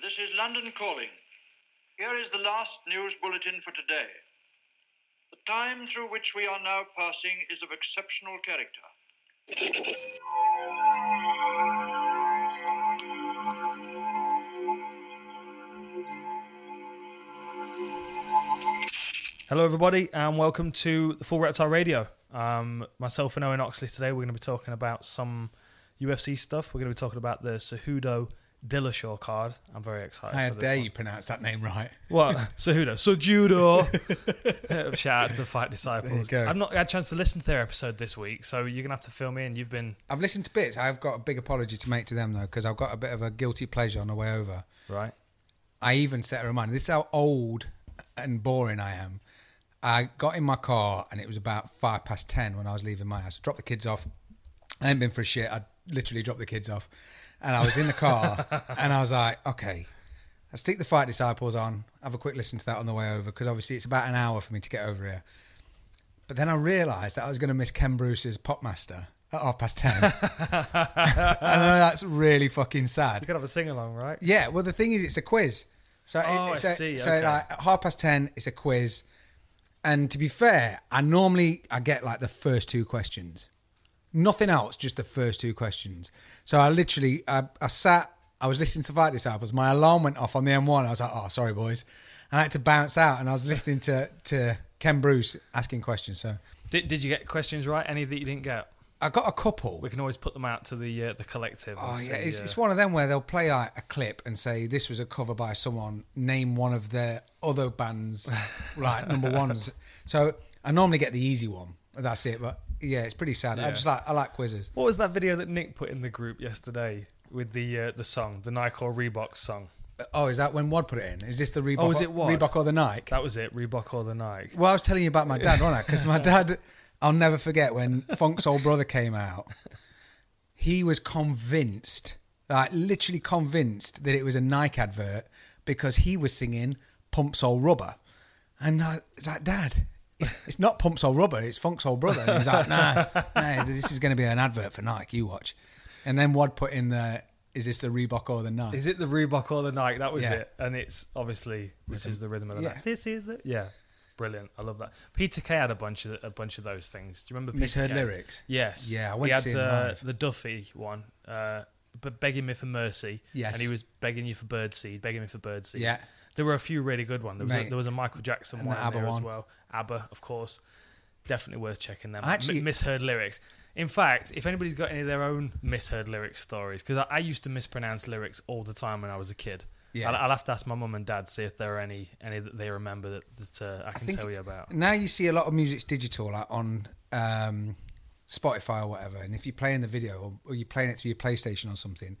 This is London calling. Here is the last news bulletin for today. The time through which we are now passing is of exceptional character. Hello, everybody, and welcome to the Full Reptile Radio. Um, myself and Owen Oxley today, we're going to be talking about some UFC stuff. We're going to be talking about the Cejudo Dillashaw card. I'm very excited. How for this dare one. you pronounce that name right? What Cejudo? Cejudo. Shout out to the Fight Disciples. There you go. I've not had a chance to listen to their episode this week, so you're going to have to fill me in. You've been I've listened to bits. I've got a big apology to make to them though, because I've got a bit of a guilty pleasure on the way over. right. I even set a reminder. This is how old and boring I am. I got in my car and it was about five past ten when I was leaving my house. I dropped the kids off. I ain't been for a shit. I literally dropped the kids off. And I was in the car and I was like, okay, I stick the Fight Disciples on, have a quick listen to that on the way over, because obviously it's about an hour for me to get over here. But then I realised that I was going to miss Ken Bruce's Popmaster at half past ten. and I know that's really fucking sad. You could have a sing along, right? Yeah, well, the thing is, it's a quiz. So, Oh, it's I a- see, So, okay. like, at half past ten, it's a quiz. And to be fair, I normally I get like the first two questions, nothing else, just the first two questions. So I literally I, I sat, I was listening to Fight Disciples. My alarm went off on the M1. I was like, oh, sorry, boys. And I had to bounce out, and I was listening to to Ken Bruce asking questions. So Did, did you get questions right? Any that you didn't get? I got a couple. We can always put them out to the uh, the collective. and Oh see, yeah, it's, uh, it's one of them where they'll play like a clip and say this was a cover by someone. Name one of their other bands, like number ones. So I normally get the easy one. That's it. But yeah, it's pretty sad. I Yeah. just like I like quizzes. What was that video that Nick put in the group yesterday with the uh, the song, the Nike or Reebok song? Oh, is that when Wad put it in? Is this the Reebok? Oh, is it Wad? Reebok or the Nike? That was it, Reebok or the Nike. Well, I was telling you about my dad, wasn't I? Because my dad, I'll never forget when Funk's old brother came out. He was convinced, like literally convinced, that it was a Nike advert because he was singing "Pump Soul Rubber," and I was like, "Dad, it's, it's not Pump Soul Rubber, it's Funk's old brother." And he was like, "Nah, nah this is going to be an advert for Nike. You watch." And then Wad put in the, "Is this the Reebok or the Nike?" Is it the Reebok or the Nike? That was Yeah. it. And it's obviously this is the rhythm of the Yeah. night. This is the yeah. Brilliant. I love that. Peter Kay had a bunch of a bunch of those things. Do you remember Peter Misheard Kay? lyrics. Yes. Yeah, I he went to had see him the, live. the Duffy one. Uh, but begging me for mercy. Yes. And he was begging you for birdseed, begging me for birdseed. Yeah. There were a few really good ones. There was, a, Mate. there was a Michael Jackson And one the in ABBA there as one. well. ABBA, of course. Definitely worth checking them. I out. actually- Mi- misheard lyrics. In fact, if anybody's got any of their own misheard lyrics stories, because I, I used to mispronounce lyrics all the time when I was a kid. Yeah. I'll, I'll have to ask my mum and dad see if there are any any that they remember that, that uh, I can think tell you about. Now you see a lot of music's digital, like on um, Spotify or whatever. And if you're playing the video or, or you're playing it through your PlayStation or something,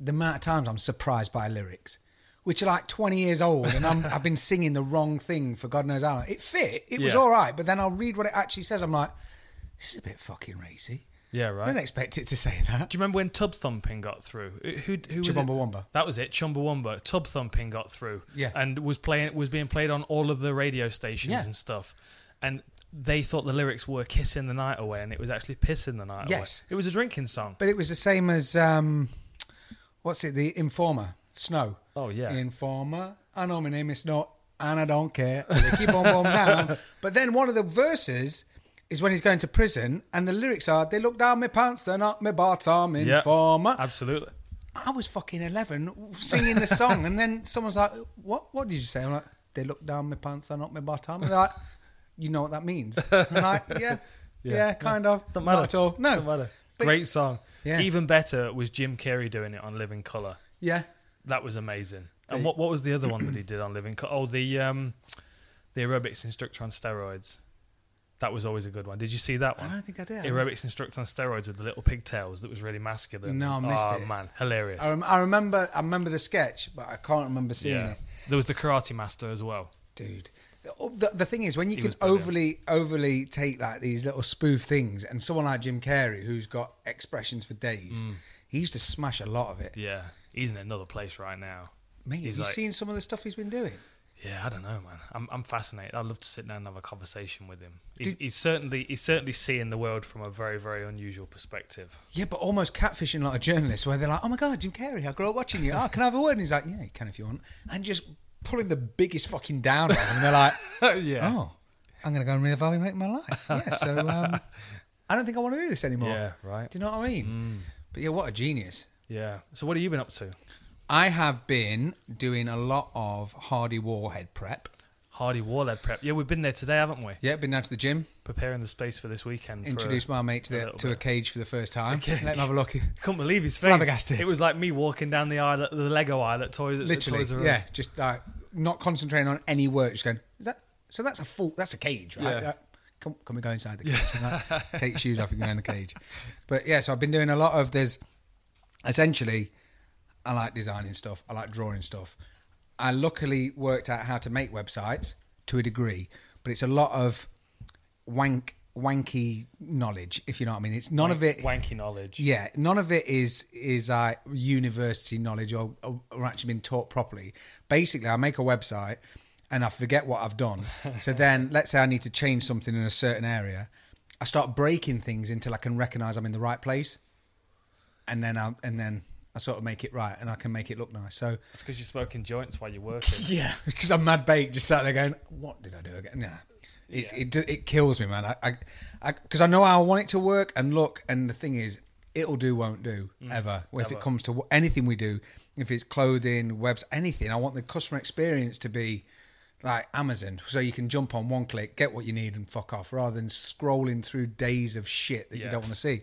the amount of times I'm surprised by lyrics, which are like 20 years old, and I'm, I've been singing the wrong thing for God knows how long. It fit, it was Yeah. all right, but then I'll read what it actually says. I'm like, this is a bit fucking racy. Yeah, I right. didn't expect it to say that. Do you remember when Tub Thumping got through? Who, who was it? Chumbawamba. That was it. Chumbawamba. Tub Thumping got through. Yeah. And was playing was being played on all of the radio stations Yeah. and stuff. And they thought the lyrics were "kissing the night away," and it was actually "pissing the night Yes. away." It was a drinking song. But it was the same as um, what's it? The Informer, Snow. Oh, yeah. Informer. I know my name is Snow, and I don't care. And they keep on going down. But then one of the verses is when he's going to prison, and the lyrics are, "They look down my pants, they're not my bottom, Yeah. Informer." Absolutely. I was fucking eleven singing the song, and then someone's like, "What? What did you say?" I'm like, "They look down my pants, they're not my bottom." And they're like, you know what that means? I'm like, yeah, yeah, kind of. Don't matter Not at all. No, Don't matter. But- Great song. Yeah. Even better was Jim Carrey doing it on Living Color. Yeah. That was amazing. And what what was the other one that he did on Living Color? Oh, the um, the aerobics instructor on steroids. That was always a good one. Did you see that I one? don't think I did. Aerobics instructor on steroids with the little pigtails that was really masculine. No, I missed oh, it. man, hilarious. I, rem- I remember I remember the sketch, but I can't remember seeing yeah. it, There was the karate master as well. dude. The, the thing is, when you can was brilliant. overly overly take like these little spoof things, and someone like Jim Carrey, who's got expressions for days, he used to smash a lot of it. Mm. Yeah, he's in another place right now. Mate, He's have you like- seen some of the stuff he's been doing? Yeah, I don't know, man. I'm, I'm fascinated. I'd love to sit down and have a conversation with him. He's, he's certainly he's certainly seeing the world from a very very unusual perspective. Yeah, but almost catfishing like a journalist, where they're like, "Oh my god, Jim Carrey, I grew up watching you. Oh, can I have a word?" And he's like, "Yeah, you can if you want," and just pulling the biggest fucking down on them. And they're like, yeah, "Oh, I'm gonna go and reevaluate my life." Yeah, so um, I don't think I want to do this anymore. yeah, right. Mm. Do you know what I mean? But yeah, what a genius. Yeah. So what have you been up to? I have been doing a lot of Hardy Warhead prep. Hardy Warled prep. Yeah, we've been there today, haven't we? Yeah, been down to the gym, Preparing the space for this weekend. for- introduced my mate to, the, little to a bit. cage for the first time. cage. Let him have a look. Couldn't believe his face. Flabbergasted. It was like me walking down the aisle, at the Lego aisle at Toys, Literally, at Toys R Us. yeah, just like not concentrating on any work. Just going, is that so? That's a full. That's a cage, right? Yeah. Uh, can, can we go inside the cage? And, like, take your shoes off and go in the cage. But yeah, so I've been doing a lot of there's essentially. I like designing stuff. I like drawing stuff. I luckily worked out how to make websites to a degree, but it's a lot of wank wanky knowledge, if you know what I mean. It's none of it. Wanky knowledge. Yeah, none of it is is uh, university knowledge or, or, or actually been taught properly. Basically, I make a website and I forget what I've done. so then, let's say I need to change something in a certain area, I start breaking things until I can recognise I'm in the right place, and then I and then I sort of make it right and I can make it look nice. So It's because you're smoking joints while you're working. yeah, because I'm mad baked, just sat there going, "What did I do again?" Nah, it it, do- it kills me, man. I- I, I, because I, know how I want it to work and look. And the thing is, it'll do, won't do, Mm. ever. If it comes to wh- anything we do, if it's clothing, webs, anything, I want the customer experience to be like Amazon, so you can jump on one click, get what you need, and fuck off, rather than scrolling through days of shit that you Yeah. don't want to see.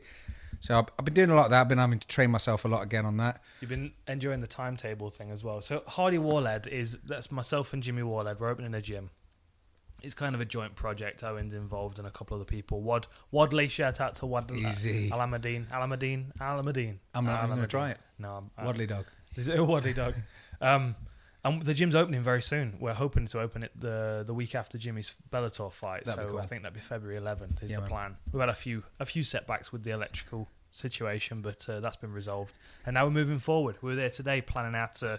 So I've, I've been doing a lot of that. I've been having to train myself a lot again on that. You've been enjoying the timetable thing as well. So Hardy Warled is that's myself and Jimmy Warled. We're opening a gym. It's kind of a joint project. Owen's involved and a couple other people. Wad Wadley, shout out to Wad Easy. Alamadine, Alamadine, Alamadine. I'm not even gonna Alamadine. try it. Ah, No, Ah. I'm, Waddly dog. Is it a Wadley dog? Um, and the gym's opening very soon. We're hoping to open it the the week after Jimmy's Bellator fight. That'd be so cool. I think that'd be February 11th is Yeah, the man. plan. We've had a few a few setbacks with the electrical situation, but uh, that's been resolved. And now we're moving forward. We were there today planning out uh,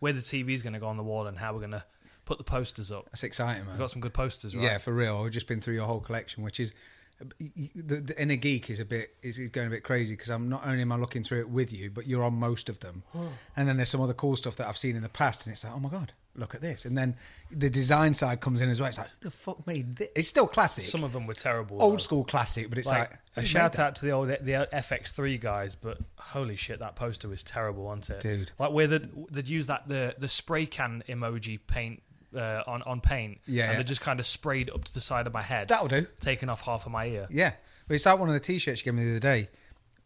where the TV's going to go on the wall and how we're going to put the posters up. That's exciting, man. We've got some good posters, right? Yeah, for real. I've just been through your whole collection, which is the, the inner geek is a bit is, is going a bit crazy because I'm not only am I looking through it with you, but you're on most of them. and then there's some other cool stuff that I've seen in the past, and it's like, oh my god, look at this. And then the design side comes in as well. It's like, who the fuck made this? It's still classic, Some of them were terrible. though. old school classic, but it's like, Like, a shout out to the old the FX3 guys, but holy shit, that poster was terrible, wasn't it, Dude. Like where they'd, they'd use that the the spray can emoji paint uh, on on paint, Yeah, and yeah. they just kind of sprayed up to the side of my head. That'll do. Taking off half of my ear. Yeah, but it's like one of the t-shirts you gave me the other day.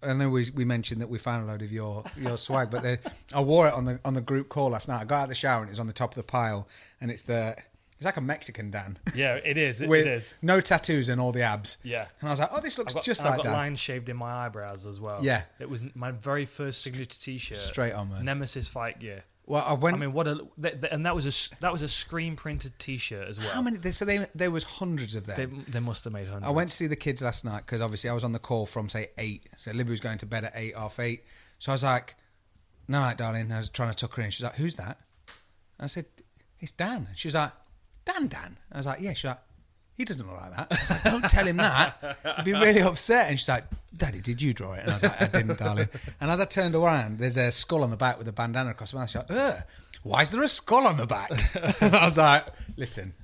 I know we, we mentioned that we found a load of your, your swag, but the, I wore it on the on the group call last night. I got out of the shower and it was on the top of the pile, and it's the it's like a Mexican Dan Yeah, it is. It, with it is. no tattoos and all the abs. Yeah. and I was like, oh, this looks I've got, just and like I've got Dan. lines shaved in my eyebrows as well. Yeah. it was my very first signature T-shirt. Straight on, man. Nemesis fight gear. Well, I went. I mean, what a th- th- and that was a s- that was a screen printed T-shirt as well. how many? So they, there was hundreds of them. They, they must have made hundreds. I went to see the kids last night because obviously I was on the call from say eight. So Libby was going to bed at eight, half eight. So I was like, "No, night, darling." I was trying to tuck her in. She's like, "Who's that?" I said, "It's Dan." She was like, "Dan, Dan." I was like, "Yeah." She's like, "He doesn't look like that." I was like, "Don't tell him that. He'd be really upset." And she's like, "Daddy, did you draw it?" And I was like, "I didn't, darling." And as I turned around, there's a skull on the back with a bandana across the mouth. She's like, "Ugh, why is there a skull on the back?" and I was like, "Listen."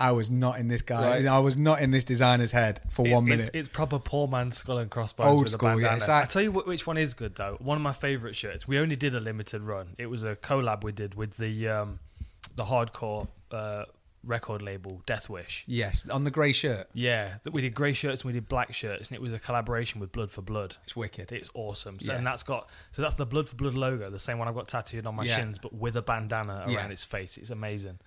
I was not in this guy. Right. I was not in this designer's head for It- one it's- minute. It's, proper poor man's skull and crossbones. Old with school, yeah, a bandana. it's like- I tell you wh- which one is good though. One of my favourite shirts. We only did a limited run. It was a collab we did with the um, the hardcore uh, record label Death Wish. yes, on the grey shirt. Yeah, that we did grey shirts and we did black shirts, and it was a collaboration with Blood for Blood. It's wicked. It's awesome. So, Yeah. And that's got so that's the Blood for Blood logo, the same one I've got tattooed on my Yeah. shins, but with a bandana around Yeah. its face. It's amazing.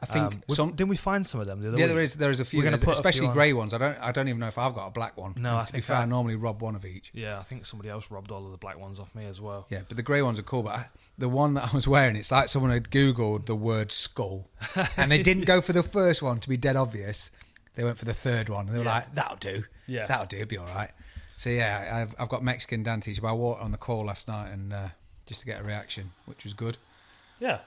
I think Um, we've- some. didn't we find some of them? The other Yeah, there week? is there is a few, We're gonna There's- put a few especially on. grey ones. I don't I don't even know if I've got a black one. No, And I to think be fair, I- I normally rob one of each. Yeah, I think somebody else robbed all of the black ones off me as well. Yeah, but the grey ones are cool. But I, the one that I was wearing, it's like someone had googled the word skull, and they didn't go for the first one to be dead obvious. They went for the third one, and they were like, "That'll do. Yeah. that'll do. It'll be all right." So yeah, I've, I've got Mexican Dan teacher, but I wore it on the call last night, and uh, just to get a reaction, which was good. Yeah.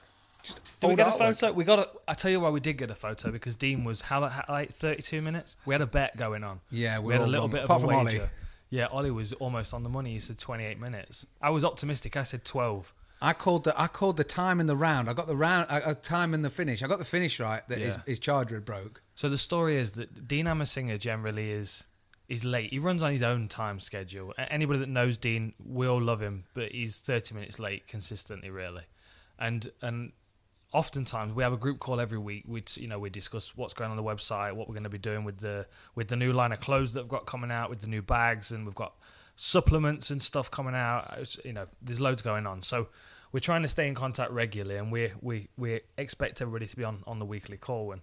Did we old get a artwork. photo? We got. A, I tell you why we did get a photo because Dean was how, how like thirty-two minutes. We had a bet going on. Yeah, we we, were had a all little wrong, bit apart of a from Ollie. wager. Yeah, Ollie was almost on the money. He said twenty-eight minutes. I was optimistic. I said twelve. I called the I called the time in the round. I got the round I, I time in the finish. I got the finish right. That his, Yeah. his charger had broke. So the story is that Dean Amasinger generally is is late. He runs on his own time schedule. A- Anybody that knows Dean will love him, but he's thirty minutes late consistently, really. And and oftentimes we have a group call every week. We you know we discuss what's going on the website, what we're going to be doing with the with the new line of clothes that we've got coming out, with the new bags, and we've got supplements and stuff coming out. It's, you know, there's loads going on. So we're trying to stay in contact regularly, and we we we expect everybody to be on on the weekly call and.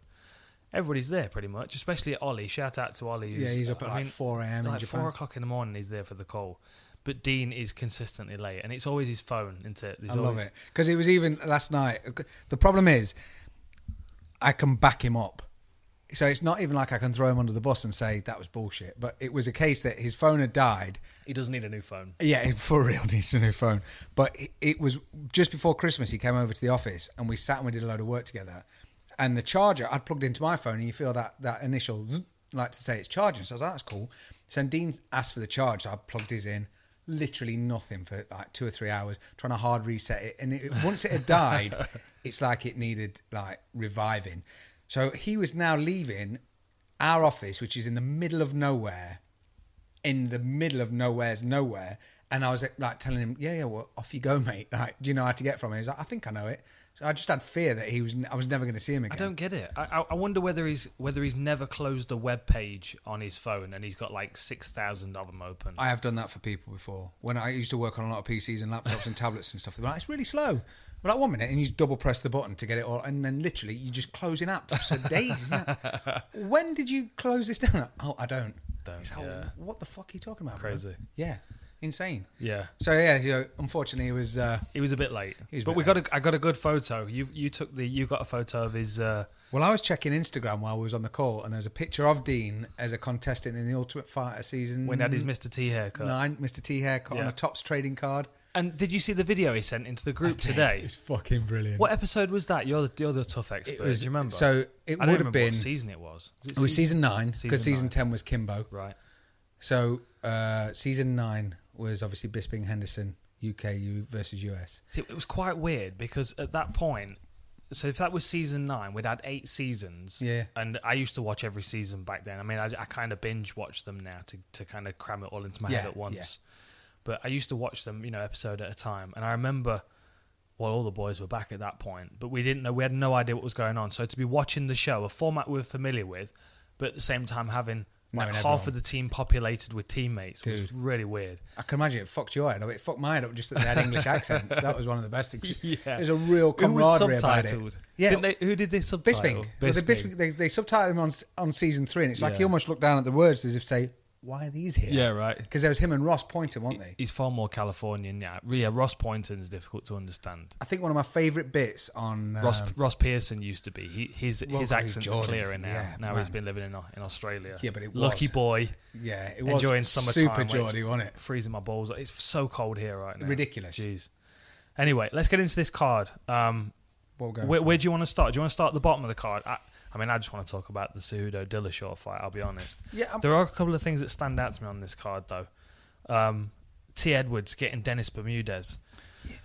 Everybody's there pretty much, especially Ollie. Shout out to Ollie. who's- Yeah, he's up at I like mean, 4 a.m. in like Japan. four o'clock in the morning. He's there for the call, but Dean is consistently late, and it's always his phone. Into it? There's I love always, it because it was even last night. The problem is, I can back him up, so it's not even like I can throw him under the bus and say that was bullshit. But it was a case that his phone had died. He does need a new phone. Yeah, he for real needs a new phone. But it- it was just before Christmas. He came over to the office and we sat and we did a load of work together. And the charger I'd plugged into my phone, and you feel that that initial zzz, like to say it's charging. So I was like, that's cool. So then Dean asked for the charge, so I plugged his in. Literally nothing for like two or three hours, trying to hard reset it. And it, once it had died, it's like it needed like reviving. So he was now leaving our office, which is in the middle of nowhere, in the middle of nowhere's nowhere. And I was like telling him, yeah, yeah, well, off you go, mate. Like, do you know how to get from it? He was like, I think I know it. So I just had fear that he was, I was never going to see him I again. don't get it. I, I- I wonder whether he's whether he's never closed a web page on his phone and he's got like six thousand of them open. I have done that for people before. When I used to work on a lot of PCs and laptops and tablets and stuff, they're like, it's really slow. But like one minute, and you just double press the button to get it all, and then literally you just close it up for days. and that. when did you close this down? Oh, I don't. Don't, It's like, yeah. What the fuck are you talking about? bro? Crazy. Yeah, insane. Yeah. So yeah, you know, unfortunately, it was. Uh, He was a bit late, was a but bit we got a, I got a good photo. You you took the you got a photo of his. Uh, Well, I was checking Instagram while I was on the call, and there was a picture of Dean as a contestant in the Ultimate Fighter season when he had his Mr T haircut. nine, Mr. T haircut on Yeah. a tops trading card. And did you see the video he sent into the group today? it's fucking brilliant. What episode was that? You're the you're the tough expert. was- do you remember? so I it don't would have remember been- what season it was. Is It was season nine because season nine? ten was Kimbo. Right. So uh, season nine was obviously Bisping Henderson, UK U versus US. See, it was quite weird because at that point, so if that was season nine, we'd had eight seasons. Yeah. And I used to watch every season back then. I mean, I, I kind of binge watch them now to, to kind of cram it all into my head Yeah, at once. But I used to watch them, you know, episode at a time. And I remember, well, all the boys were back at that point, but we didn't know, we had no idea what was going on. So to be watching the show, a format we were familiar with, but at the same time having like Knowing half everyone. of the team populated with teammates was Dude. really weird. I can imagine it fucked your head up. It fucked my head up just that they had English accents. That was one of the best. Ex- Yeah. There's a real camaradery about it. Yeah. Didn't they, who did they subtitle? Bisping. Well, they, Bisping they, they subtitled him on on season three, and it's like Yeah. he almost looked down at the words as if to say, "Why are these here?" Yeah, right. Because there was him and Ross pointing, weren't they? He's far more Californian. Yeah, yeah. Ross Poynton's difficult to understand. I think one of my favourite bits on um, Ross Ross Pearson used to be. He, his Well, his he's accent's Geordie, clearer now. yeah, now he's man. been living in Au- in Australia. Yeah, but it lucky was- boy. yeah, it was enjoying summertime. super where it's Geordie, wasn't it? Freezing my balls. It's so cold here right now. Ridiculous. Jeez. Anyway, let's get into this card. Um, What we're going where, where do you want to start? Do you want to start at the bottom of the card? I, I mean, I just want to talk about the Cejudo Dillashaw fight. I'll be honest. Yeah, I'm- there are a couple of things that stand out to me on this card, though. Um, T. Edwards getting Dennis Bermudez.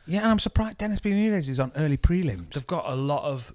Yeah, and I'm surprised Dennis Bermudez is on early prelims. They've got a lot of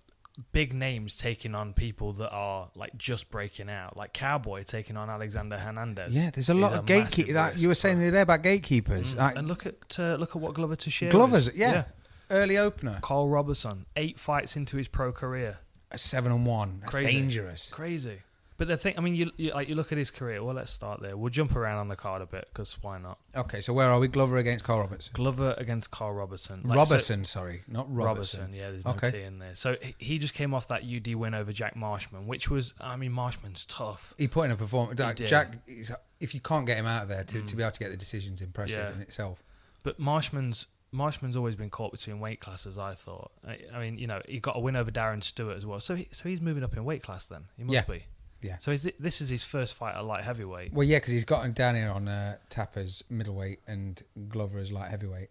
big names taking on people that are like just breaking out, like Cowboy taking on Alexander Hernandez. yeah, there's a is lot of massive gatekeepers. Like you were risk. Mm. saying the other day about gatekeepers. like, and look at uh, look at what Glover Teixeira. Glovers, is. yeah. Early opener, Carl Robertson, eight fights into his pro career. seven and one. That's Crazy. dangerous. Crazy. But the thing, I mean, you, you like you look at his career. Well, let's start there. We'll jump around on the card a bit because why not? Okay, so where are we? Glover against Carl Robertson. Glover against Carl Robertson. Like, so- Robertson, sorry, not Robertson. Robertson. Yeah, there's no Okay. T in there. So he- he just came off that UD win over Jack Marshman, which was, I mean, Marshman's tough. He put in a performance. did. Mm. Jack, is, if you can't get him out of there to, to be able to get the decisions, impressive Yeah. in itself. But Marshman's Marshman's always been caught between weight classes. I thought. I, I mean, you know, he got a win over Darren Stewart as well. So he, so he's moving up in weight class then. He must Yeah. be. Yeah. So is thi- this is his first fight at light heavyweight? Well, yeah, because he's got him down here on uh, Tapper's middleweight and Glover as light heavyweight,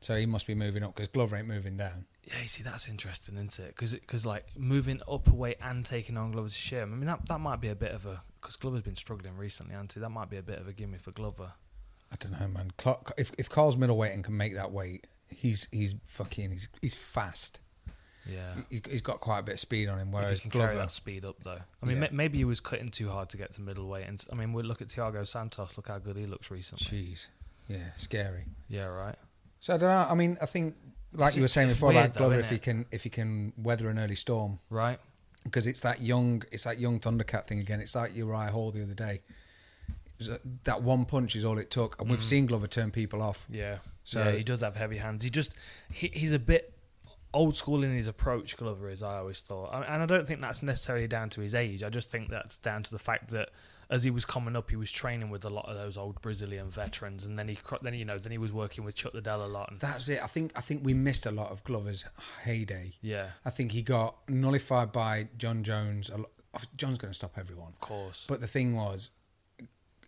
so he must be moving up because Glover ain't moving down. Yeah, you see, that's interesting, isn't it? Because like moving up a weight and taking on Glover's share. I mean, that that might be a bit of a because Glover's been struggling recently, hasn't he? That might be a bit of a gimme for Glover. I don't know, man. Cla- If if Carl's middleweight and can make that weight, he's he's fucking he's he's fast. Yeah. He's, he's got quite a bit of speed on him, If whereas he can carry Mm, Glover. that speed up, though. I mean, Yeah. ma- maybe he was cutting too hard to get to middleweight. And I mean, we look at Thiago Santos. Look how good he looks recently. Jeez, yeah, scary. Yeah, right. So I don't know. I mean, I think like It's- you were saying it's before weird about though, Glover, isn't if he it? can if he can weather an early storm, Right. because it's that young it's that young Thundercat thing again. It's like Uriah Hall the other day. It was that- That one punch is all it took, and we've seen Glover turn people off. Mm. Yeah. So- So he does have heavy hands. He just he, he's a bit old school in his approach. Glover is. I always thought, I, and I don't think that's necessarily down to his age. I just think that's down to the fact that as he was coming up, he was training with a lot of those old Brazilian veterans, and then he cro- then you know then he was working with Chuck Liddell a lot. And That's it. I think I think we missed a lot of Glover's heyday. yeah, I think he got nullified by John Jones. A lot. John's going to stop everyone. of course. But the thing was,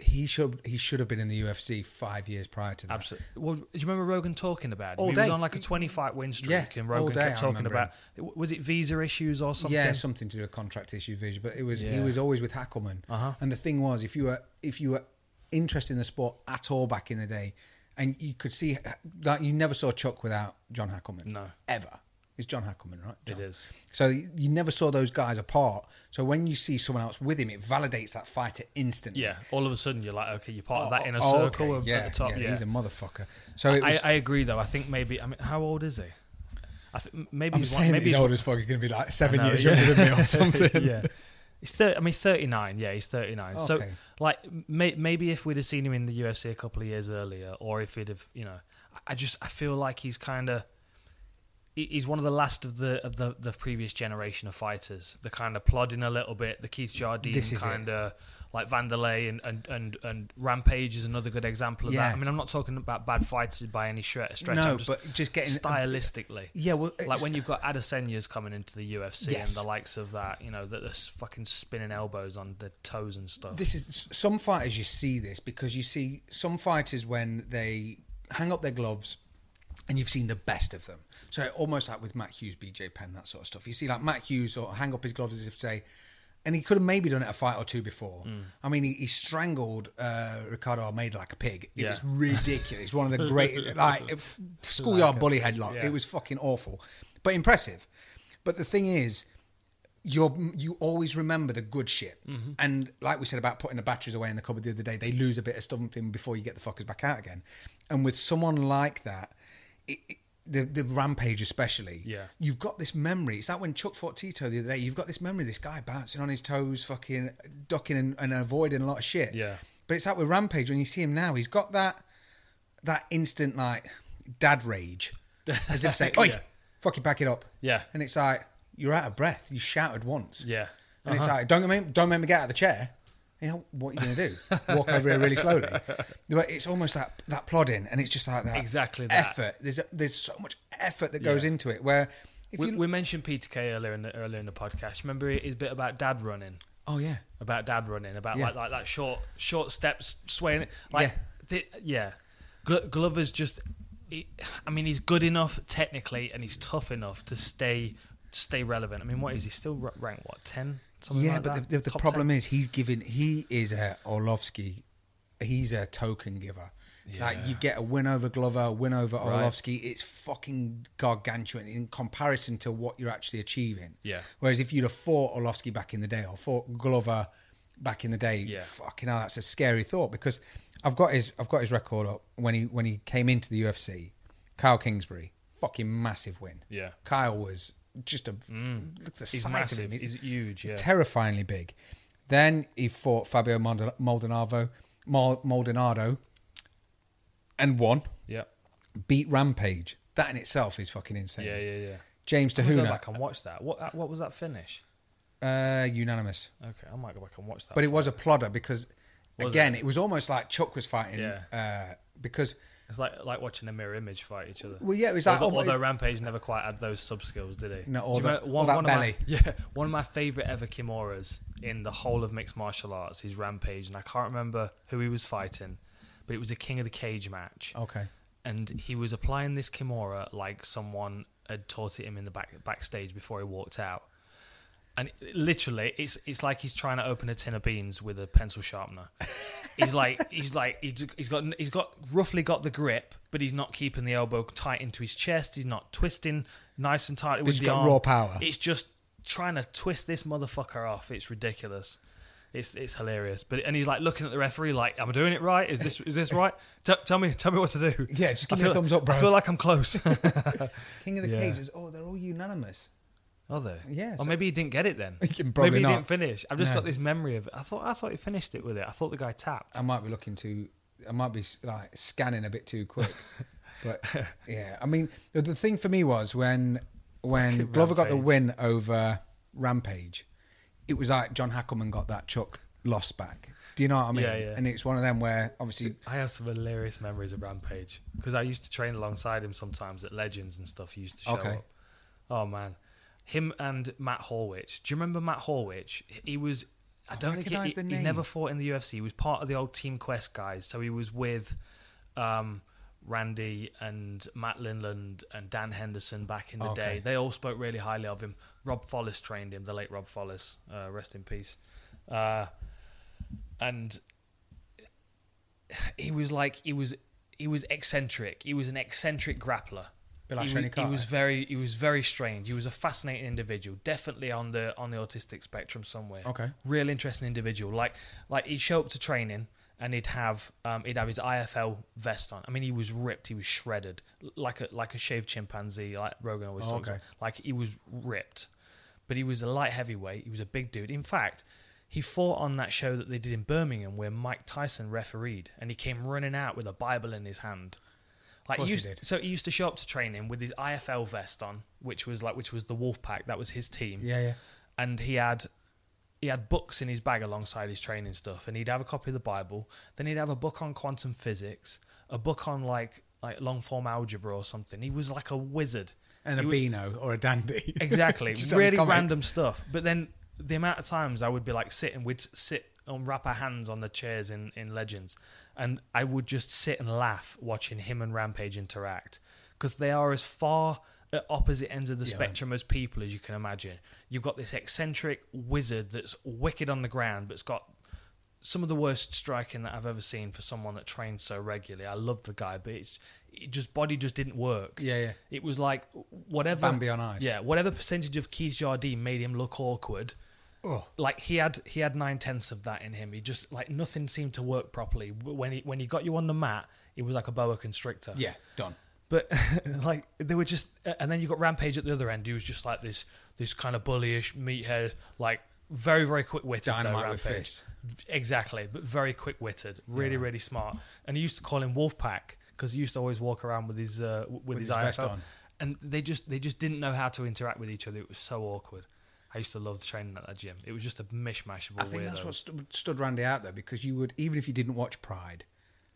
he should he should have been in the UFC five years prior to that. Absolutely. Well, do you remember Rogan talking about it? All he was day. on like a 20 fight win streak, Yeah, and all Rogan day kept I talking remember about was it visa issues or something? Yeah, something to do with contract issue vision. But it was he Yeah. Uh-huh. was always with Hackelman. And the thing was, if you were if you were interested in the sport at all back in the day, and you could see like you never saw Chuck without John Hackelman. No. ever. It's John Hackelman, right? John. is. So you never saw those guys apart. So when you see someone else with him, it validates that fighter instantly. Yeah, all of a sudden you're like, okay, you're part of that inner Oh, circle okay. of- yeah, at the top. yeah, Yeah, he's a motherfucker. So it was, I, I agree though. I think maybe. I mean, how old is he? I think maybe I'm he's saying one, maybe that he's he's old as fuck. He's going to be like seven know, years yeah. younger than me or something. yeah. He's thir I mean, he's 39. Yeah, he's 39. So, Okay. like, may- maybe if we'd have seen him in the UFC a couple of years earlier, or if he'd have, you know, I- I just I feel like he's kind of he's one of the last of the of the, the previous generation of fighters. The kind of plodding a little bit, the Keith Jardine This is it. kind of like Vanderlei and, and and and Rampage is another good example of Yeah. that. I mean, I'm not talking about bad fighters by any shre- stretch. No, I'm just but just getting- um, stylistically. Yeah, well, like it's- when you've got Adesanya's coming into the UFC Yes. and the likes of that, you know, that are s- fucking spinning elbows on their toes and stuff. this is some fighters you see this because you see some fighters when they hang up their gloves and you've seen the best of them. So almost like with Matt Hughes, BJ Penn, that sort of stuff. You see like Matt Hughes or hang up his gloves as if to say, and he could have maybe done it a fight or two before. I mean, he, he strangled uh, Ricardo Almeida like a pig. It Yeah. was ridiculous. One of the great, like if- schoolyard bully headlock. yeah. It was fucking awful, but impressive. But the thing is, you're you always remember the good shit. Mm-hmm. And like we said about putting the batteries away in the cupboard the other day, they lose a bit of something before you get the fuckers back out again. And with someone like that, it, it- the the rampage especially, Yeah. you've got this memory. It's like when Chuck fought Tito the other day. You've got this memory, this guy bouncing on his toes, fucking ducking and, and avoiding a lot of shit. Yeah. But it's like with Rampage when you see him now, he's got that that instant like dad rage, as if saying, "Oi, Yeah. fucking back it up." Yeah. And it's like you're out of breath. You shouted once. Yeah. Uh-huh. And it's like don't make don't make me get out of the chair. You know, what are you going to do? Walk over here really slowly. But it's almost that that plodding, and it's just like that Exactly that. effort. There's a, there's so much effort that goes Yeah. into it. Where if we, you we mentioned PTK earlier in the earlier in the podcast. Remember his bit about dad running, oh yeah, about dad running, about Yeah. like, like that short short steps swaying. Like thi- yeah, Glo- Glover's just. He, I mean, he's good enough technically, and he's tough enough to stay stay relevant. I mean, what is he still ra- ranked? What ten? Something yeah, like but that? the, the, the Top problem 10? is he's giving. He is a Orlovsky. He's a token giver. Like Yeah. you get a win over Glover, a win over Right. Orlovsky. It's fucking gargantuan in comparison to what you're actually achieving. Yeah. Whereas if you'd have fought Orlovsky back in the day or fought Glover back in the day, Yeah. fucking hell, that's a scary thought because I've got his I've got his record up when he when he came into the UFC. Kyle Kingsbury, fucking massive win. Yeah. Mm. Kyle was just a look at the He's size of massive. him. He's huge. Yeah. Terrifyingly big. Then he fought Fabio Mold- Maldonado, Mol- Maldonado and won. Yep. Beat Rampage. That in itself is fucking insane. Yeah, yeah, yeah. James I'm gonna go Tahuna, back and watch that. What what was that finish? uh, unanimous. Okay, I might go back and watch that. But it was a plodder because, Was again, it? was almost like Chuck was fighting. Yeah. Uh, because it's like like watching a mirror image fight each other. Well, yeah, it was like- although, oh, although Rampage never quite had those sub skills, did he? No, Do or you the- remember or that of my- belly. yeah, one of my favorite ever kimuras in the whole of mixed martial arts is Rampage, and I can't remember who he was fighting, but it was a King of the Cage match. okay, and he was applying this kimura like someone had taught it him in the back backstage before he walked out. And it- literally, it's it's like he's trying to open a tin of beans with a pencil sharpener. He's like he's like he's he's got he's got roughly got the grip, but he's not keeping the elbow tight into his chest. He's not twisting nice and tight with he's the got arm. raw power. It's just trying to twist this motherfucker off. It's ridiculous. It's it's hilarious. But and he's like looking at the referee, like, "Am I doing it right? Is this is this right? T- tell me, tell me what to do." Yeah, just give I me a feel- thumbs up, bro. I feel like I'm close. King of the Yeah. Cages. Oh, they're all unanimous. Are they? Yeah, so- Or maybe he didn't get it then. Probably maybe he not. didn't finish. I've just No. got this memory of. it. I thought I thought he finished it with it. I thought the guy tapped. I might be looking too. I might be like scanning a bit too quick. but yeah, I mean, the- the thing for me was when when Glover got the Rampage. win over Rampage, it was like John Hackelman got that Chuck loss back. Do you know what I mean? Yeah, yeah. And it's one of them where obviously I have some hilarious memories of Rampage because I used to train alongside him sometimes at Legends and stuff. He used to show Okay. up. Oh man, him and Matt Horwich. Do you remember Matt Horwich? He was. I don't think recognise he, the he name. never fought in the UFC. He was part of the old Team Quest guys, so he was with um, Randy and Matt Lindland and Dan Henderson back in the Okay. day. They all spoke really highly of him. Rob Follis trained him, the late Rob Follis, uh, rest in peace. Uh, and he was like he was he was eccentric. He was an eccentric grappler. Bit like he, wa- Shane Carter. he was very he was very strange. He was a fascinating individual, definitely on the on the autistic spectrum somewhere. Okay. real interesting individual. Like like he'd show up to training and he'd have um, he'd have his IFL vest on. I mean, he was ripped. He was shredded, like a like a shaved chimpanzee, like Rogan always talks. Oh, okay. about. Like he was ripped, but he was a light heavyweight. He was a big dude. In fact, he fought on that show that they did in Birmingham where Mike Tyson refereed, and he came running out with a Bible in his hand. Like course he used, did. so he used to show up to training with his IFL vest on, which was like which was the Wolf Pack. That was his team yeah, yeah. and he had he had books in his bag alongside his training stuff and he'd have a copy of the bible then he'd have a book on quantum physics a book on like like long form algebra or something he was like a wizard And a He wa- Beano or a Dandy. exactly Just on his really comments. random stuff but then the amount of times i would be like sitting we'd sit and wrap our hands on the chairs in in legends and i would just sit and laugh watching him and rampage interact because they are as far at opposite ends of the spectrum as people as you can imagine you've got this eccentric wizard that's wicked on the ground but's got some of the worst striking that i've ever seen for someone that trains so regularly i love the guy but it's it just body just didn't work Yeah, yeah. it was like whatever Bambi on ice. yeah, whatever percentage of Keith Jardine made him look awkward. Oh. Like he had he had nine tenths of that in him. He just like nothing seemed to work properly. When he when he got you on the mat, it was like a boa constrictor. Yeah, done. But like they were just, and then you got Rampage at the other end. He was just like this this kind of bullyish meathead, like very very quick witted. Dynamite with fist. Exactly, but very quick witted, really really smart. And he used to call him Wolfpack because he used to always walk around with his uh, w- with, his, his vest IFL. on. And they just they just didn't know how to interact with each other. It was so awkward. I used to love the training at that gym. It was just a mishmash of all I think that's weirdos. what st- stood Randy out there because you would even if you didn't watch Pride,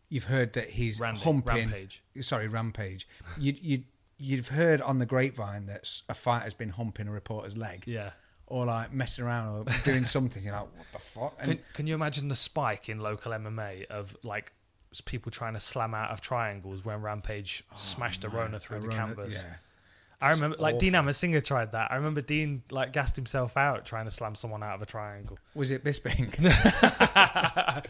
you've heard that he's Randy, humping. Rampage. Sorry, Rampage. You you you've heard on the grapevine that s- a fighter's been humping a reporter's leg. Yeah. Or like messing around or doing something. You're like, what the fuck? And Can, can you imagine the spike in local MMA of like s- people trying to slam out of triangles when Rampage Oh, smashed a Rona through the Arona- canvas? yeah. I remember, like Dean awful. Amasinger tried that. I remember Dean like gassed himself out trying to slam someone out of a triangle. was it Bisping?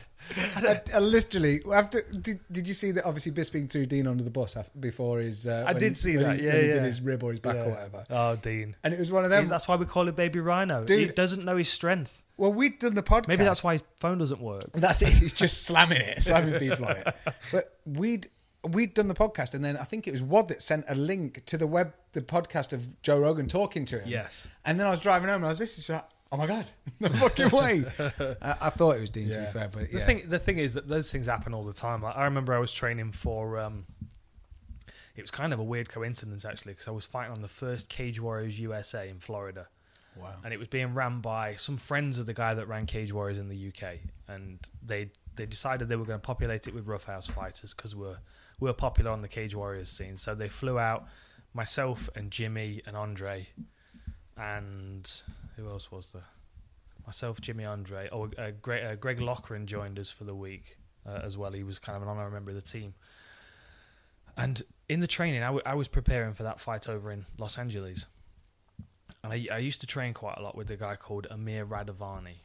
I, I literally after did, did you see that? Obviously, Bisping threw Dean under the bus after, before his. Uh, I when did he- see when that. He, yeah, when he yeah. did his rib or his back Yeah. or whatever. Oh, Dean. And it was one of Dean, them. that's why we call it Baby Rhino. He Dude. doesn't know his strength. well, we'd done the podcast. Maybe that's why his phone doesn't work. That's it. He's just slamming it, slamming people on it. But we'd we'd done the podcast, and then I think it was Wad that sent a link to the web, the podcast of Joe Rogan talking to him. Yes. And then I was driving home, and I was listening to that. oh my god, no fucking way. I, I thought it was Dean to be fair, but the yeah. thing the thing is that those things happen all the time. Like, I remember I was training for. Um, it was kind of a weird coincidence actually because I was fighting on the first Cage Warriors USA in Florida. wow. and it was being ran by some friends of the guy that ran Cage Warriors in the UK, and they they decided they were going to populate it with roughhouse fighters because we're we're popular on the Cage Warriors scene. So they flew out myself and Jimmy and Andre, and who else was there? Myself, Jimmy, Andre. Oh, uh, Greg, uh, Greg Lochran joined us for the week uh, as well. He was kind of an honorary member of the team. And in the training, I, w- I was preparing for that fight over in Los Angeles. And I, I used to train quite a lot with a guy called Amir Radovani.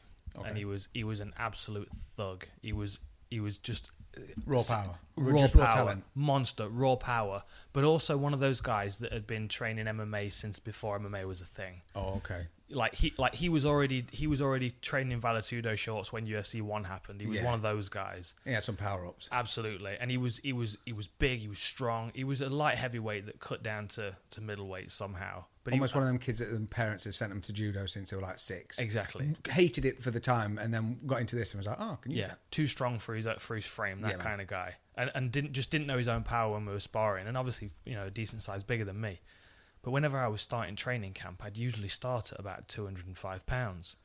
And he was he was an absolute thug. He was he was just uh, Raw power. raw Just power, raw talent. monster, raw power, but also one of those guys that had been training MMA since before MMA was a thing Oh, okay. like he like he was already he was already training Valetudo shorts when UFC one happened. He was Yeah. one of those guys. He had some power ups. Absolutely. And he was he was he was big, he was strong. He was a light heavyweight that cut down to, to middleweight somehow. But he Almost one of them kids that their parents had sent them to judo since they were like six. Exactly. Hated it for the time and then got into this and was like, oh, can you use Yeah. that? Too strong for his uh, for his frame, that Yeah, man. kind of guy. And and didn't just didn't know his own power when we were sparring. And obviously, you know, a decent size bigger than me. But whenever I was starting training camp, I'd usually start at about two hundred and five pounds.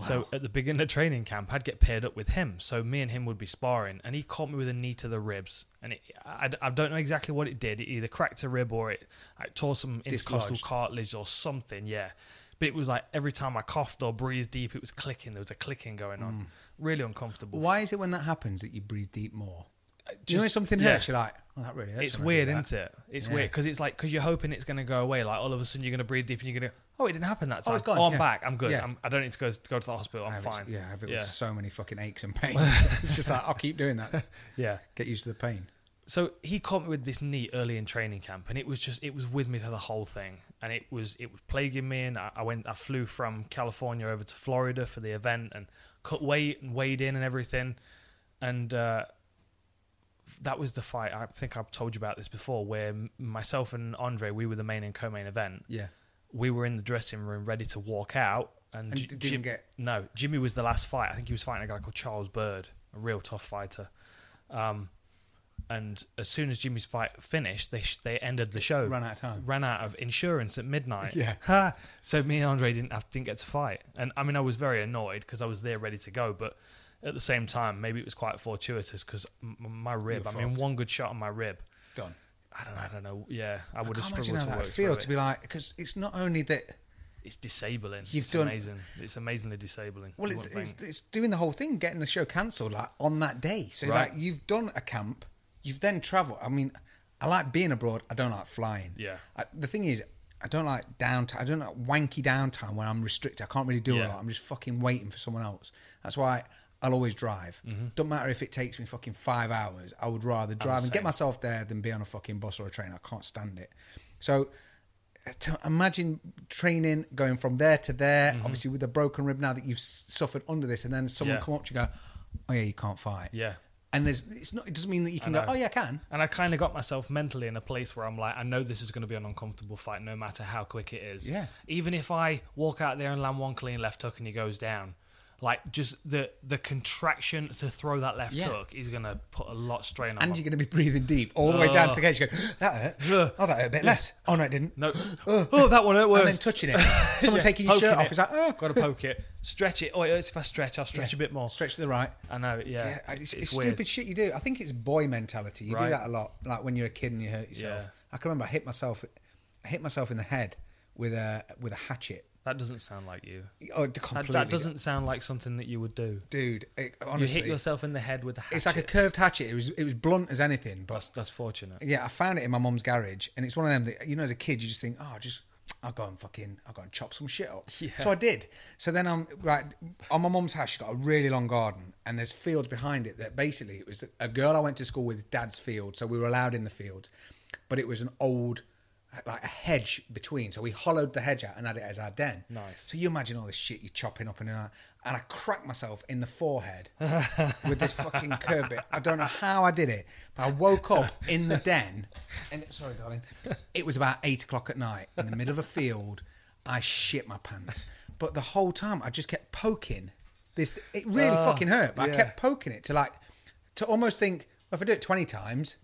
So at the beginning of training camp, I'd get paired up with him. So me and him would be sparring, and he caught me with a knee to the ribs, and it, I, I don't know exactly what it did. It either cracked a rib or it, it tore some intercostal Dislodged. cartilage or something. Yeah, but it was like every time I coughed or breathed deep, it was clicking. There was a clicking going on, really uncomfortable. Mm. Why is it when that happens that you breathe deep more? Do you Uh, just- know when something yeah. hurts? You're like, oh, that really hurts. It's when I do weird, that." isn't it? It's Yeah. weird weird because it's like because you're hoping it's going to go away. Like all of a sudden, you're going to breathe deep and you're going to oh, it didn't happen that time. it's gone, I'm yeah. back. I'm good. Yeah. I'm, I don't need to go to go to the hospital. I'm I have it- fine. Yeah, I have it yeah. with so many fucking aches and pains. it's just like, I'll keep doing that. yeah. Get used to the pain. so he caught me with this knee early in training camp, and it was just it was with me for the whole thing, and it was it was plaguing me. And I, I went, I flew from California over to Florida for the event, and cut weight and weighed in and everything, and uh, that was the fight. I think I've told you about this before, where m- myself and Andre we were the main and co-main event. Yeah. we were in the dressing room ready to walk out, and, And Ji- didn't Jim- get- no. Jimmy was the last fight. I think he was fighting a guy called Charles Bird, a real tough fighter. Um, and as soon as Jimmy's fight finished, they sh- they ended the show. Ran out of time. Ran out of insurance at midnight. Yeah. Ha! So me and Andre didn't have, didn't get to fight, and I mean I was very annoyed because I was there ready to go, but at the same time maybe it was quite fortuitous because m- m- my rib. I mean one good shot on my rib. Done. I don't. I don't know. Yeah, I I would have can't struggled imagine to how that work would through feel it. to be like, because it's not only that. It's disabling. You've it's done- amazing. It's amazingly disabling. Well, You it's, wouldn't it's, think. it's doing the whole thing, getting the show cancelled like on that day. So Right. like you've done a camp, you've then travelled. I mean, I like being abroad. I don't like flying. Yeah. I, the thing is, I don't like downtime. I don't like wanky downtime when I'm restricted. I can't really do a Yeah. lot. I'm just fucking waiting for someone else. That's why I'll always drive. Mm-hmm. Don't matter if it takes me fucking five hours. I would rather drive and get same. myself there than be on a fucking bus or a train. I can't stand it. So to imagine training going from there to there, obviously with a broken rib now that you've s- suffered under this, and then someone Mm-hmm. Yeah. come up to you and go, "Oh yeah, you can't fight." Yeah. and there's it's not. It doesn't mean that you can go, know. "Oh yeah, I can." and I kind of got myself mentally in a place where I'm like, I know this is going to be an uncomfortable fight, no matter how quick it is. Yeah. Even if I walk out there and land one clean left hook and he goes down, like just the the contraction to throw that left Yeah. hook is going to put a lot of strain on. And my- you're going to be breathing deep all the way down to the cage. You go, "That Ugh. hurt. Oh, that hurt a bit less. Oh no, it didn't." no. oh, that one hurt worse. And then touching it, someone Yeah, taking your poking shirt off it. is like, "Oh, Got to poke it, stretch it. Oh, it hurts if I stretch. I'll stretch a bit more. Stretch to the right. I know. Yeah. Yeah, it's, it's, weird. stupid shit you do. I think it's boy mentality. You Right. do that a lot, like when you're a kid and you hurt yourself. Yeah. I can remember I hit myself, I hit myself in the head with a with a hatchet. That doesn't sound like you. Oh, That, completely, that doesn't sound like something that you would do. dude. It, You honestly, hit yourself in the head with a hatchet. it's like a curved hatchet. It was it was blunt as anything, but That's, that's fortunate. yeah, I found it in my mum's garage, and it's one of them that you know, as a kid, you just think, oh, just I'll go and fucking I'll go and chop some shit up. Yeah. So I did. So then I'm right on my mum's house. She's got a really long garden, and there's fields behind it that basically it was a girl I went to school with dad's field, so we were allowed in the fields, but it was an old. Like a hedge between, so we hollowed the hedge out and had it as our den. Nice. So you imagine all this shit you're chopping up and all that, and I cracked myself in the forehead with this fucking curb bit. I don't know how I did it, but I woke up in the den, and sorry, darling, it was about eight o'clock at night in the middle of a field. I shit my pants. But the whole time, I just kept poking this. It really fucking hurt, but I Ah, yeah. kept poking it to like to almost think well, if I do it twenty times,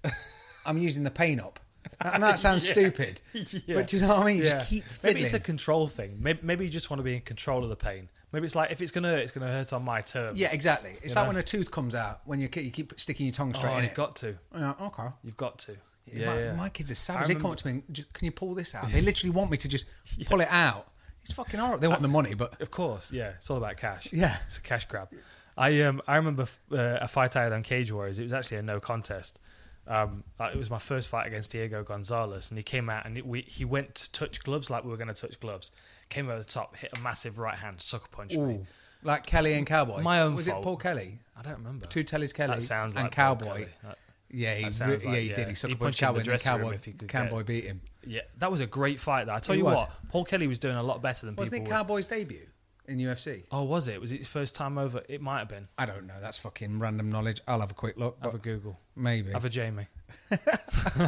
I'm using the pain up. I know that sounds stupid, but do you know what I mean? Yeah. Just keep fiddling. Maybe it's a control thing. Maybe, maybe you just want to be in control of the pain. Maybe it's like if it's gonna hurt, it's gonna hurt on my terms. yeah, exactly. It's like when a tooth comes out when you ke- you keep sticking your tongue straight Oh, in you've it. got to. You're like, okay. You've got to. Yeah. my, yeah. my kids are I savage. They come remember- up to me and just, can you pull this out? They literally want me to just pull it out. It's fucking horrible. They want the money, but Of course, yeah. It's all about cash. Yeah. it's a cash grab. I um I remember f- uh, a fight I had on Cage Warriors. It was actually a no contest. Um, uh, it was my first fight against Diego Gonzalez, and he came out and it, we, he went to touch gloves like we were going to touch gloves. Came over the top, hit a massive right hand, sucker punch me. Ooh, like Kelly and Cowboy. My own Was fault. it Paul Kelly? I don't remember. Two Tellys Kelly That sounds and like Paul Cowboy. Kelly. That- Yeah, he, That sounds re- like- yeah, he yeah. did. He sucker He punched punched him in Cowboy, and the dressing then room Cowboy, if he could get Cowboy it. beat him. yeah, that was a great fight. That I tell He you was. what, Paul Kelly was doing a lot better than Wasn't it people. would- Cowboy's debut in UFC? oh, was it? Was it his first time over? It might have been. I don't know. That's fucking random knowledge. I'll have a quick look. Have a but Google. maybe. Have a Jamie.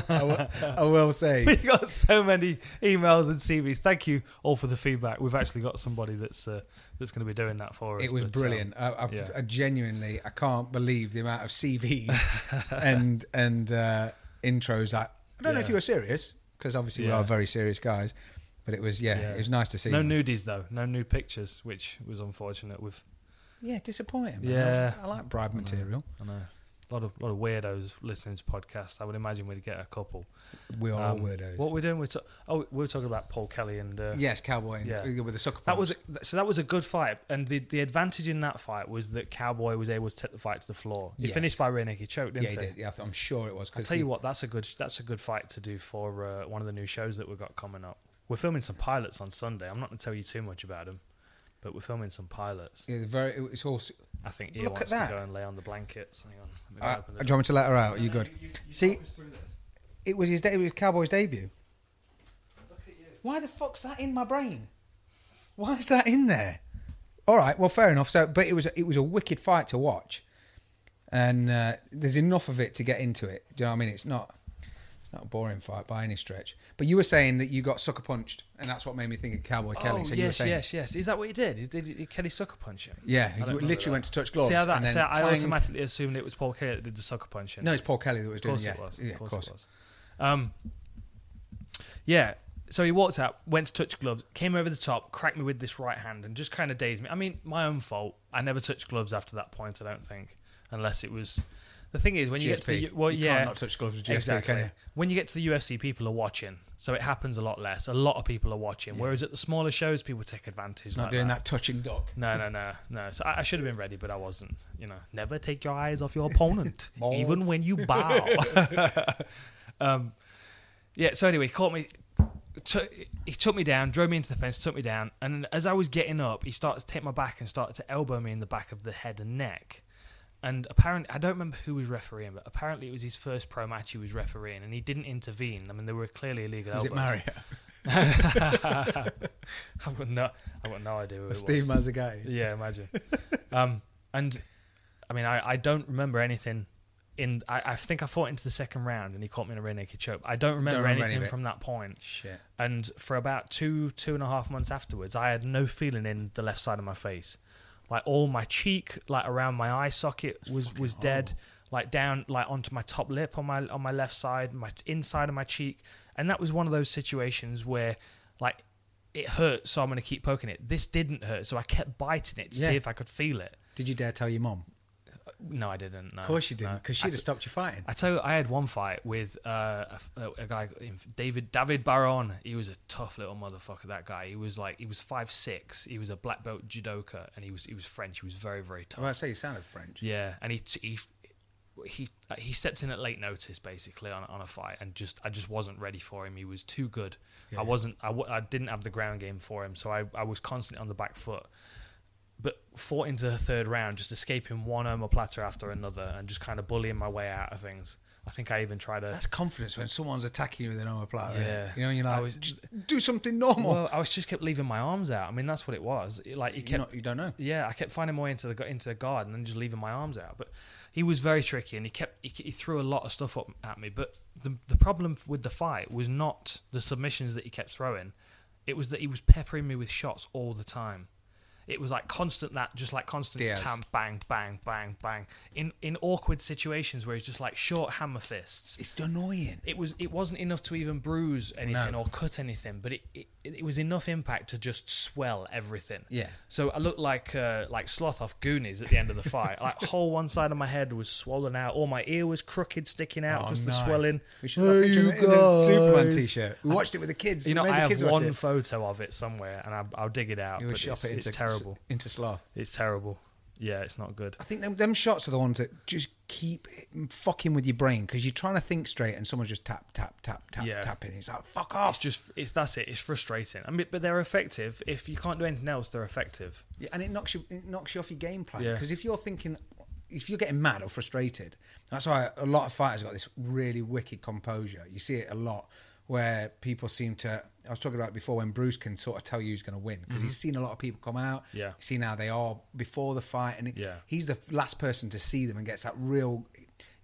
I will- I will say. we got so many emails and CVs. Thank you all for the feedback. We've actually got somebody that's uh, that's going to be doing that for us. It was but, um, brilliant. I, I, yeah. I genuinely, I can't believe the amount of CVs and and uh, intros. I, I don't know if Yeah. you were serious because obviously we Yeah. are very serious guys, but it was yeah, Yeah. it was nice to see. no them. nudies though. No nude pictures, which was unfortunate. With yeah, disappointing. man. Yeah. I like bribe material. I know a lot of lot of weirdos listening to podcasts. I would imagine we'd get a couple. We are all Um, weirdos. What we're doing? We're to- oh, we were talking about Paul Kelly and uh, yes, cowboy and, Yeah. with the sucker. That punch. was so. That was a good fight, and the, the advantage in that fight was that Cowboy was able to take the fight to the floor. He Yes. finished by rear naked choke, didn't yeah, he did. Yeah, I'm sure it was. I tell you what, that's a good that's a good fight to do for uh, one of the new shows that we've got coming up. We're filming some pilots on Sunday. I'm not going to tell you too much about them, but we're filming some pilots. Yeah, the very. It's all. I think Ian Look at wants to that. go and lay on the blankets. Hang on, let me Uh, open do this. you want me to let her out? Are you good? See, it was his. De- it was Cowboy's debut. Why the fuck's that in my brain? Why is that in there? All right, well, fair enough. So, but it was it was a wicked fight to watch, and uh, there's enough of it to get into it. Do you know what I mean? It's not it's not a boring fight by any stretch. But you were saying that you got sucker punched, and that's what made me think of Cowboy Oh Kelly. So you were yes, saying, yes, yes. Is that what he did? He did, did Kelly sucker punch him? I yeah, don't you remember literally that. went to touch gloves. See how and that? then See, how I clang. automatically assumed it was Paul Kelly that did the sucker punching. No, it's Paul Kelly that was Of doing. course it. yeah. it was. Yeah, of course, it was. Um, yeah. So he walked out, went to touch gloves, came over the top, cracked me with this right hand, and just kind of dazed me. I mean, my own fault. I never touched gloves after that point. I don't think, unless it was. The thing is, when you get to GSP. the, well, You yeah, can't not touch gloves with GSP, exactly. can you? When you get to the UFC, people are watching, so it happens a lot less. A lot of people are watching, whereas at the smaller shows, people take advantage. Not like doing that touching duck. no, no, no, no. So I, I should have been ready, but I wasn't. You know, never take your eyes off your opponent, even when you bow. um, yeah. So anyway, he caught me. Took, he took me down, drove me into the fence, took me down, and as I was getting up, he started to take my back and started to elbow me in the back of the head and neck. And apparently, I don't remember who was refereeing, but apparently it was his first pro match he was refereeing, and he didn't intervene. I mean, there were clearly illegal Was it elbows. Mario? I've got no, I've got no idea. Who it was. Steve Mazzagatti. Yeah, imagine. um, and I mean, I, I don't remember anything. In I, I think I fought into the second round and he caught me in a rear naked choke. I don't remember, remember any of anything it. from that point. Shit. And for about two two and a half months afterwards, I had no feeling in the left side of my face, like all my cheek, like around my eye socket was was dead, like down like onto my top lip on my on my left side, my inside of my cheek, and that was one of those situations where like it hurt, so I'm gonna keep poking it. This didn't hurt, so I kept biting it to see Yeah. if I could feel it. Did you dare tell your mom? No, I didn't. No. Of course you didn't, no. because she'd have stopped you fighting. I tell you, I had one fight with uh, a, a- a guy, named David David Baron. He was a tough little motherfucker. That guy. He was like, he was five six. He was a black belt judoka, and he was he was French. He was very very tough. Well, I say you sounded French. Yeah, and he he he uh, he stepped in at late notice basically on, on a fight, and just I just wasn't ready for him. He was too good. I wasn't. I, w- I didn't have the ground game for him, so I I was constantly on the back foot. But fought into the third round, just escaping one omoplata after another, and just kind of bullying my way out of things. I think I even tried to. That's confidence when someone's attacking you with an omoplata. Yeah. Yeah. You know, and you're I like, was- just do something normal. Well, I was just kept leaving my arms out. I mean, that's what it was. It, like it you, kept not, you don't know. Yeah, I kept finding my way into the gu- into the guard and then just leaving my arms out. But he was very tricky and he kept he, he threw a lot of stuff up at me. But the the problem with the fight was not the submissions that he kept throwing. It was that he was peppering me with shots all the time. It was like constant that, just like constant Diaz. tam, bang, bang, bang, bang. In in awkward situations where he's just like short hammer fists It's annoying. it was it wasn't enough to even bruise anything or cut anything, but it, it it was enough impact to just swell everything. Yeah. So I looked like uh, like sloth off Goonies at the end of the fight. like whole one side of my head was swollen out, all my ear was crooked, sticking out because the Oh, nice. swelling. We should have a picture of it in a Superman T-shirt. We watched it with the kids. You know, we made I the kids have watch one it. photo of it somewhere, and I, I'll dig it out. You would But shop it's, it into, it's terrible. into sloth. It's terrible. Yeah, it's not good. I think them, them shots are the ones that just keep fucking with your brain because you're trying to think straight and someone's just tap tap tap tap Yeah. tapping. It's like fuck off. It's just it's that's it. It's frustrating. I mean, but they're effective. If you can't do anything else, they're effective. Yeah, and it knocks you it knocks you off your game plan Yeah. because if you're thinking, if you're getting mad or frustrated, that's why a lot of fighters got this really wicked composure. You see it a lot where people seem to. I was talking about it before when Bruce can sort of tell you who's going to win because he's seen a lot of people come out. Mm-hmm. Yeah. he's seen how they are before the fight, and Yeah. he's the last person to see them and gets that real.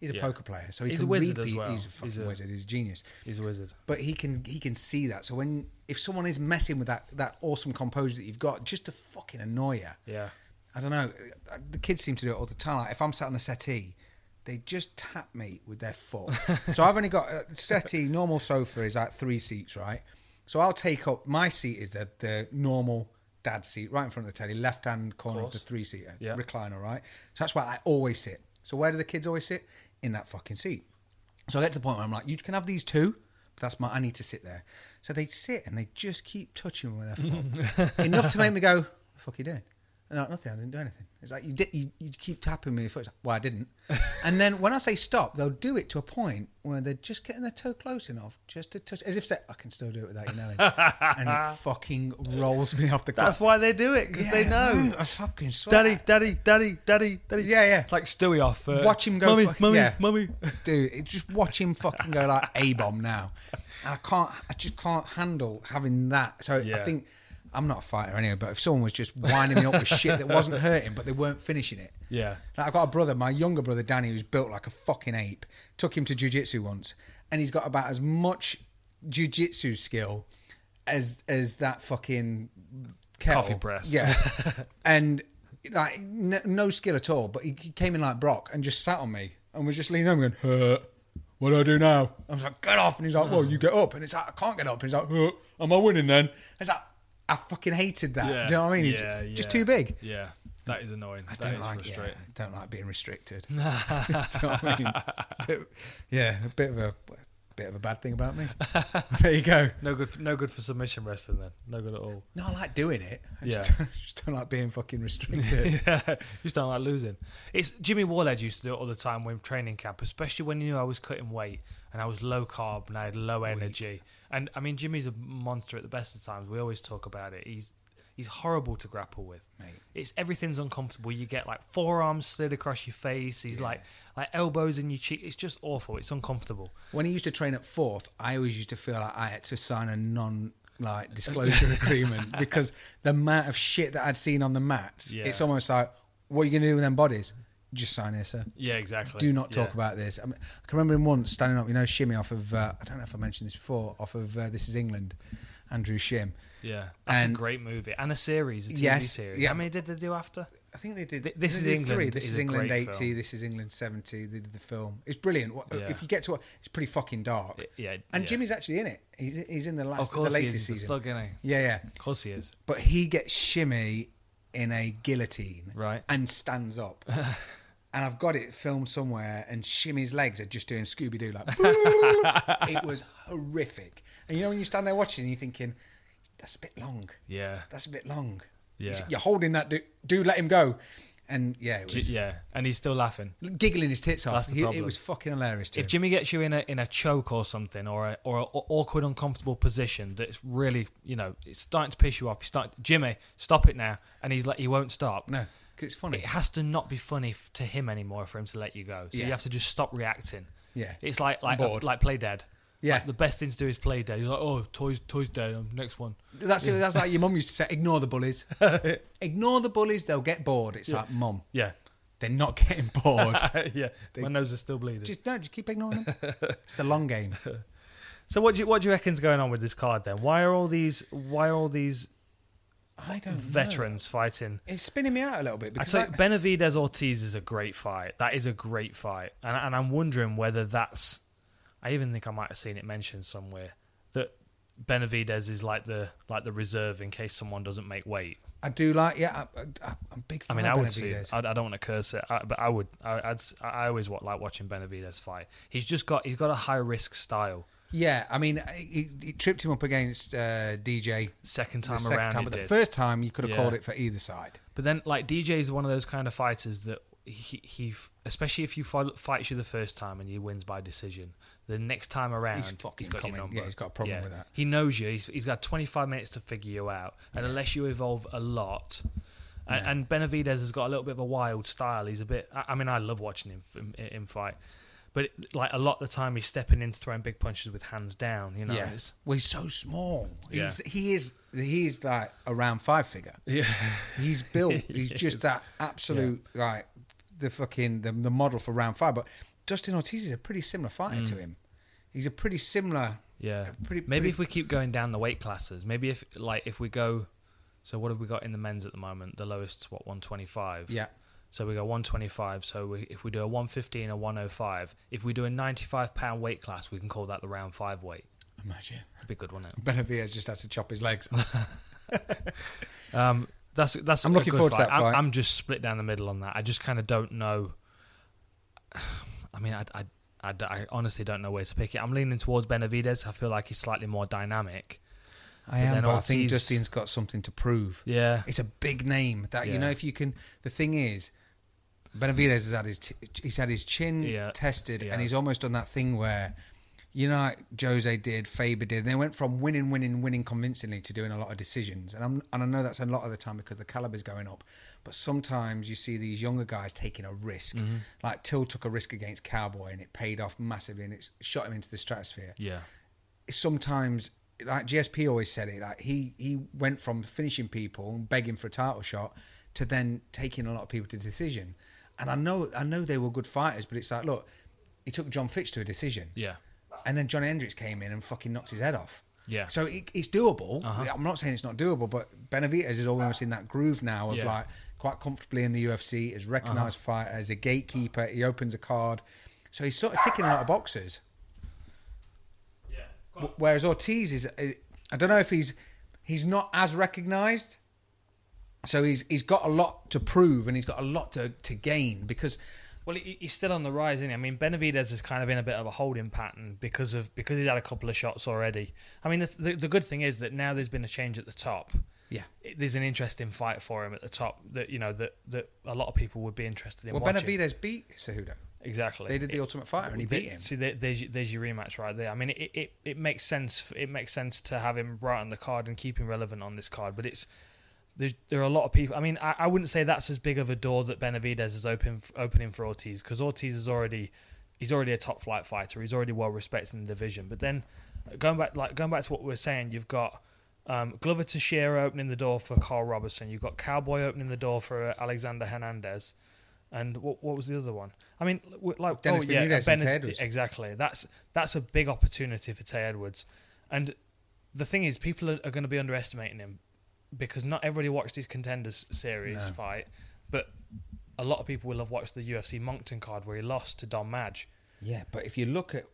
He's a Yeah. poker player, so he He's a can wizard read as pe- well. He's a He's fucking a- wizard. He's a genius He's a wizard. but he can he can see that. So when if someone is messing with that that awesome composure that you've got, just to fucking annoy you. Yeah. I don't know. The kids seem to do it all the time. Like if I'm sat on the settee, they just tap me with their foot. so I've only got a settee. Normal sofa is like three seats, right? So I'll take up my seat is the the normal dad seat right in front of the telly, left hand corner of, the three seater Yeah. recliner, right? So that's where I always sit. So where do the kids always sit? In that fucking seat. So I get to the point where I'm like, you can have these two, but that's my I need to sit there. So they sit and they just keep touching me with their foot. Enough to make me go, what the fuck are you doing? And they're like, nothing, I didn't do anything. It's like you did you, you keep tapping me with your foot. It's like, well, I didn't. and then when I say stop, they'll do it to a point where they're just getting their toe close enough just to touch as if say, I can still do it without you knowing. and it fucking rolls me off the clock. That's why they do it because they know. I fucking swear. Daddy, daddy, daddy, daddy, daddy. Yeah, yeah. It's like Stewie off. Uh, Watch him go. Mummy, fuck- mummy, yeah. mummy. Dude, it- just watch him fucking go like a bomb now. And I can't. I just can't handle having that. So I Yeah. think I'm not a fighter anyway. But if someone was just winding me up with shit that wasn't hurting, but they weren't finishing it. Yeah. Like I've got a brother, my younger brother Danny, who's built like a fucking ape. Took him to jujitsu once, and he's got about as much jujitsu skill as as that fucking kettle. Coffee press. Yeah, and like no, no skill at all. But he, he came in like Brock and just sat on me and was just leaning over and going, "Huh, "What do I do now?" I was like, "Get off!" And he's like, "Well, you get up." And it's like, "I can't get up." And he's like, huh, "Am I winning then?" It's like. I fucking hated that. Do you know what I mean? He's Yeah, just yeah. too big. Yeah, that is annoying. That is Don't like, yeah, frustrating. don't like being restricted. Do you know what I mean? Bit- yeah, a bit of a bit of a bad thing about me. there you go. No good. For, no good for submission wrestling. Then no good at all. No, I like doing it. I just, Yeah. don't, just don't like being fucking restricted. yeah, you just don't like losing. It's Jimmy Warled used to do it all the time when training camp, especially when he knew I was cutting weight and I was low carb and I had low energy. And I mean, Jimmy's a monster at the best of times. We always talk about it. He's he's horrible to grapple with. Mate. It's everything's uncomfortable. You get like forearms slid across your face. He's like like elbows in your cheek. It's just awful. It's uncomfortable. When I used to train at fourth, I always used to feel like I had to sign a non like disclosure agreement because the amount of shit that I'd seen on the mats, Yeah. it's almost like, what are you going to do with them bodies? Just sign here, sir. Yeah, exactly. Do not talk Yeah. about this. I, mean, I can remember him once standing up, you know, shimmy off of, uh, I don't know if I mentioned this before, off of uh, This Is England, Andrew Shim. Yeah, that's And- a great movie and a series, a TV Yes, series. yeah. How many did they do after? I think they did. Th- This they Is did England Three. This is is, a England great 80, film. This is England 70. They did the film. It's brilliant. What, Yeah. If you get to it, it's pretty fucking dark. It- yeah, And yeah. Jimmy's actually in it. He's, he's in the last, Of the course, he latest is. He's a season. thug, isn't he? Yeah, yeah. Of course he is. But he gets shimmy in a guillotine, Right. and stands up. and I've got it filmed somewhere, and shimmy's legs are just doing Scooby Doo like. it was horrific. And you know when you stand there watching, and you're thinking, "That's a bit long. Yeah. that's a bit long." You- Yeah. you're holding that. Do, do let him go. And yeah, it J- was yeah, and he's still laughing. giggling his tits off. That's the He- problem. It was fucking hilarious. To If him. Jimmy gets you in a in a choke or something, or a, or an awkward, uncomfortable position that's really, you know, it's starting to piss you off. You start, Jimmy, stop it now, and he's like, he won't stop. no, 'cause it's funny. it has to not be funny f- to him anymore for him to let you go. So Yeah. you have to just stop reacting. Yeah. it's like like uh, bored. like play dead. Yeah. Like, the best thing to do is play dead. He's like, oh, toys, toys dead. um, Next one. That's it. That's like your mum used to say, ignore the bullies. ignore the bullies, they'll get bored. It's like, mum, Yeah, they're not getting bored. yeah. My nose is still bleeding. just, no, just keep ignoring them. It's the long game. So what do you what do you reckon's going on with this card then? Why are all these why are all these I don't know. veterans fighting? It's spinning me out a little I bit because tell I- you, Benavidez Ortiz is a great fight. That is a great fight, and and I'm wondering whether that's. I even think I might have seen it mentioned somewhere that Benavidez is like the like the reserve in case someone doesn't make weight. I do like. Yeah, I, I, I'm a big. I Fan mean, I of would see. Benavidez. It. I, I don't want to curse it, I, but I would. I, I'd, s- I always wa- like watching Benavidez fight. He's just got he's got a high risk style. Yeah, I mean, he, he tripped him up against uh, DJ Second the time second around, time, he but the did. first time you could have Yeah. called it for either side. But then, like DJ is one of those kind of fighters that he, he f- especially if you fo- fights you the first time and he wins by decision, the next time around fucking he's got coming. your number. Yeah, he's got a problem with that. He knows you. He's, he's got 25 minutes to figure you out, and unless you evolve a lot. And, and Benavidez has got a little bit of a wild style. He's a bit. I I mean, I love watching him, him, him fight, but it, like a lot of the time, he's stepping in, throwing big punches with hands down. You know, yeah, it's, well, he's so small. Yeah. He's, he is. He is like a round five figure. yeah, He's built. He's just that absolute like the fucking the, the model for round five. But Dustin Ortiz is a pretty similar fighter to him. He's a pretty similar. Mm. Yeah. a Uh, pretty- maybe pretty- if we keep going down the weight classes, maybe if like if we go so what have we got in the men's at the moment? The lowest's what 125. Yeah. So we go 125. So we, if we do a 115 a 105, if we do a 95 pound weight class, we can call that the round 5 weight. Imagine It'd be good, wouldn't it? Benavidez just had to chop his legs. off. Um that's that's I'm a looking good forward to that I'm, fight. I'm just split down the middle on that. I just kind of don't know I mean I, I I d- I honestly don't know where to pick it. I'm leaning towards Benavides. I feel like he's slightly more dynamic. I then am, but I think Ortiz- Dustin's got something to prove. Yeah. It's a big name that Yeah. you know. If you can, the thing is, Benavidez has had his t- he's had his chin Yeah, tested, he and he's has. almost done that thing where, you know, like Jose did, Faber did. They went from winning, winning, winning convincingly to doing a lot of decisions, and I'm and I know that's a lot of the time because the caliber's going up, but sometimes you see these younger guys taking a risk. Mm-hmm. Like Till took a risk against Cowboy, and it paid off massively, and it shot him into the stratosphere Yeah. sometimes like GSP always said it like he he went from finishing people and begging for a title shot to then taking a lot of people to decision and I know I know they were good fighters but it's like look he took John Fitch to a decision Yeah. and then Johnny Hendricks came in and fucking knocked his head off Yeah. Uh-huh. so it, it's doable I'm not saying it's not doable but Benavides is almost in that groove now of Yeah. Uh-huh. like quite comfortably in the UFC is recognized fighter as a gatekeeper he opens a card so he's sort of ticking a lot of boxes Whereas Ortiz is, I don't know if he's he's not as recognised, so he's he's got a lot to prove and he's got a lot to, to gain because Well, he, he's still on the rise, isn't he? I mean, Benavidez is kind of in a bit of a holding pattern because of because he's had a couple of shots already. I mean, the, the, the good thing is that now there's been a change at the top. Yeah. It- there's an interesting fight for him at the top that you know that that a lot of people would be interested in. well watching. Benavidez beat Cejudo. exactly. They did the It- Ultimate Fighter and he there- beat him. See, there, there's there's your rematch right there. I mean, it, it, it makes sense. It makes sense to have him right on the card and keep him relevant on this card. But it's there's, there are a lot of people. I mean, I, I wouldn't say that's as big of a door that Benavidez is open opening for Ortiz because Ortiz is already he's already a top flight fighter. He's already well respected in the division. But then going back like going back to what we were saying, you've got. Um, Glover Teixeira opening the door for Carl Robertson. You've got Cowboy opening the door for uh, Alexander Hernandez, and what, what was the other one? I mean, w- like Dennis oh, yeah, Bermudez and Benez- Tay Edwards. Exactly. That's that's a big opportunity for Tay Edwards, and the thing is, people are, are going to be underestimating him because not everybody watched his contenders series fight, but a lot of people will have watched the UFC Moncton card where he lost to Don Madge. Yeah, but if you look at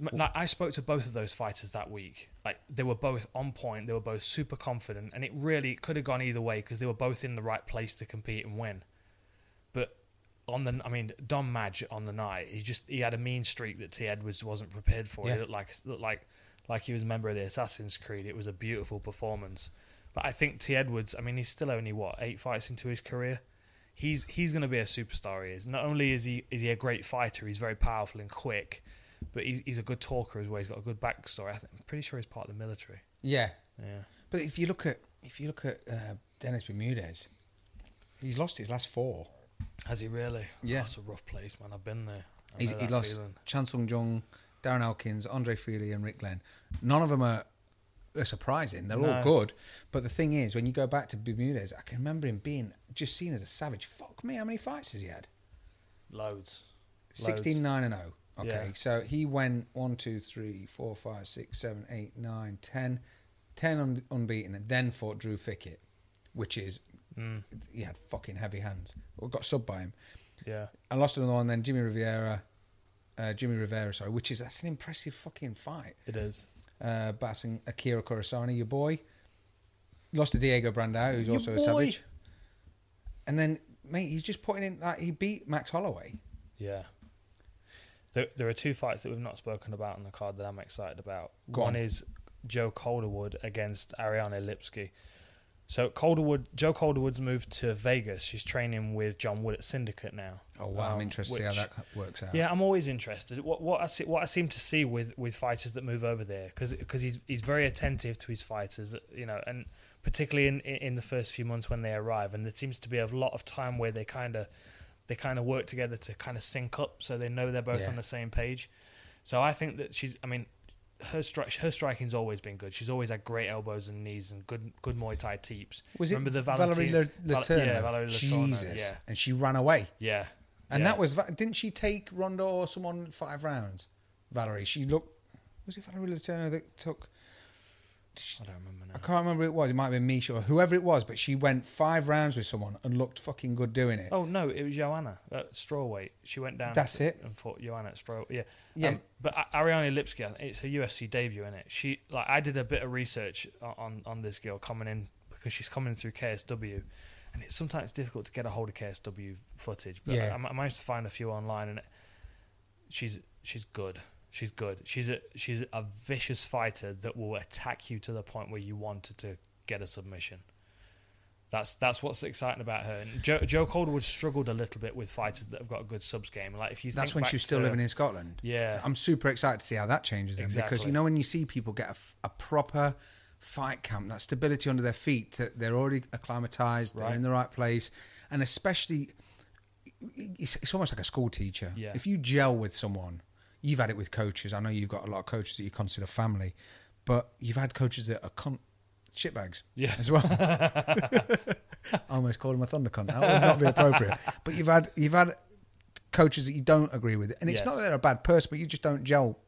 M- Like I spoke to both of those fighters that week. Like they were both on point. They were both super confident, and it really could have gone either way because they were both in the right place to compete and win. But on the, I mean, Don Madge on the night, he just he had a mean streak that T. Edwards wasn't prepared for. He Yeah. looked like looked like like he was a member of the Assassin's Creed. It was a beautiful performance. But I think T. Edwards, I mean, he's still only what eight fights into his career. He's he's going to be a superstar. He is. Not only is he is he a great fighter, he's very powerful and quick, but he's he's a good talker as well. He's got a good backstory. I think, I'm pretty sure he's part of the military. yeah, Yeah. but if you look at if you look at uh, Dennis Bermudez, he's lost his last four. Has he really? Yeah. That's a rough place, man. I've been there. I He's, know he that lost feeling. Chan Sung Jung, Darren Elkins, Andre Feely, and Rick Glenn. None of them are, are surprising. They're No. all good. But the thing is, when you go back to Bermudez, I can remember him being just seen as a savage. Fuck me, how many fights has he had? Loads. Loads. 16 9 and 0. Okay, Yeah. so he went one, two, three, four, five, six, seven, eight, nine, ten, ten un- unbeaten, and then fought Drew Fickett, which is Mm. he had fucking heavy hands. Well, got subbed by him. Yeah. I lost another one. Then Jimmy Rivera, uh, Jimmy Rivera, sorry, which is that's an impressive fucking fight. It is. Uh, batting Akira Kurosani, your boy, lost to Diego Brandao, who's Your also a boy. savage. And then, mate, he's just putting in like he beat Max Holloway. Yeah. There, there are two fights that we've not spoken about on the card that I'm excited about. Go One on. is Joe Calderwood against Ariana Lipsky. So Calderwood, Joe Calderwood's moved to Vegas. She's training with John Wood at Syndicate now. Oh wow, Um, I'm interested to which- see how that works out. Yeah, I'm always interested. What what I see, what I seem to see with, with fighters that move over there because he's he's very attentive to his fighters, you know, and particularly in, in the first few months when they arrive, and there seems to be a lot of time where they kind of they kind of work together to kind of sync up, so they know they're both Yeah. on the same page. So I think that she's, I mean, her stri- her striking's always been good. She's always had great elbows and knees and good good Muay Thai teeps. Was it Remember the Valerie Valentin- Le- Val- Letourneau? Yeah, Valerie Letourneau. Jesus, Yeah, and she ran away. yeah, And yeah. that was Va- didn't she take Ronda or someone five rounds? Valerie, she looked. Was it Valerie Letourneau that took? I don't remember now. I can't remember who it was. It might have been Misha or whoever it was, but she went five rounds with someone and looked fucking good doing it. Oh no, it was Joanna at strawweight. She went down. That's to- it. And fought Joanna at straw. Yeah, Yeah. Um, but A- Ariana Lipsky, I think it's her UFC debut, is it? She like I did a bit of research o- on on this girl coming in because she's coming through KSW, and it's sometimes difficult to get a hold of KSW footage. But Yeah. I, I managed to find a few online, and she's she's good. She's good. She's a she's a vicious fighter that will attack you to the point where you wanted to get a submission. That's that's what's exciting about her. And Joe, Joe Calderwood struggled a little bit with fighters that have got a good subs game. Like if you That's think when back she was still to- living in Scotland. Yeah. I'm super excited to see how that changes then because Exactly. you know when you see people get a f- a, proper fight camp, that stability under their feet, that they're already acclimatized, Right. they're in the right place, and especially it's, it's almost like a school teacher. Yeah. If you gel with someone, you've had it with coaches. I know you've got a lot of coaches that you consider family, but you've had coaches that are con- shitbags Yeah. as well. I almost called him a thunder cunt. That would not be appropriate. But you've had you've had coaches that you don't agree with, and it's Yes. not that they're a bad person, but you just don't gel.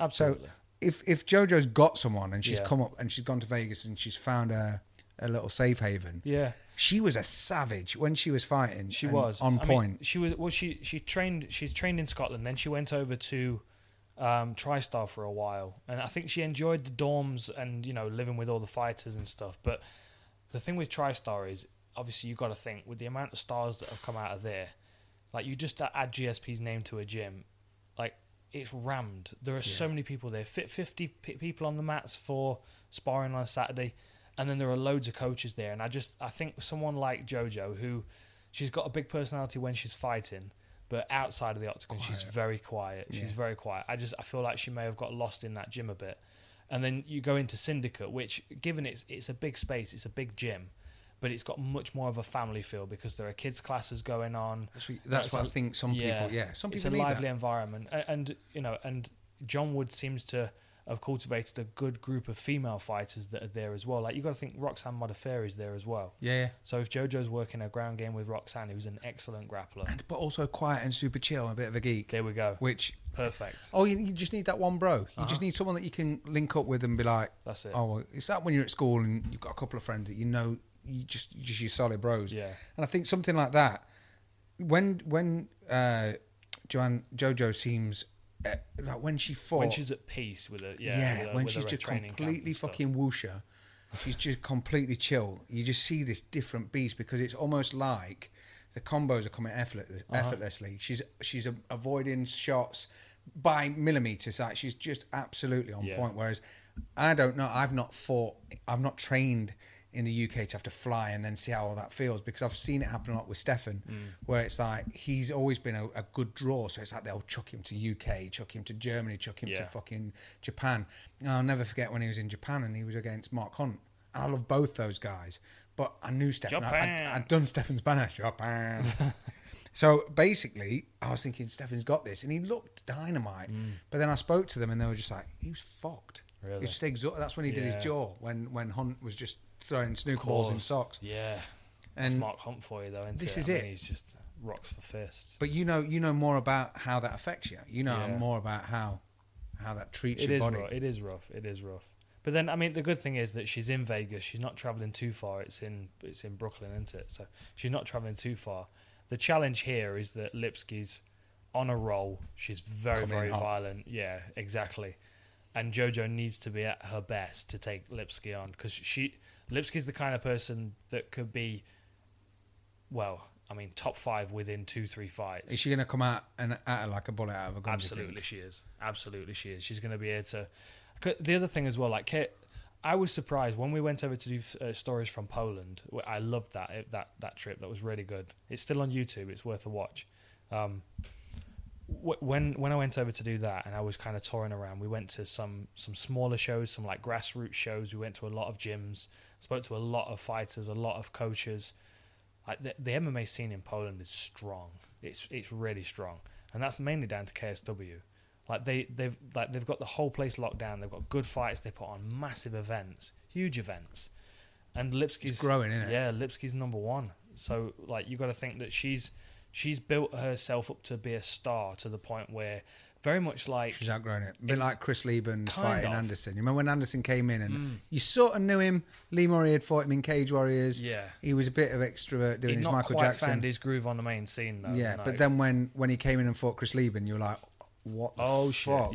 Absolutely. So if if JoJo's got someone and she's Yeah. come up and she's gone to Vegas and she's found a a little safe haven, Yeah. she was a savage when she was fighting. She and was on I mean, point. she was well. She she trained. She's trained in Scotland. Then she went over to um, TriStar for a while, and I think she enjoyed the dorms and you know living with all the fighters and stuff. But the thing with TriStar is obviously you've got to think with the amount of stars that have come out of there, like you just add GSP's name to a gym, like it's rammed. There are so many people there. Fit fifty p- people on the mats for sparring on a Saturday, and then there are loads of coaches there. And I just I think someone like JoJo, who she's got a big personality when she's fighting, but outside of the octagon, she's very quiet. She's very quiet. I just I feel like she may have got lost in that gym a bit. And then you go into Syndicate, which given it's it's a big space, it's a big gym. But it's got much more of a family feel because there are kids classes going on. That's what- that's It's what a- I think some people- yeah, some it's people a need that. lively environment, and, and you know, and John Wood seems to have cultivated a good group of female fighters that are there as well. Like you got to think Roxanne Modafferi is there as well. Yeah, yeah. So if JoJo's working a ground game with Roxanne, who's an excellent grappler, but also quiet and super chill, and a bit of a geek. there we go. Which Perfect. oh, you, you just need that one bro. You just need someone that you can link up with and be like, Uh-huh. That's it. Oh, well, it's that when you're at school and you've got a couple of friends that you know, you just you just your solid bros. Yeah. And I think something like that, when when uh, Joanne JoJo seems uh, like when she fought, When she's at peace with her, yeah, yeah, with her- when with she's her just training camp and completely stuff. fucking whoosher, she's just completely chill. You just see this different beast because it's almost like the combos are coming effortless, Uh-huh. effortlessly. She's she's a, avoiding shots by millimeters. Like she's just absolutely on Yeah. point. Whereas I don't know. I've not fought. I've not trained. In the UK to have to fly and then see how all that feels because I've seen it happen a lot with Stefan, Mm. where it's like he's always been a, a good draw, so it's like they'll chuck him to UK, chuck him to Germany, chuck him to Yeah. fucking fucking Japan. And I'll never forget when he was in Japan and he was against Mark Hunt. And I love both those guys, but I knew Stefan. I, Japan. I, I'd done Stefan's banner. Japan. so basically, I was thinking Stefan's got this, and he looked dynamite. But then I spoke to them, and they were just like, "He was fucked." Mm. Really? He was just exhausted. That's when he did Yeah. his jaw when when Hunt was just throwing snooker balls in Course. socks. Yeah, and And Mark Hunt for you though. Isn't this it? is I it. Mean, he's just rocks for fists. But you know, you know more about how that affects you. You know Yeah. more about how how that treats It your is body. rough. It is rough. It is rough. But then, I mean, the good thing is that she's in Vegas. She's not traveling too far. It's in it's in Brooklyn, isn't it? So she's not traveling too far. The challenge here is that Lipsky's on a roll. She's very Coming in very hot. violent. Yeah, exactly. And JoJo needs to be at her best to take Lipsky on because she Lipsky's the kind of person that could be, well, I mean, top five within two three fights. Is she going to come out and at her like a bullet out of a gun? do you think? Absolutely, she is. Absolutely, she is. She's going to be here to. 'cause The other thing as well, like Kate, I was surprised when we went over to do uh, stories from Poland. w- I loved that eh, that that trip. That was really good. It's still on YouTube. It's worth a watch. Um, wh- when when I went over to do that, and I was kind of touring around, we went to some some smaller shows, some like grassroots shows. We went to a lot of gyms, spoke to a lot of fighters, a lot of coaches. Like the, the MMA scene in Poland is strong. It's it's really strong, and that's mainly down to KSW. Like they they've like they've got the whole place locked down. They've got good fights. They put on massive events, huge events, and Lipsky's growing, innit? Yeah, Lipsky's number one. So like you got to think that she's she's built herself up to be a star to the point where very much like She's outgrown it. A bit like Chris Lieben fighting of. Mm. Anderson. You remember when Anderson came in and you sort of knew him? Lee Murray had fought him in Cage Warriors. Yeah. He was a bit of extrovert doing he his not Michael quite Jackson. found his groove on the main scene though. yeah, no. but then when, when he came in and fought Chris Lieben, you were like, what the oh fuck?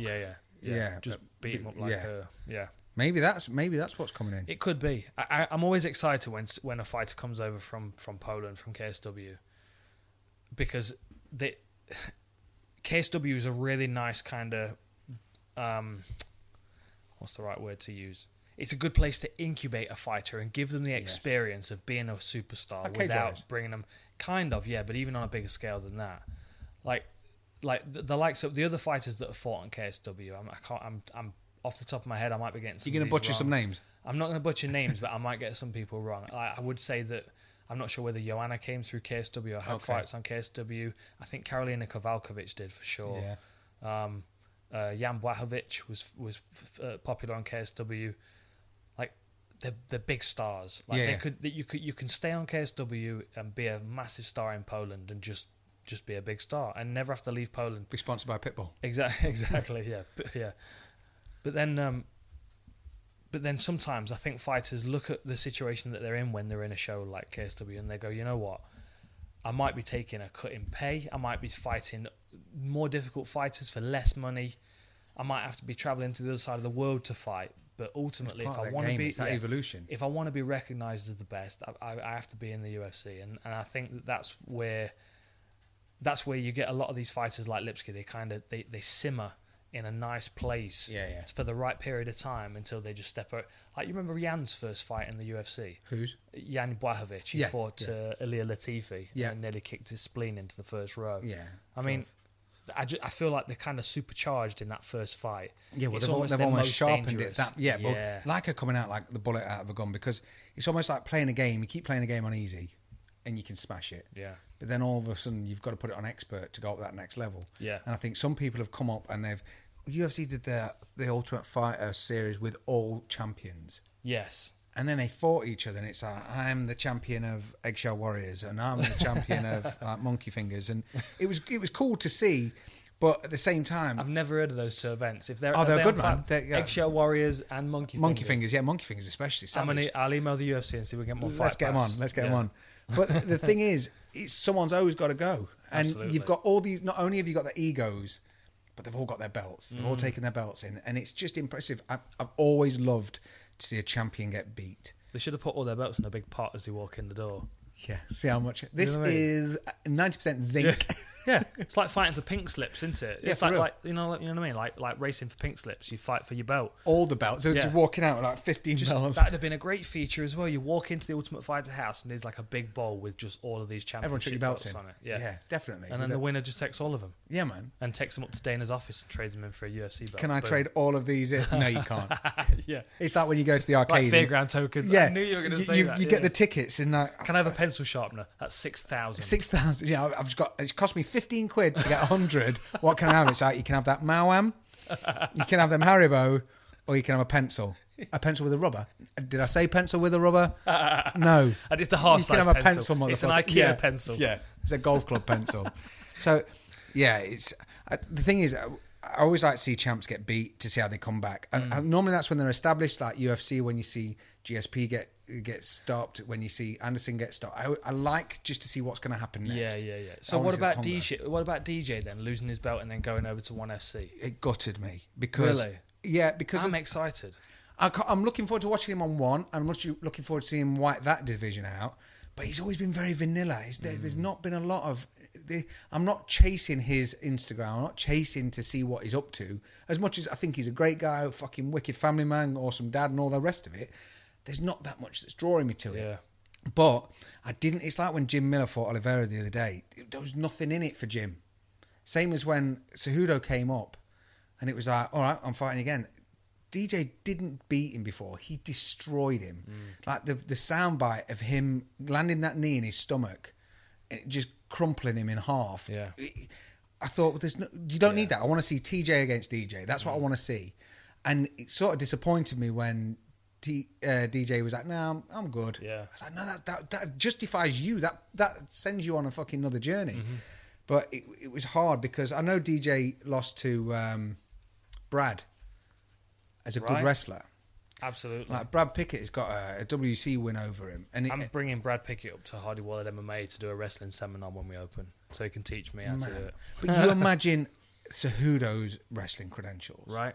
shit, yeah, yeah, yeah, Yeah, just but- beat him up like yeah. her, yeah. Maybe that's maybe that's what's coming in. It could be. I, I, I'm always excited when s- when a fighter comes over from from Poland from KSW because they KSW is a really nice kind of um, what's the right word to use? It's a good place to incubate a fighter and give them the experience of being a superstar Like cage warriors. without bringing them kind of yeah, but even on a bigger scale than that, like like the, the likes of the other fighters that have fought on KSW. I'm I can't I'm I'm off the top of my head I might be getting some You're going of to these butcher some wrong. names. I'm not going to butcher names, but I might get some people wrong. I, I would say that I'm not sure whether Joanna came through KSW or had Okay. fights on KSW. I think Karolina Kowalkiewicz did for sure. Yeah. Um, uh, Jan Błachowicz was was f- uh, popular on KSW. Like they're, they're big stars. Like Yeah, they yeah. could that you could you can stay on KSW and be a massive star in Poland and just just be a big star and never have to leave Poland. Be sponsored by Pitbull. Exactly. Exactly. yeah. But, yeah. But then, um, but then sometimes I think fighters look at the situation that they're in when they're in a show like KSW and they go, you know what, I might be taking a cut in pay. I might be fighting more difficult fighters for less money. I might have to be traveling to the other side of the world to fight. But ultimately, if part of I that want to game, be it's that evolution. if I want to be recognised as the best, I, I, I have to be in the UFC, and and I think that that's where that's where you get a lot of these fighters like Lipsky. They kind of they, they simmer in a nice place Yeah, yeah. for the right period of time until they just step out. Like you remember Jan's first fight in the UFC, Who's? Jan Błachowicz. He Yeah, fought Uh, Ilia Latifi Yeah. and nearly kicked his spleen into the first row. Yeah, I mean. I, ju- I feel like they're kind of supercharged in that first fight. Yeah, well, It's they've, al- almost they've their almost most sharpened dangerous. it. That, yeah, but like a coming out like the bullet out of a gun because it's almost like playing a game. You keep playing a game on easy, and you can smash it. Yeah. But then all of a sudden, you've got to put it on expert to go up that next level. Yeah. And I think some people have come up and they've UFC did their the Ultimate Fighter series with all champions. yes, And then they fought each other, and it's like I'm the champion of Eggshell Warriors, and I'm the champion of like, Monkey Fingers, and it was it was cool to see, but at the same time, I've never heard of those two events. If they're Oh, are they're they good, on Fab- man. They're- yeah. Eggshell Warriors and Monkey Monkey Fingers. Fingers, yeah, Monkey Fingers especially. I'm savage. gonna, e-, I'll email the UFC and see if we can get more. let's fight get them on. pass. Let's get Yeah. them on. But the thing is, it's, someone's always got to go, and Absolutely. you've got all these. Not only have you got the egos, but they've all got their belts. They've all Mm. taken their belts in, and it's just impressive. I've, I've always loved to see a champion get beat. They should have put all their belts in a big pot as they walk in the door. Yeah, see how much this know what I mean? is ninety percent zinc. Yeah, yeah. It's like fighting for pink slips, isn't it? Yeah, it's for like, real. like you know, like, you know what I mean. Like like racing for pink slips, you fight for your belt. All the belts. So it's Yeah. just walking out with like fifteen belts. That'd have been a great feature as well. You walk into the Ultimate Fighter house and there's like a big bowl with just all of these Everyone championship took your belts in. on it. Yeah, definitely. And then With the the- winner just takes all of them yeah, man. and takes them up to Dana's office and trades them in for a UFC belt. Can I Boom. trade all of these? In? No, you can't. yeah. it's like when you go to the Like arcade. and- fairground tokens. yeah, I knew you were going to you, say you, that. you yeah. get the tickets and like Can I have a pencil sharpener? That's six thousand. Six thousand. Yeah, I've just got. It's cost me fifteen quid to get a hundred. what can I have? It's like you can have that Mauam, you can have them Haribo, or you can have a pencil. a pencil with a rubber. Did I say pencil with a rubber? no. And it's a half You can size have a pencil. pencil, It's an motherfucker. IKEA Yeah. pencil. Yeah, it's a golf club pencil. So, yeah, it's uh, the thing is, I, I always like to see champs get beat to see how they come back. And, Mm. and normally that's when they're established, like UFC, when you see GSP get get stopped, when you see Anderson get stopped. I, I like just to see what's going to happen Yeah, next. yeah, yeah. I So wanna what see that about combo. DJ? What about DJ then losing his belt and then going over to One FC? It gutted me because. Really? Yeah, because I'm of- excited. I ca- I'm looking forward to watching him on one. I'm much looking forward to seeing him wipe that division out. But he's always been very vanilla. He's, there, There's not been a lot of. The, I'm not chasing his Instagram. I'm not chasing to see what he's up to. As much as I think he's a great guy, a fucking wicked family man, awesome dad, and all the rest of it, there's not that much that's drawing me to it. Yeah. But I didn't. It's like when Jim Miller fought Oliveira the other day. There was nothing in it for Jim. Same as when Cejudo came up, and it was like, all right, I'm fighting again. DJ didn't beat him before. He destroyed him. Like the the soundbite of him landing that knee in his stomach, and it just crumpling him in half. Yeah. I thought well, there's no, you don't need that. I want to see TJ against DJ. That's what I want to see. And it sort of disappointed me when T, uh, DJ was like, "No, I'm, I'm good." Yeah. I was like, "No, that, that that justifies you. That that sends you on a fucking another journey." Mm-hmm. But it, it was hard because I know DJ lost to um, Brad as a Right. good wrestler. Absolutely. Like Brad Pickett has got a, a WC win over him, and it, I'm bringing Brad Pickett up to Hardy Wallet MMA to do a wrestling seminar when we open, so he can teach me how to do it. but you imagine Cejudo's wrestling credentials, Right?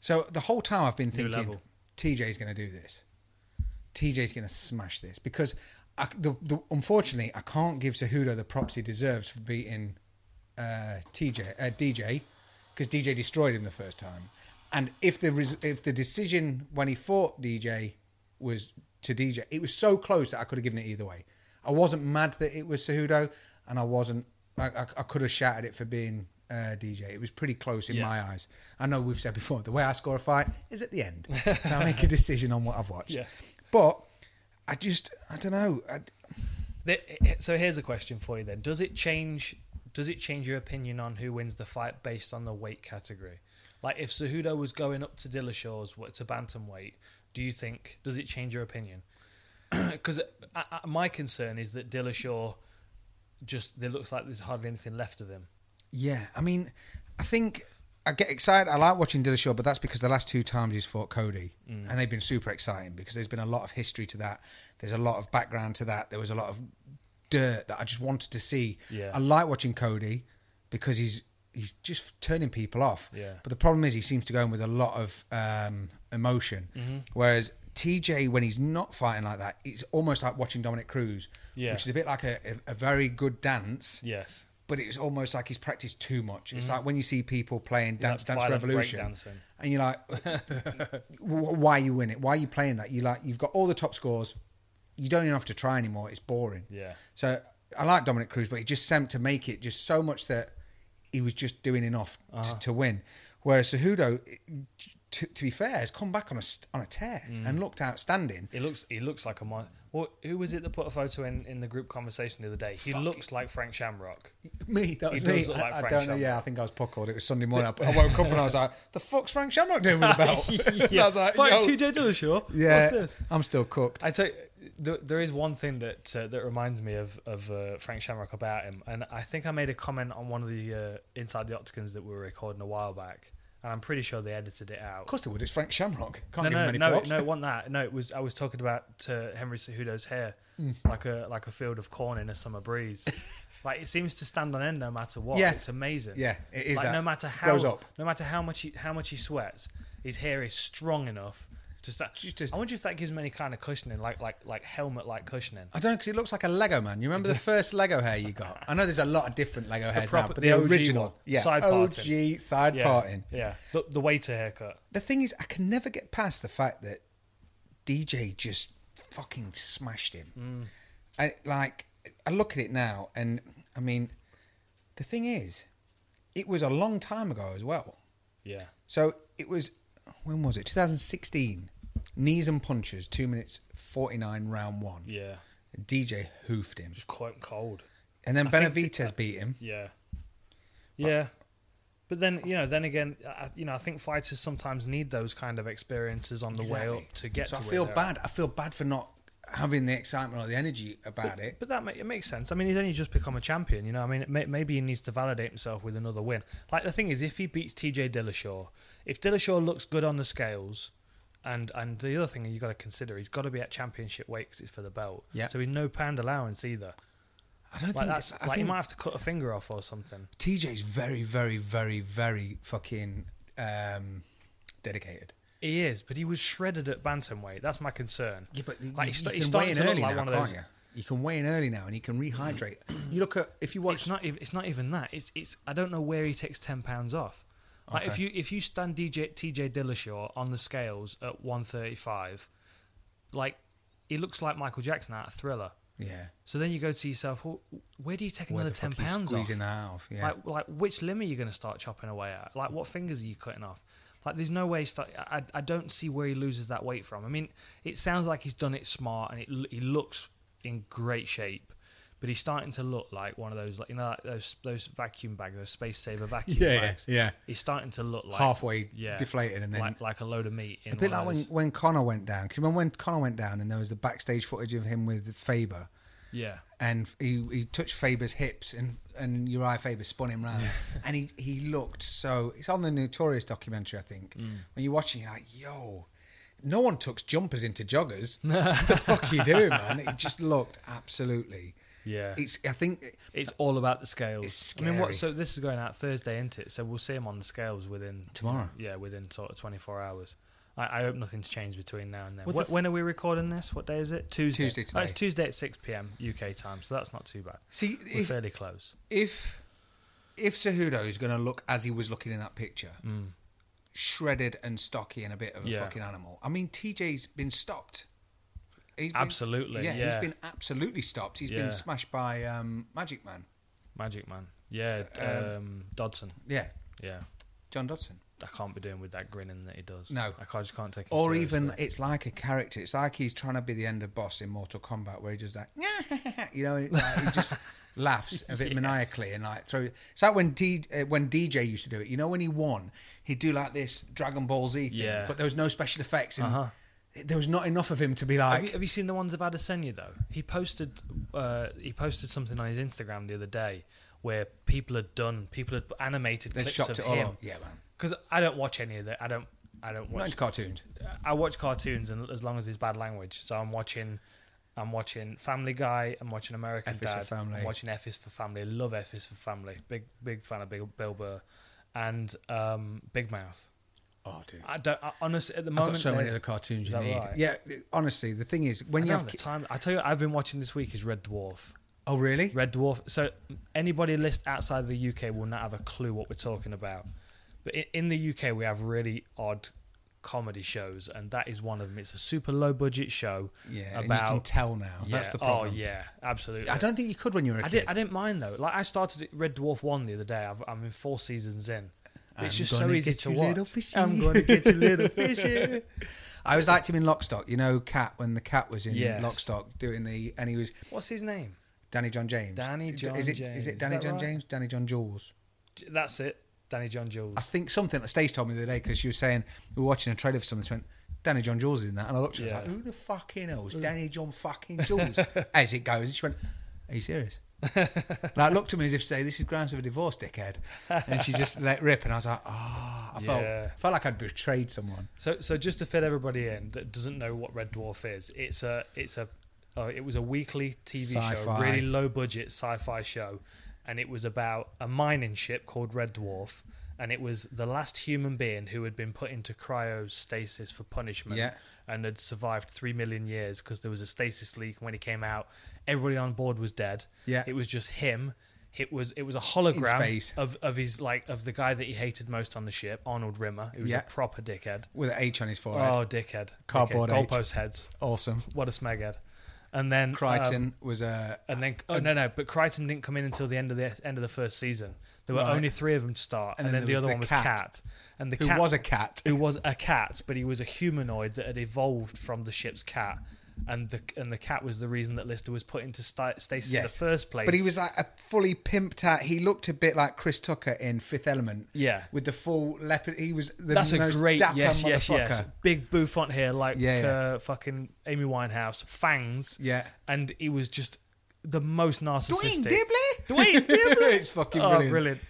So the whole time I've been thinking, level. TJ's going to do this. TJ's going to smash this because, I, the, the, unfortunately, I can't give Cejudo the props he deserves for beating uh, TJ uh, DJ because DJ destroyed him the first time. And if the res- if the decision when he fought DJ was to DJ, it was so close that I could have given it either way. I wasn't mad that it was Cejudo, and I wasn't. I, I, I could have shouted it for being uh, DJ. It was pretty close in Yeah. my eyes. I know we've said before the way I score a fight is at the end. I make a decision on what I've watched. Yeah. But I just I don't know. I, The- So here's a question for you then: Does it change? Does it change your opinion on who wins the fight based on the weight category? Like if Cejudo was going up to Dillashaw's what to bantamweight, do you think does it change your opinion? Because my concern is that Dillashaw just there looks like there's hardly anything left of him. Yeah, I mean, I think I get excited. I like watching Dillashaw, but that's because the last two times he's fought Cody, Mm. and they've been super exciting because there's been a lot of history to that. There's a lot of background to that. There was a lot of dirt that I just wanted to see. Yeah. I like watching Cody because he's he's just turning people off. Yeah. But the problem is he seems to go in with a lot of um, emotion, Mm-hmm. whereas. TJ, when he's not fighting like that, it's almost like watching Dominic Cruz, Yeah. which is a bit like a, a, a very good dance, Yes. but it's almost like he's practiced too much. It's like when you see people playing Dance like Dance Mm. violent Revolution, breakdancing. and you're like, "Wh- why are you in it? Why are you playing that? You like you've got all the top scores. You don't even have to try anymore. It's boring. Yeah. So I like Dominic Cruz, but he just seemed to make it just so much that he was just doing enough Uh-huh. to, to win. Whereas Cejudo, to, to be fair, has come back on a st- on a tear Mm. and looked outstanding. It looks he looks like a mon. Well, who was it that put a photo in in the group conversation the other day? He looks like Frank Shamrock. Me, that was does me. look I- like I, Frank don't know. Yeah, I think I was puckered. It was Sunday morning. I, I woke up and I was like, "The fuck's Frank Shamrock doing with the belt?" And I was like, Fight "Yo, TJ Dillashaw. yeah, What's this? I'm still cooked." I tell you, there, uh, there is one thing that uh, that reminds me of of uh, Frank Shamrock about him, and I think I made a comment on one of the uh, Inside the Octagons that we were recording a while back, and I'm pretty sure they edited it out. of course, they would. It's Frank Shamrock. Can't No, give him no, any no, props. no, it wasn't that. No, it was. I was talking about uh, Henry Cejudo's hair, Mm. like a like a field of corn in a summer breeze. like it seems to stand on end no matter what. Yeah. it's amazing. Yeah, it is Like that. no matter how, Grows up. no matter how much he how much he sweats, his hair is strong enough. Just that. Just a- I wonder if that gives him any kind of cushioning, like like like helmet like cushioning. I don't know because it looks like a Lego man. You remember the first Lego hair you got? I know there's a lot of different Lego hairs now, proper- but the the, OG original, one. yeah, Side OG parting. side Yeah, parting. yeah. The, the waiter haircut. The thing is, I can never get past the fact that DJ just fucking smashed Mm. him. I like I look at it now, and I mean, the thing is, it was a long time ago as well. Yeah, So it was when was it? 2016. Knees and punches, two minutes forty nine, round one. yeah. DJ hoofed him, Just quite cold. and then I think t- Benavides beat him. Yeah, yeah. But then you know, then again, I, you know, I think fighters sometimes need those kind of experiences on the way Exactly. up to get. to So I where feel they're at. bad. I feel bad for not having the excitement or the energy about it. But that ma- it makes sense. I mean, he's only just become a champion, you know. I mean, it may, maybe he needs to validate himself with another win. Like the thing is, if he beats T.J. Dillashaw, if Dillashaw looks good on the scales, and and the other thing you got to consider, he's got to be at championship weight 'cause it's for the belt. Yeah. So he's no pound allowance either. I don't Like think that's I like he think might have to cut a finger off or something. TJ's very, very, very, very fucking um, dedicated. He is, but he was shredded at bantamweight. That's my concern. Yeah, but you, Like, you he's sta- can he's weigh starting in to look early like now, one of can't those- you? You can weigh in early now, and he can rehydrate. you look at if you watch. It's not even. It's not even that. It's. It's. I don't know where he takes ten pounds off. Like if Okay. you if you stand DJ TJ Dillashaw on the scales at one thirty five, like he looks like Michael Jackson out of Thriller. yeah, So then you go to yourself, well, where do you take Where another the ten fuck you pounds off? squeezing that off, yeah. Like like which limb are you going to start chopping away at? Like what fingers are you cutting off? Like there's no way. he Start, I I don't see where he loses that weight from. I mean, it sounds like he's done it smart and it, l- he looks in great shape. But he's starting to look like one of those, like you know, like those those vacuum bags, those space saver vacuum Yeah, yeah, bags. yeah. He's starting to look like Halfway deflated and then- like, like a load of meat. In a one bit like of when, those- when Connor went down. Can you remember when Connor went down and there was the backstage footage of him with Faber? yeah, and he, he touched Faber's hips and and Uriah Faber spun him round and he, he looked so it's on the notorious documentary I think when you're watching you're like yo no one tucks jumpers into joggers what the fuck are you doing man it just looked absolutely Yeah. it's I think It's all about the scales. It's I mean, what? So scary. this is going out Thursday, isn't it? So we'll see him on the scales within Tomorrow. Yeah, within sort of twenty four hours. I, I hope nothing's changed between now and then. Well, the Wh- f- when are we recording this? What day is it? Tuesday. Tuesday Oh, it's today. Tuesday at six pm UK time, so that's not too bad. see We're if fairly close. if if Cejudo is going to look as he was looking in that picture shredded and stocky and a bit of a Mm. Yeah. fucking animal I mean TJ's been stopped He's been- Absolutely, yeah. he's been absolutely stopped He's Yeah. been smashed by um, Magic Man Magic Man. Yeah, Uh, um, Dodson. yeah Yeah, John Dodson I can't be doing with that grinning that he does. No. I, can't, just can't take. It or seriously. even it's like a character it's like he's trying to be the end of boss in Mortal Kombat where he does that you know and it, like, he just laughs a bit maniacally and like throw it's like when D, uh, when DJ used to do it you know when he won he'd do like this Dragon Ball Z thing Yeah. Uh-huh. but there was no special effects and there was not enough of him to be like Have you, have you seen the ones of Adesanya though? He posted uh, he posted something on his Instagram the other day where people had done people had animated they clips chopped of it all him up yeah man because I don't watch any of that. I don't I don't not watch. into cartoons I watch cartoons and as long as there's bad language, so I'm watching. I'm watching Family Guy. I'm watching American F is for Dad. Family. I'm watching F is for Family. Love F is for Family. Big big fan of Big Bill Burr and um, Big Mouth. oh dude I don't I, honestly at the I've moment. got so many there's- other cartoons Is you that need right? yeah honestly the thing is when I you don't have have the ki- time. I tell you, what I've been watching this week is Red Dwarf. oh really Red Dwarf. So anybody list outside the UK will not have a clue what we're talking about. But in, in the UK, we have really odd comedy shows, and that is one of them. It's a super low budget show. yeah and about you can tell now yeah, that's the problem Oh yeah, absolutely. I don't think you could when you were a I, kid did, I didn't mind though. Like I started at Red Dwarf one the other day. I've, I'm in four seasons in. It's I'm just so gonna easy get to you watch. little fishy. I'm going to get you little fishy. I always liked him in Lockstock. You know, Cat when the cat was in Yes. Lockstock doing the and he was What's his name? Danny John James. Danny D- John is it, James. Is Is it Danny that John right? James? Danny John Jules. J- That's it. Danny John Jules. I think something that Stace told me the other day because she was saying we were watching a trailer for something. She went, Danny John Jules is in that, and I looked at her I was Yeah. like, who the fucking knows? Danny John fucking Jules. as it goes, and she went, Are you serious? like looked at me as if to say, This is grounds of a divorce, dickhead. And she just let rip, and I was like, Ah, I Yeah. felt felt like I'd betrayed someone. So, so just to fit everybody in that doesn't know what Red Dwarf is, it's a, it's a, uh, it was a weekly TV show, Sci-fi. really low budget sci-fi show, and it was about a mining ship called Red Dwarf, and it was the last human being who had been put into cryostasis for punishment, Yeah. and had survived three million years because there was a stasis leak. And when he came out, everybody on board was dead. Yeah. it was just him. It was it was a hologram space. of of his like of the guy that he hated most on the ship, Arnold Rimmer. who was Yeah. a proper dickhead. With an H on his forehead. Oh, dickhead. Cardboard dickhead. H. goalpost heads. Awesome. What a smeghead. And then Oh. um, Crichton was a and then oh, no no, but Crichton didn't come in until the end of the end of the first season. There were Right. only three of them to start, and, And then, then the there was other the one was cat, Cat, and the who cat was a cat. who was a cat, but he was a humanoid that had evolved from the ship's cat, and the and the cat was the reason that Lister was put into sta- stasis in the Yes. first place. But he was like a fully pimped out. He looked a bit like Chris Tucker in Fifth Element. Yeah. with the full leopard. He was the That's a most great dapper yes, yes, motherfucker. yes. Big bouffant here, like Yeah, yeah. Uh, fucking Amy Winehouse, fangs. Yeah. and he was just the most Dwayne narcissistic. Dibley. Dwayne Dibley. it's fucking oh, brilliant. brilliant.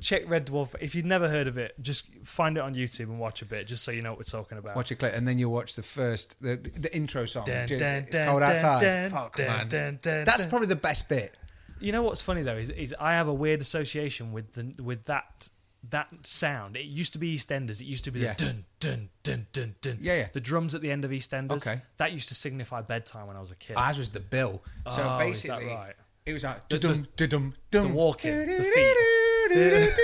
Check Red Dwarf. If you've never heard of it, just find it on YouTube and watch a bit, just so you know what we're talking about. Watch a clip, and then you'll watch the first the the intro song. Dun, Just- dun, it's dun, cold dun, outside. dun, Fuck dun, man, dun, dun, that's dun. probably the best bit. You know what's funny though is, is I have a weird association with the with that that sound. It used to be EastEnders. It used to be Yeah. the dun dun dun dun dun. Yeah, yeah. The drums at the end of EastEnders. Okay. That used to signify bedtime when I was a kid. Ours was the bill. Oh, So is that basically, right? it was like The- dum dum dum. the walking, the Because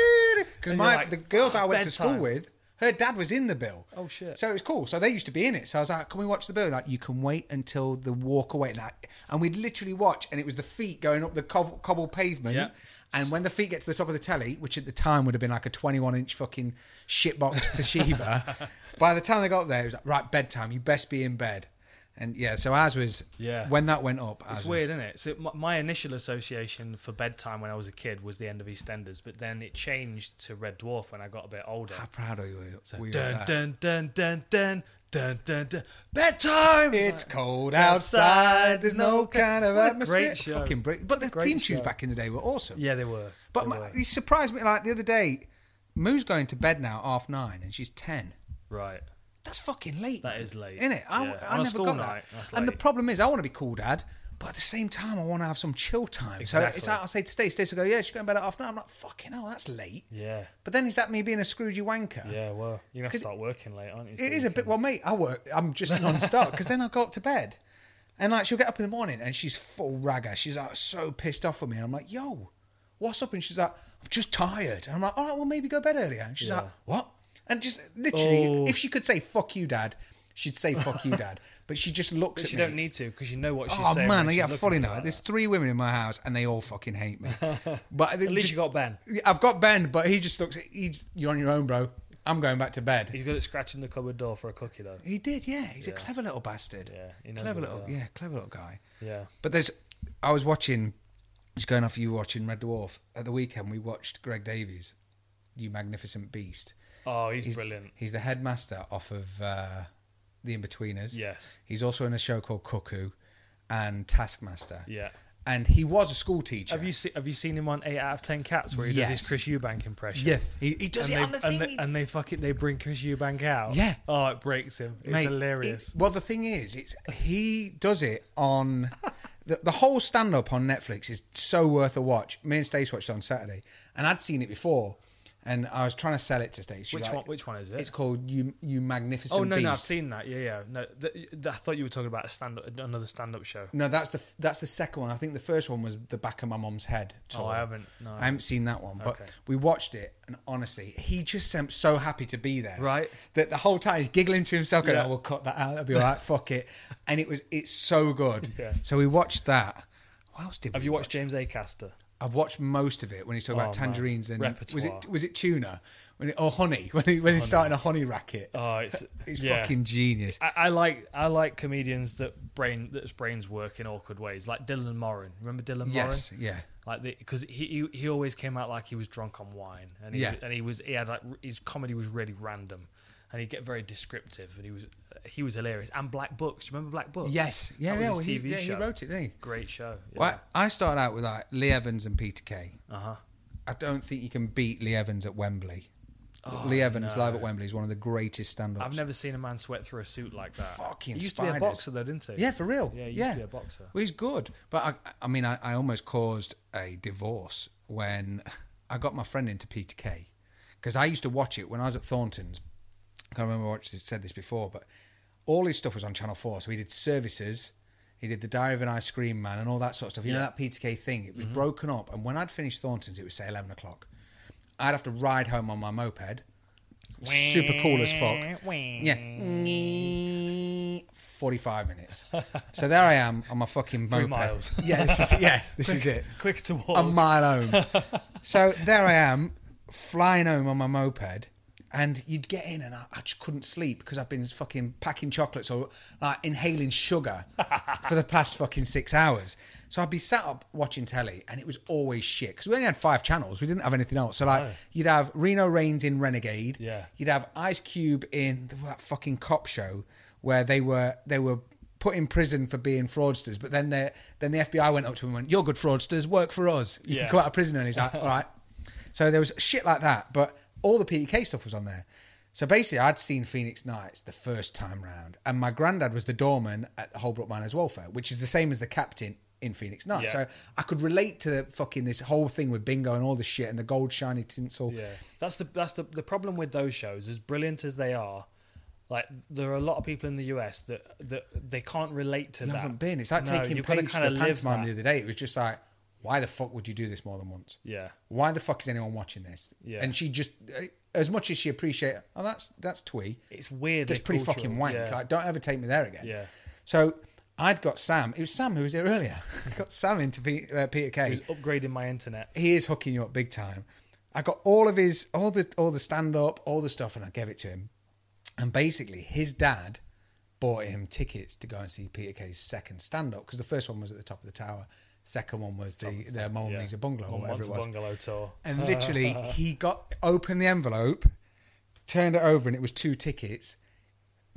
And my you're like, the girls I went to bedtime. school with, her dad was in the bill. Oh, shit. So it was cool. So they used to be in it. So I was like, "Can we watch the bill?" Like, you can wait until the walk away. And, I, and we'd literally watch, and it was the feet going up the cobble, cobble pavement. Yeah. And when the feet get to the top of the telly, which at the time would have been like a 21 inch fucking shitbox Toshiba, by the time they got up there, it was like, right, bedtime, you best be in bed. And yeah, so ours was, Yeah. when that went up, ours It's was- weird, isn't it? So my, my initial association for bedtime when I was a kid was the end of EastEnders, but then it changed to Red Dwarf when I got a bit older. How proud are you? were you Dun of that? dun dun dun dun dun dun dun. Bedtime. It's cold outside. outside, There's no kind of What a atmosphere. great show. Fucking brilliant. But the Great theme tunes show. back in the day were awesome. yeah, they were. But They my, were. it surprised me. Like the other day, Moo's going to bed now at half nine, and she's ten. right. That's fucking late. That is late. Isn't it? I, Yeah. I On a never school got night, that. that's And the late. problem is, I want to be cool dad, but at the same time, I want to have some chill time. So Exactly. it's like I say to Stacey, Stacey will go, yeah, she's going to bed at half nine. I'm like, fucking hell, that's late. Yeah. But then is that me being a Scroogey wanker? Yeah, well, you're gonna have to 'Cause start working late, aren't you? so It is you a bit. can- Well, mate, I work. I'm just non-stop because then I go up to bed, and like she'll get up in the morning and she's full ragger. She's like so pissed off with me, and I'm like, "Yo, what's up?" And she's like, "I'm just tired." And I'm like, "All right, well, maybe go bed earlier." And she's like, "What?" And just literally, Oh. if she could say "fuck you, dad," she'd say "fuck you, dad." But she just looks But at you me. don't need to because you know what she's Oh saying. man, when yeah, she's I fully looking at know. you it. like There's three women in my house, and they all fucking hate me. But that. At least you got Ben. I've got Ben, but he just looks. He's you're on your own, bro. I'm going back to bed. He's good at scratching the cupboard door for a cookie, though. He did, yeah. He's a clever little bastard. Yeah, he knows clever what he's little, about. yeah, clever little guy. Yeah. But there's, I was watching, just going off you watching Red Dwarf at the weekend. We watched Greg Davies, You Magnificent Beast. Oh, he's, brilliant. He's the headmaster off of uh, The Inbetweeners. Yes. He's also in a show called Cuckoo and Taskmaster. Yeah. And he was a school teacher. Have you se- have you seen him on Eight Out of Ten Cats where he does Yes. his Chris Eubank impression? Yes, he, he does And it they, on the and, thing. they, and they fucking they bring Chris Eubank out. Yeah. Oh, it breaks him. It's Mate, hilarious. it- well, the thing is, it's he does it on the, the whole stand up on Netflix is so worth a watch. Me and Stace watched it on Saturday, and I'd seen it before, and I was trying to sell it to Stace. She's which like, one? Which one is it? It's called you, you magnificent. oh no, beast. no, I've seen that. Yeah, yeah. No, th- th- I thought you were talking about a stand up, another stand up show. No, that's the that's the second one. I think the first one was the back of my mom's head. tour. Oh, I haven't- no, I I haven't seen that one, but Okay. we watched it, and honestly, he just seemed so happy to be there. Right. That the whole time he's giggling to himself, going, Yeah. "Oh, we'll cut that out. That'll be all right. Fuck it." And it was it's so good. Yeah. So we watched that. What else did Have we you watched James Acaster? I've watched most of it when he's talking about Oh, man. tangerines and was it Repertoire. was it tuna when it, or honey when he, when he's starting a honey racket. Oh, it's it's yeah. fucking genius. I, I like I like comedians that brain that's brains work in awkward ways, like Dylan Moran. Remember Dylan Yes, Moran? yeah. Like because he, he he always came out like he was drunk on wine, and he, Yeah. and he was he had like r- his comedy was really random, and he'd get very descriptive, and he was he was hilarious. And Black Books, remember Black Books? Yes, yeah, That was yeah. his TV well, he, yeah, show. he wrote it, didn't he? Great show. Yeah. Well, I I started out with like Lee Evans and Peter Kay. Uh huh. I don't think you can beat Lee Evans at Wembley. Lee Evans live at Wembley is one of the greatest stand-ups. Oh, I've never seen a man sweat through a suit like that. Fucking He used to spiders. be a boxer though, didn't he? Yeah, for real. Yeah, Yeah, he used to be a boxer. Well, he's good, but I, I mean, I, I almost caused a divorce when I got my friend into Peter Kay because I used to watch it when I was at Thornton's. I can't remember I watched this, said this before, but all his stuff was on Channel Four. So he did services, he did the Diary of an Ice Cream Man, and all that sort of stuff. You know that Peter Kay thing. Mm-hmm. It was broken up, and when I'd finished Thornton's, it was say eleven o'clock. I'd have to ride home on my moped. Super cool as fuck. Yeah. 45 minutes. So there I am on my fucking moped. miles. Yeah, this is, yeah, this is it. Quick to walk. A mile home. So there I am, flying home on my moped, And you'd get in, and I, I just couldn't sleep because I've been fucking packing chocolates or like inhaling sugar for the past fucking six hours. So I'd be sat up watching telly, and it was always shit because we only had five channels. We didn't have anything else. So like, you'd have Reno Reigns in Renegade. Yeah. You'd have Ice Cube in that fucking cop show where they were they were put in prison for being fraudsters, but then they then the FBI went up to him and went, "You're good fraudsters. Work for us. You Yeah. can come out of prison." And he's like, "All right." So there was shit like that, but all the PDK stuff was on there. So basically, I'd seen Phoenix Nights the first time round, and my granddad was the doorman at the Holbrook Miners Welfare, which is the same as the captain in Phoenix Nights. Yeah. So I could relate to the fucking this whole thing with bingo and all the shit and the gold shiny tinsel. Yeah, that's the that's the the problem with those shows. As brilliant as they are, like there are a lot of people in the US that that they can't relate to You that. haven't been. It's like No, taking you've gotta Paige to kinda the live pantomime that. the other day. It was just like, why the fuck would you do this more than once? Yeah, why the fuck is anyone watching this? Yeah. And she just, eh, as much as she appreciated, oh, that's that's twee. it's weird. That's pretty fucking wank. Yeah. Like, don't ever take me there again. Yeah. So I'd got Sam. It was Sam who was here earlier. I got Sam into P, uh, Peter Kay Who's upgrading my internet? he is hooking you up big time. I got all of his all the all the stand up, all the stuff, and I gave it to him. And basically, his dad bought him tickets to go and see Peter Kay's second stand up because the first one was at the top of the tower, second one was the the Mama yeah. Needs a Bungalow, or Mum Wants whatever it a was. Bungalow tour. And literally, he got opened the envelope, turned it over, and it was two tickets.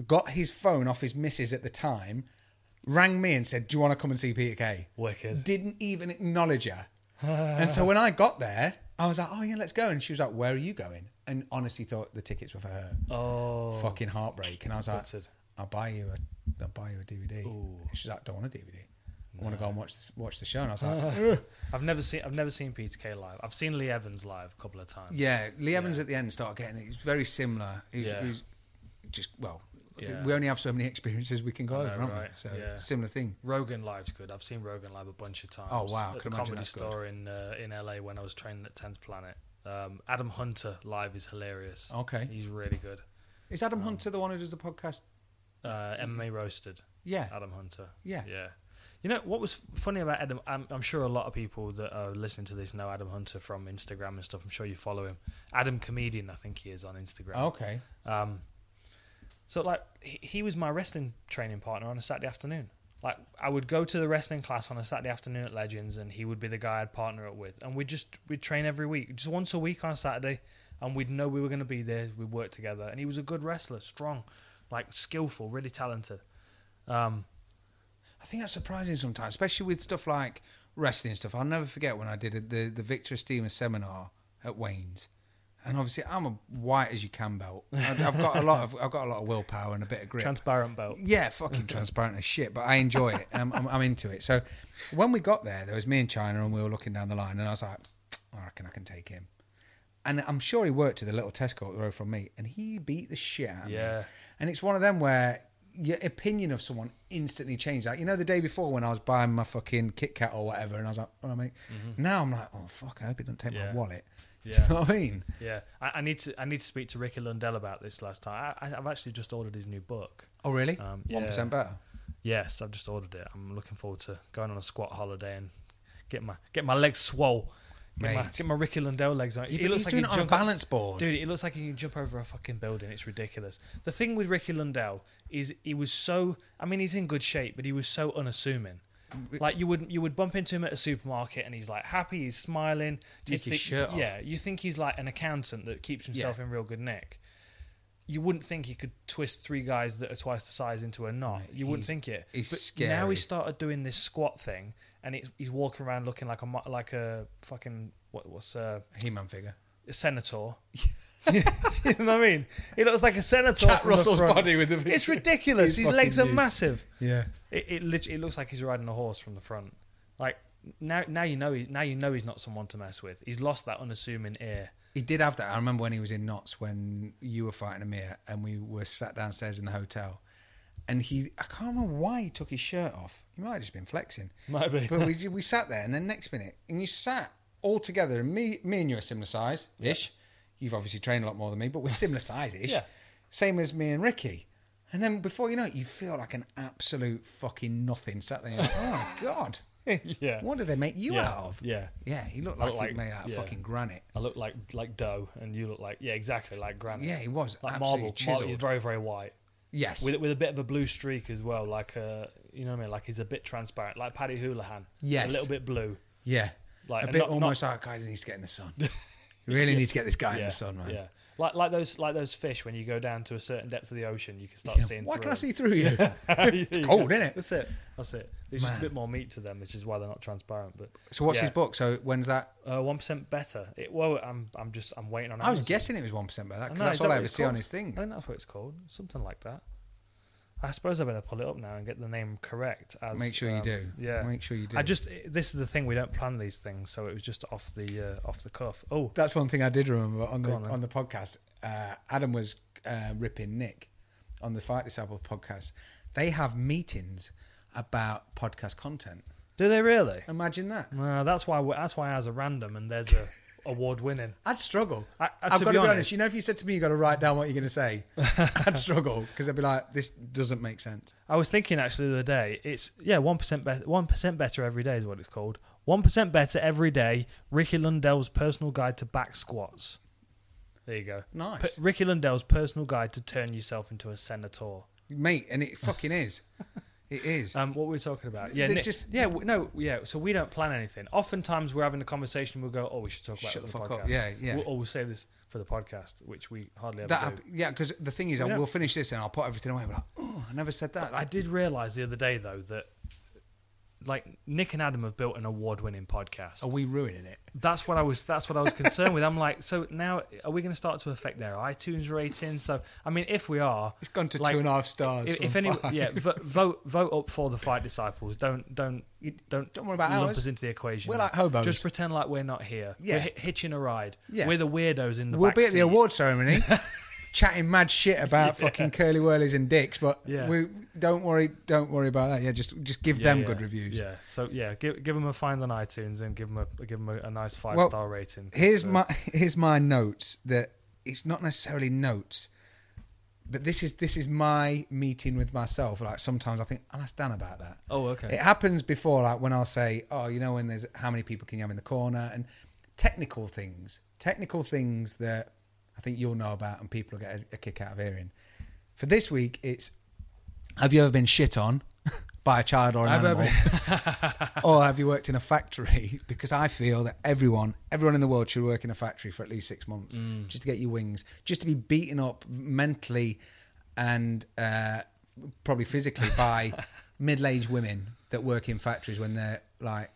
Got his phone off his missus at the time, rang me and said, "Do you want to come and see Peter Kay?" Wicked. didn't even acknowledge her. and so when I got there, I was like, "Oh yeah, let's go." And she was like, "Where are you going?" And honestly, thought the tickets were for her. Oh, Fucking heartbreak. And I was like, Gutted. "I'll buy you a, I'll buy you a DVD." And She's like, "Don't want a DVD. I want to go and watch this, watch the show." And I was like, "Ugh." I've never seen I've never seen Peter Kay live. I've seen Lee Evans live a couple of times. "Yeah." Lee Evans at the end started getting it. It's very similar. He was, Yeah. he was just well. Yeah. We only have so many experiences we can go over, know, aren't we? right? So Yeah. similar thing. Rogan Live's good. I've seen Rogan Live a bunch of times. Oh, wow. At Can the imagine comedy that's good. store in uh, in LA when I was training at Tenth Planet. Um, Adam Hunter live is hilarious. Okay. he's really good. Is Adam Hunter the one who does the podcast? Uh, MMA roasted. Yeah. Adam Hunter. Yeah. yeah. You know what was funny about Adam? I'm, I'm sure a lot of people that are listening to this know Adam Hunter from Instagram and stuff. I'm sure you follow him. Adam comedian, I think he is on Instagram. Okay. Um, so like he, he was my wrestling training partner on a Saturday afternoon. Like I would go to the wrestling class on a Saturday afternoon at Legends, and he would be the guy I'd partner up with, and we would just we'd train every week, just once a week on a Saturday, and we'd know we were going to be there. We'd work together, and he was a good wrestler, strong, like skillful, really talented. I think that's surprising sometimes, especially with stuff like wrestling stuff. I'll never forget when I did a, the the Victor Steamer seminar at Wayne's, and obviously I'm a white as you can belt. I've, I've got a lot of I've got a lot of willpower and a bit of grit. Transparent belt. Yeah, fucking transparent as shit, but I enjoy it. I'm, I'm, I'm into it. So when we got there, there was me and China, and we were looking down the line, and I was like, I reckon I can take him. And I'm sure he worked at the little Tesco up the road from me, and he beat the shit out of Yeah. me. And it's one of them where your opinion of someone instantly changed. Like, you know, the day before when I was buying my fucking Kit Kat or whatever, and I was like, oh, mate. Now I'm like, oh, fuck, I hope he doesn't take Mm-hmm. Yeah. my wallet. Do Yeah. you know what I mean? Yeah, I, I need to I need to speak to Ricky Lundell about this last time. I, I, I've actually just ordered his new book. Oh, really? Um, 1% better. Yes, I've just ordered it. I'm looking forward to going on a squat holiday and get my get my legs swole. Get my, Mate. get my Ricky Lundell legs on. Yeah, but he's doing can it on a jump- balance board. Dude, it looks like he can jump over a fucking building. It's ridiculous. The thing with Ricky Lundell is he was so I mean, he's in good shape, but he was so unassuming. Like you would you would bump into him at a supermarket and he's like happy, he's smiling. You'd Take his shirt off. Yeah, you think he's like an accountant that keeps himself in real good nick. You wouldn't think he could twist three guys that are twice the size into a knot. You wouldn't he's- think it. he's but scary. Now he started doing this squat thing, and it, he's walking around looking like a mo- like a fucking what what's uh, He Man figure. a senator. you know what I mean? He looks like a senator. Jack from the Russell's front. body with the- It's ridiculous. He's His legs are fucking huge. massive. Yeah. It it, lit- it looks like he's riding a horse from the front. Like now now you know he, now you know he's not someone to mess with. He's lost that unassuming ear. He did have that. I remember when he was in Knots when you were fighting Amir and we were sat downstairs in the hotel. And he, I can't remember why he took his shirt off. He might have just been flexing. Might be. But we, we sat there and then next minute, and you sat all together. And me, me and you are similar size ish. You've obviously trained a lot more than me, but we're similar size ish. Yeah. Same as me and Ricky. And then before you know it, you feel like an absolute fucking nothing sat there. You're like, oh, God. yeah. What do they make you yeah. out of? Yeah. Yeah, he looked I like, look he like- made out of yeah. fucking granite. I look like like dough, and you look like yeah, exactly like granite. Yeah, he was like absolutely marble. marble. chiseled. He's very very white Yes. with with a bit of a blue streak as well. Like a you know what I mean? Like he's a bit transparent, like Paddy Houlihan. Yes. a little bit blue. yeah. Like, a and bit not- almost like I needs to get in the sun. You really need to get this guy in yeah, the sun, man. Yeah, like like those like those fish when you go down to a certain depth of the ocean, you can start seeing. Why can I through see through you? them. Yeah. cold, innit? That's it. That's it. There's just Man. a bit more meat to them, which is why they're not transparent. But so what's yeah. his book? So when's that? Uh, one percent better. It, well, I'm I'm just I'm waiting on. I was Amazon. guessing it was one percent by that I because know, that's is that all what I ever it's see on called? his I thing. think that's what it's called. Something like that. I suppose I better pull it up now and get the name correct. As, Make sure you um, do. Yeah, Make sure you do. I just this is the thing we don't plan these things, so it was just off the uh, off the cuff. Oh, That's one thing I did remember on the on on, then. the podcast. Uh, Adam was uh, ripping Nick on the Fight Disciple podcast. They have meetings about podcast content. do they really? Imagine that. Uh, that's why we that's why ours are random and there's a award winning. I'd struggle. I- I, uh, have to be got to be honest. honest- You know, if you said to me, you got to write down what you're going to say, I'd struggle because I'd be like, this doesn't make sense. I was thinking actually the other day, it's yeah, one percent better one percent better every day is what it's called. One percent better every day, Ricky Lundell's personal guide to back squats. There you go. Nice. P- Ricky Lundell's personal guide to turn yourself into a senator. Mate, and it fucking is. It is. Um, what were we talking about? Yeah, They Nick, just- yeah, w- no, yeah. So we don't plan anything. Oftentimes we're having a conversation. We'll go, oh, we should talk about Shut this the on fuck podcast. up. Yeah, yeah. We'll, or we'll save this for the podcast, which we hardly ever that, do. hap- yeah, because the thing is, I We don't- will finish this and I'll put everything away. I'm like, oh, I never said that. I I, did realize the other day though that like Nick and Adam have built an award-winning podcast. are we ruining it? That's what I was. That's what I was concerned with. I'm like, so now are we going to start to affect their iTunes rating? So I mean, if we are, It's gone to like, two and a half stars. If, if from any, five. yeah, vo- vote vote up for the Fight Disciples. Don't don't You- don't don't worry about lump ours. us into the equation. We're like hobos. Just pretend like we're not here. Yeah. we're hi- hitching a ride. Yeah. we're the weirdos in the. We'll back be at seat. the award ceremony chatting mad shit about fucking curly whirlies and dicks, but Yeah. we don't worry, don't worry about that. Yeah, just just give Yeah, them yeah, good reviews. Yeah. So yeah, give, give them a find on iTunes and give them a give them a, a nice five Well, star rating. Here's So- my here's my notes that it's not necessarily notes, but this is this is my meeting with myself. Like sometimes I think I'll ask Dan about that. Oh, okay. It happens before, like when I'll say, "Oh, you know, when there's how many people can you have in the corner?" and technical things, technical things that I think you'll know about, and people will get a, a kick out of hearing. For this week, it's: Have you ever been shit on by a child or an I've ever- animal? or have you worked in a factory? Because I feel that everyone, everyone in the world should work in a factory for at least six months Mm. just to get your wings, just to be beaten up mentally and uh, probably physically by middle-aged women that work in factories when they're like,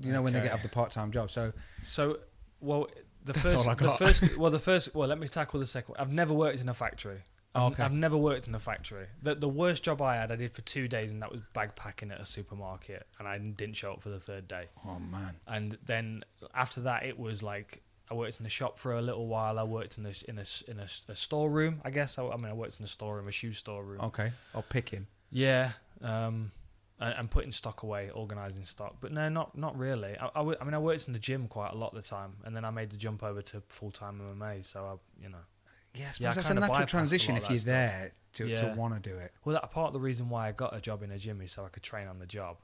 you know, when they Okay. get off the part-time job. So So, well, the That's first, all I the got. first, well, the first, well, let me tackle the second. one. I've never worked in a factory. I've- Oh, Okay. I've never worked in a factory. The, the worst job I had, I did for two days, and that was bag packing at a supermarket, and I didn't show up for the third day. oh man, And then after that, it was like I worked in a shop for a little while. I worked in a in a in a, a storeroom, I guess. I, I mean, I worked in a storeroom, a shoe storeroom. okay, or picking. Yeah, um, and, and putting stock away, organizing stock. But no, not not really. I, I, wo- I mean, I worked in the gym quite a lot of the time, and then I made the jump over to full time MMA. So I, you know, Yeah, I suppose Yeah, I that's a kinda natural bypassed a transition lot if of you're that there to, to Yeah. want to do it. well, that part of the reason why I got a job in a gym is so I could train on the job,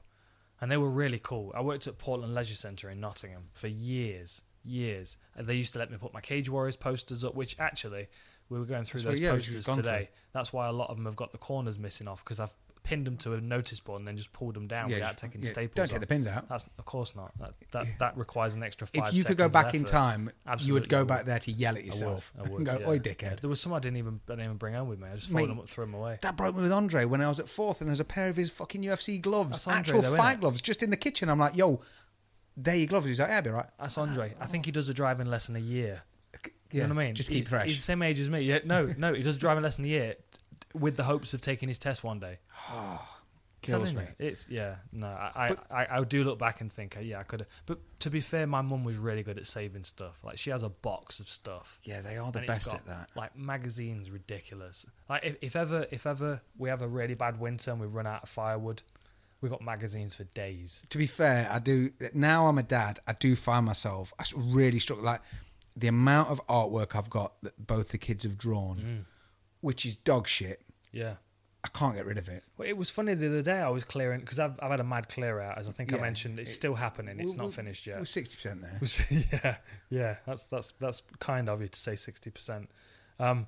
and they were really cool. I worked at Portland Leisure Centre in Nottingham for years, years. And they used to let me put my Cage Warriors posters up, which actually we were going through So, those yeah, we've just posters gone today. That's why a lot of them have got the corners missing off because I've pinned them to a notice board and then just pulled them down Yeah, without just- taking yeah, staples. Don't take off. the pins out. That's of course not. That that, that requires an extra five. if you could go seconds back of in effort. time, you Absolutely, would go I would. back there to yell at I would, yourself I would, and go, yeah. "Oi, Yeah, dickhead!" There was some I didn't even I didn't even bring home with me. I just folded Mate. them up, threw them away. That broke me with Andre when I was at fourth, and there was a pair of his fucking UFC gloves, That's Andre actual though, fight innit? gloves, just in the kitchen. I'm like, "Yo, they're your gloves." He's like, "Yeah, I'll be right." That's Andre. I think he does a driving lesson a year. You know what I mean? Just He- keep fresh. He's the same age as me. Yeah, no, no, he does a driving lesson a year with the hopes of taking his test one day. Kills me. Telling you, It's yeah, no, I, I, I I do look back and think, uh, yeah, I could. have But to be fair, my mum was really good at saving stuff. Like she has a box of stuff. Yeah, they are the and it's best got, at that. Like magazines, ridiculous. Like if, if ever if ever we have a really bad winter and we run out of firewood, we've got magazines for days. To be fair, I do now. I'm a dad. I do find myself. I s- really struck like the amount Mm. of artwork I've got that both the kids have drawn, which is dog shit. Yeah. I can't get rid of it. Well, it was funny the other day. I was clearing because I've, I've had a mad clear out, as I think I Yeah, mentioned. It's it- still happening. It's We're- not we're- finished yet. We're sixty percent there. Was- yeah, yeah. That's that's that's kind of you to say sixty percent. Um,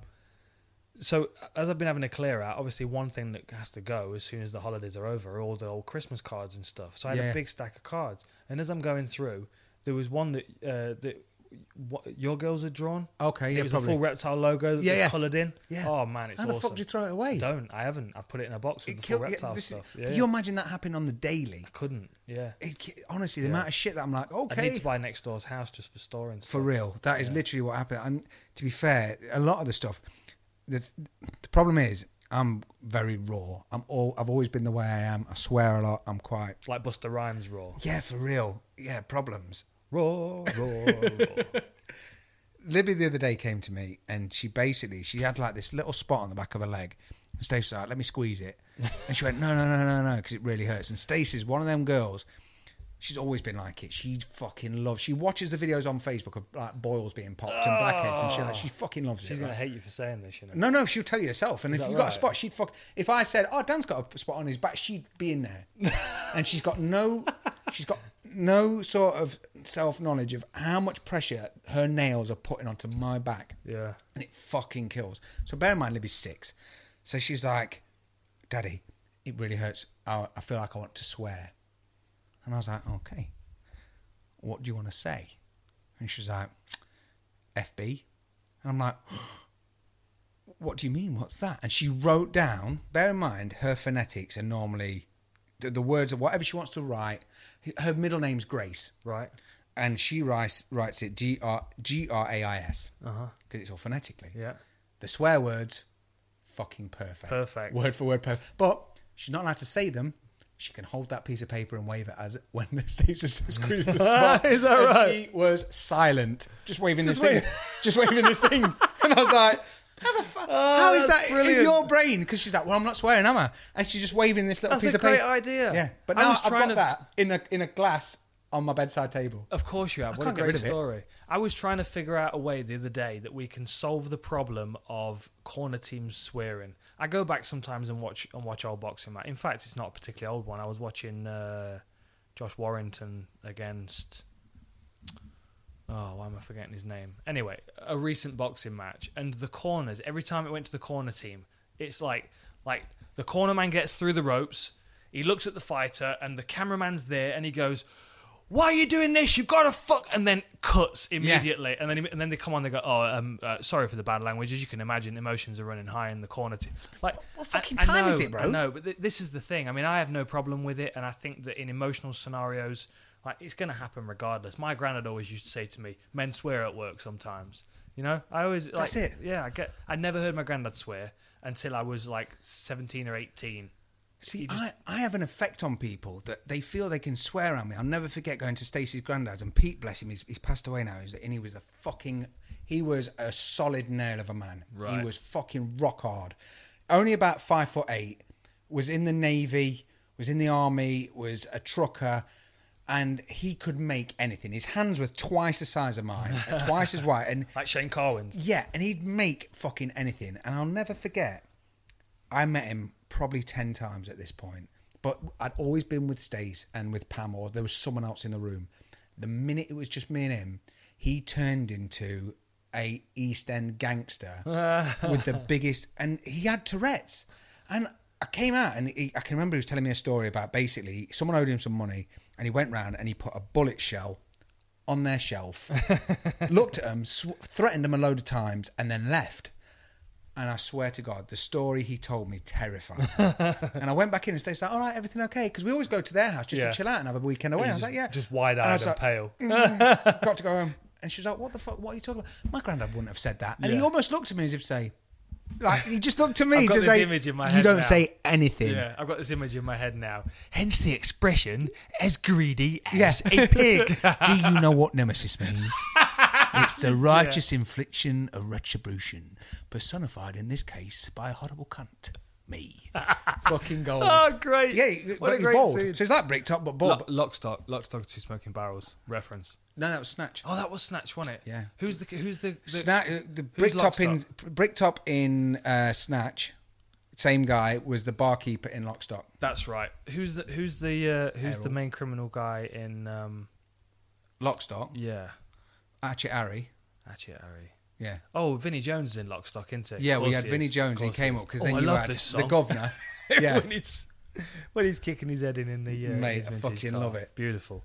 so as I've been having a clear out, obviously one thing that has to go as soon as the holidays are over are all the old Christmas cards and stuff. So I had Yeah. a big stack of cards, and as I'm going through, there was one that uh, that what, your girls had drawn. Okay, yeah, it was a probably. full reptile logo that Yeah, they yeah. coloured in. Yeah. Oh man, it's How the awesome. fuck do you throw it away? Don't I haven't. I put it in a box with the killed- full reptile this is- stuff. but yeah, You imagine that happening on the daily? couldn't. Yeah, It, ki- honestly, the amount of shit that I'm like, I okay, need to buy next door's house just for storing. Stuff. for real, that is literally what happened. And to be fair, a lot of the stuff, the the problem is, I'm very raw. I'm all. I've always been the way I am. I swear a lot. I'm quite. like Buster Rhymes raw, Yeah, for real. Yeah, problems. raw, raw, raw. Libby the other day came to me and she basically she had like this little spot on the back of her leg. And Stacey like, let me squeeze it. And she went, no, no, no, no, no, because it really hurts. And Stacey's one of them girls. She's always been like it. She fucking loves. She watches the videos on Facebook of like boils being popped and blackheads and shit. Like, she fucking loves She's it. gonna right? hate you for saying this, you know. No, no, she'll tell you herself. And if that you've got a right? spot, she'd fuck. If I said, "Oh, Dan's got a spot on his back," she'd be in there. and she's got no, she's got no sort of self knowledge of how much pressure her nails are putting onto my back. Yeah. and it fucking kills. So bear in mind, Libby's six, so she's like, "Daddy, it really hurts. I, I feel like I want to swear." And I was like, "Okay, what do you want to say?" And she's like, "FB," and I'm like what do you mean? What's that? And she wrote down, bear in mind, her phonetics are normally the, the words of whatever she wants to write. Her middle name's Grace. Right. And she writes, writes it G R G R A I S because it's all phonetically. Yeah. The swear words, fucking perfect. Perfect. Word for word perfect. But she's not allowed to say them. She can hold that piece of paper and wave it as when the stage just squeezed the spot. Is that and right? She was silent, just waving Just this wave- thing, just waving this thing. And I was like, how the fuck? how is Oh, that's that brilliant. in your brain? Because she's like, well, I'm not swearing, am I? And she's just waving this little That's piece a of paper. great idea. Yeah, but I now was I've trying got to- that in a in a glass on my bedside table. Of course you have. What a can't get great rid of it. story. I was trying to figure out a way the other day that we can solve the problem of corner teams swearing. I go back sometimes and watch and watch old boxing match. In fact, it's not a particularly old one. I was watching uh, Josh Warrington against Oh, why am I forgetting his name? Anyway, a recent boxing match and the corners. Every time it went to the corner team, it's like like the corner man gets through the ropes. He looks at the fighter and the cameraman's there and he goes, "Why are you doing this? You've got to fuck!" And then cuts immediately. And then and then they come on. They go, "Oh, um, uh, sorry for the bad language. As you can imagine, emotions are running high in the corner team." Like, What fucking I- I time is know, it, bro? I know, no, but th- this is the thing. I mean, I have no problem with it, and I think that in emotional scenarios, like it's going to happen regardless. My granddad always used to say to me, "Men swear at work sometimes." You know, I always like, That's it. Yeah, I get. I never heard my granddad swear until I was like seventeen or eighteen. See, I, I have an effect on people that they feel they can swear at me. I'll never forget going to Stacey's granddad's and Pete, bless him, he's, he's passed away now. He's, and he was the fucking, he was a solid nail of a man. Right. He was fucking rock hard. Only about five foot eight, was in the navy, was in the army, was a trucker, and he could make anything. His hands were twice the size of mine, and twice as wide, and Like Shane Carwin's. yeah, and he'd make fucking anything. And I'll never forget, I met him probably 10 times at this point, but I'd always been with Stace and with Pam, or there was someone else in the room. The minute it was just me and him, he turned into a East End gangster with the biggest, and he had Tourette's. And I came out, and he, I can remember he was telling me a story about basically someone owed him some money, and he went round and he put a bullet shell on their shelf, looked at them, sw- threatened them a load of times, and then left. And I swear to God, the story he told me terrified me. and I went back in and stayed like, all right, everything okay? Because we always go to their house just Yeah. to chill out and have a weekend away. I was just- like, yeah. just wide-eyed I was and pale. "Mm, got to go home. And she was like, what the fuck? What are you talking about? My granddad wouldn't have said that. And he Yeah. almost looked at me as if to say, like, he just looked to me I've got to this say, image in my you head don't now." say anything. Yeah, I've got this image in my head now. Hence the expression "as greedy Yes. as a pig." Do you know what nemesis means? It's the righteous infliction of retribution, personified in this case by a horrible cunt, me. Fucking gold. oh, great! yeah, he- what but a he's great bald. scene. So he's like brick top, but bald. Lo- Lockstock, Lockstock, two smoking barrels reference. no, that was snatch. Oh, that was Snatch, wasn't it? Yeah. uh, Who's the who's the, the Snatch. The brick top in brick top in uh, snatch Same guy was the barkeeper in Lockstock. That's right. Who's the who's the uh, who's the main criminal guy in? Um, Lockstock. yeah, Archie Arry. actually, Harry. Yeah. Oh, Vinnie Jones is in Lockstock, isn't he? Yeah, Of we course had he Vinnie is. Jones. Of He course came is. up because Oh, then I you love had this the song. governor. yeah. when it's when he's kicking his head in in the uh, Mate, his I vintage fucking car. love it. Beautiful.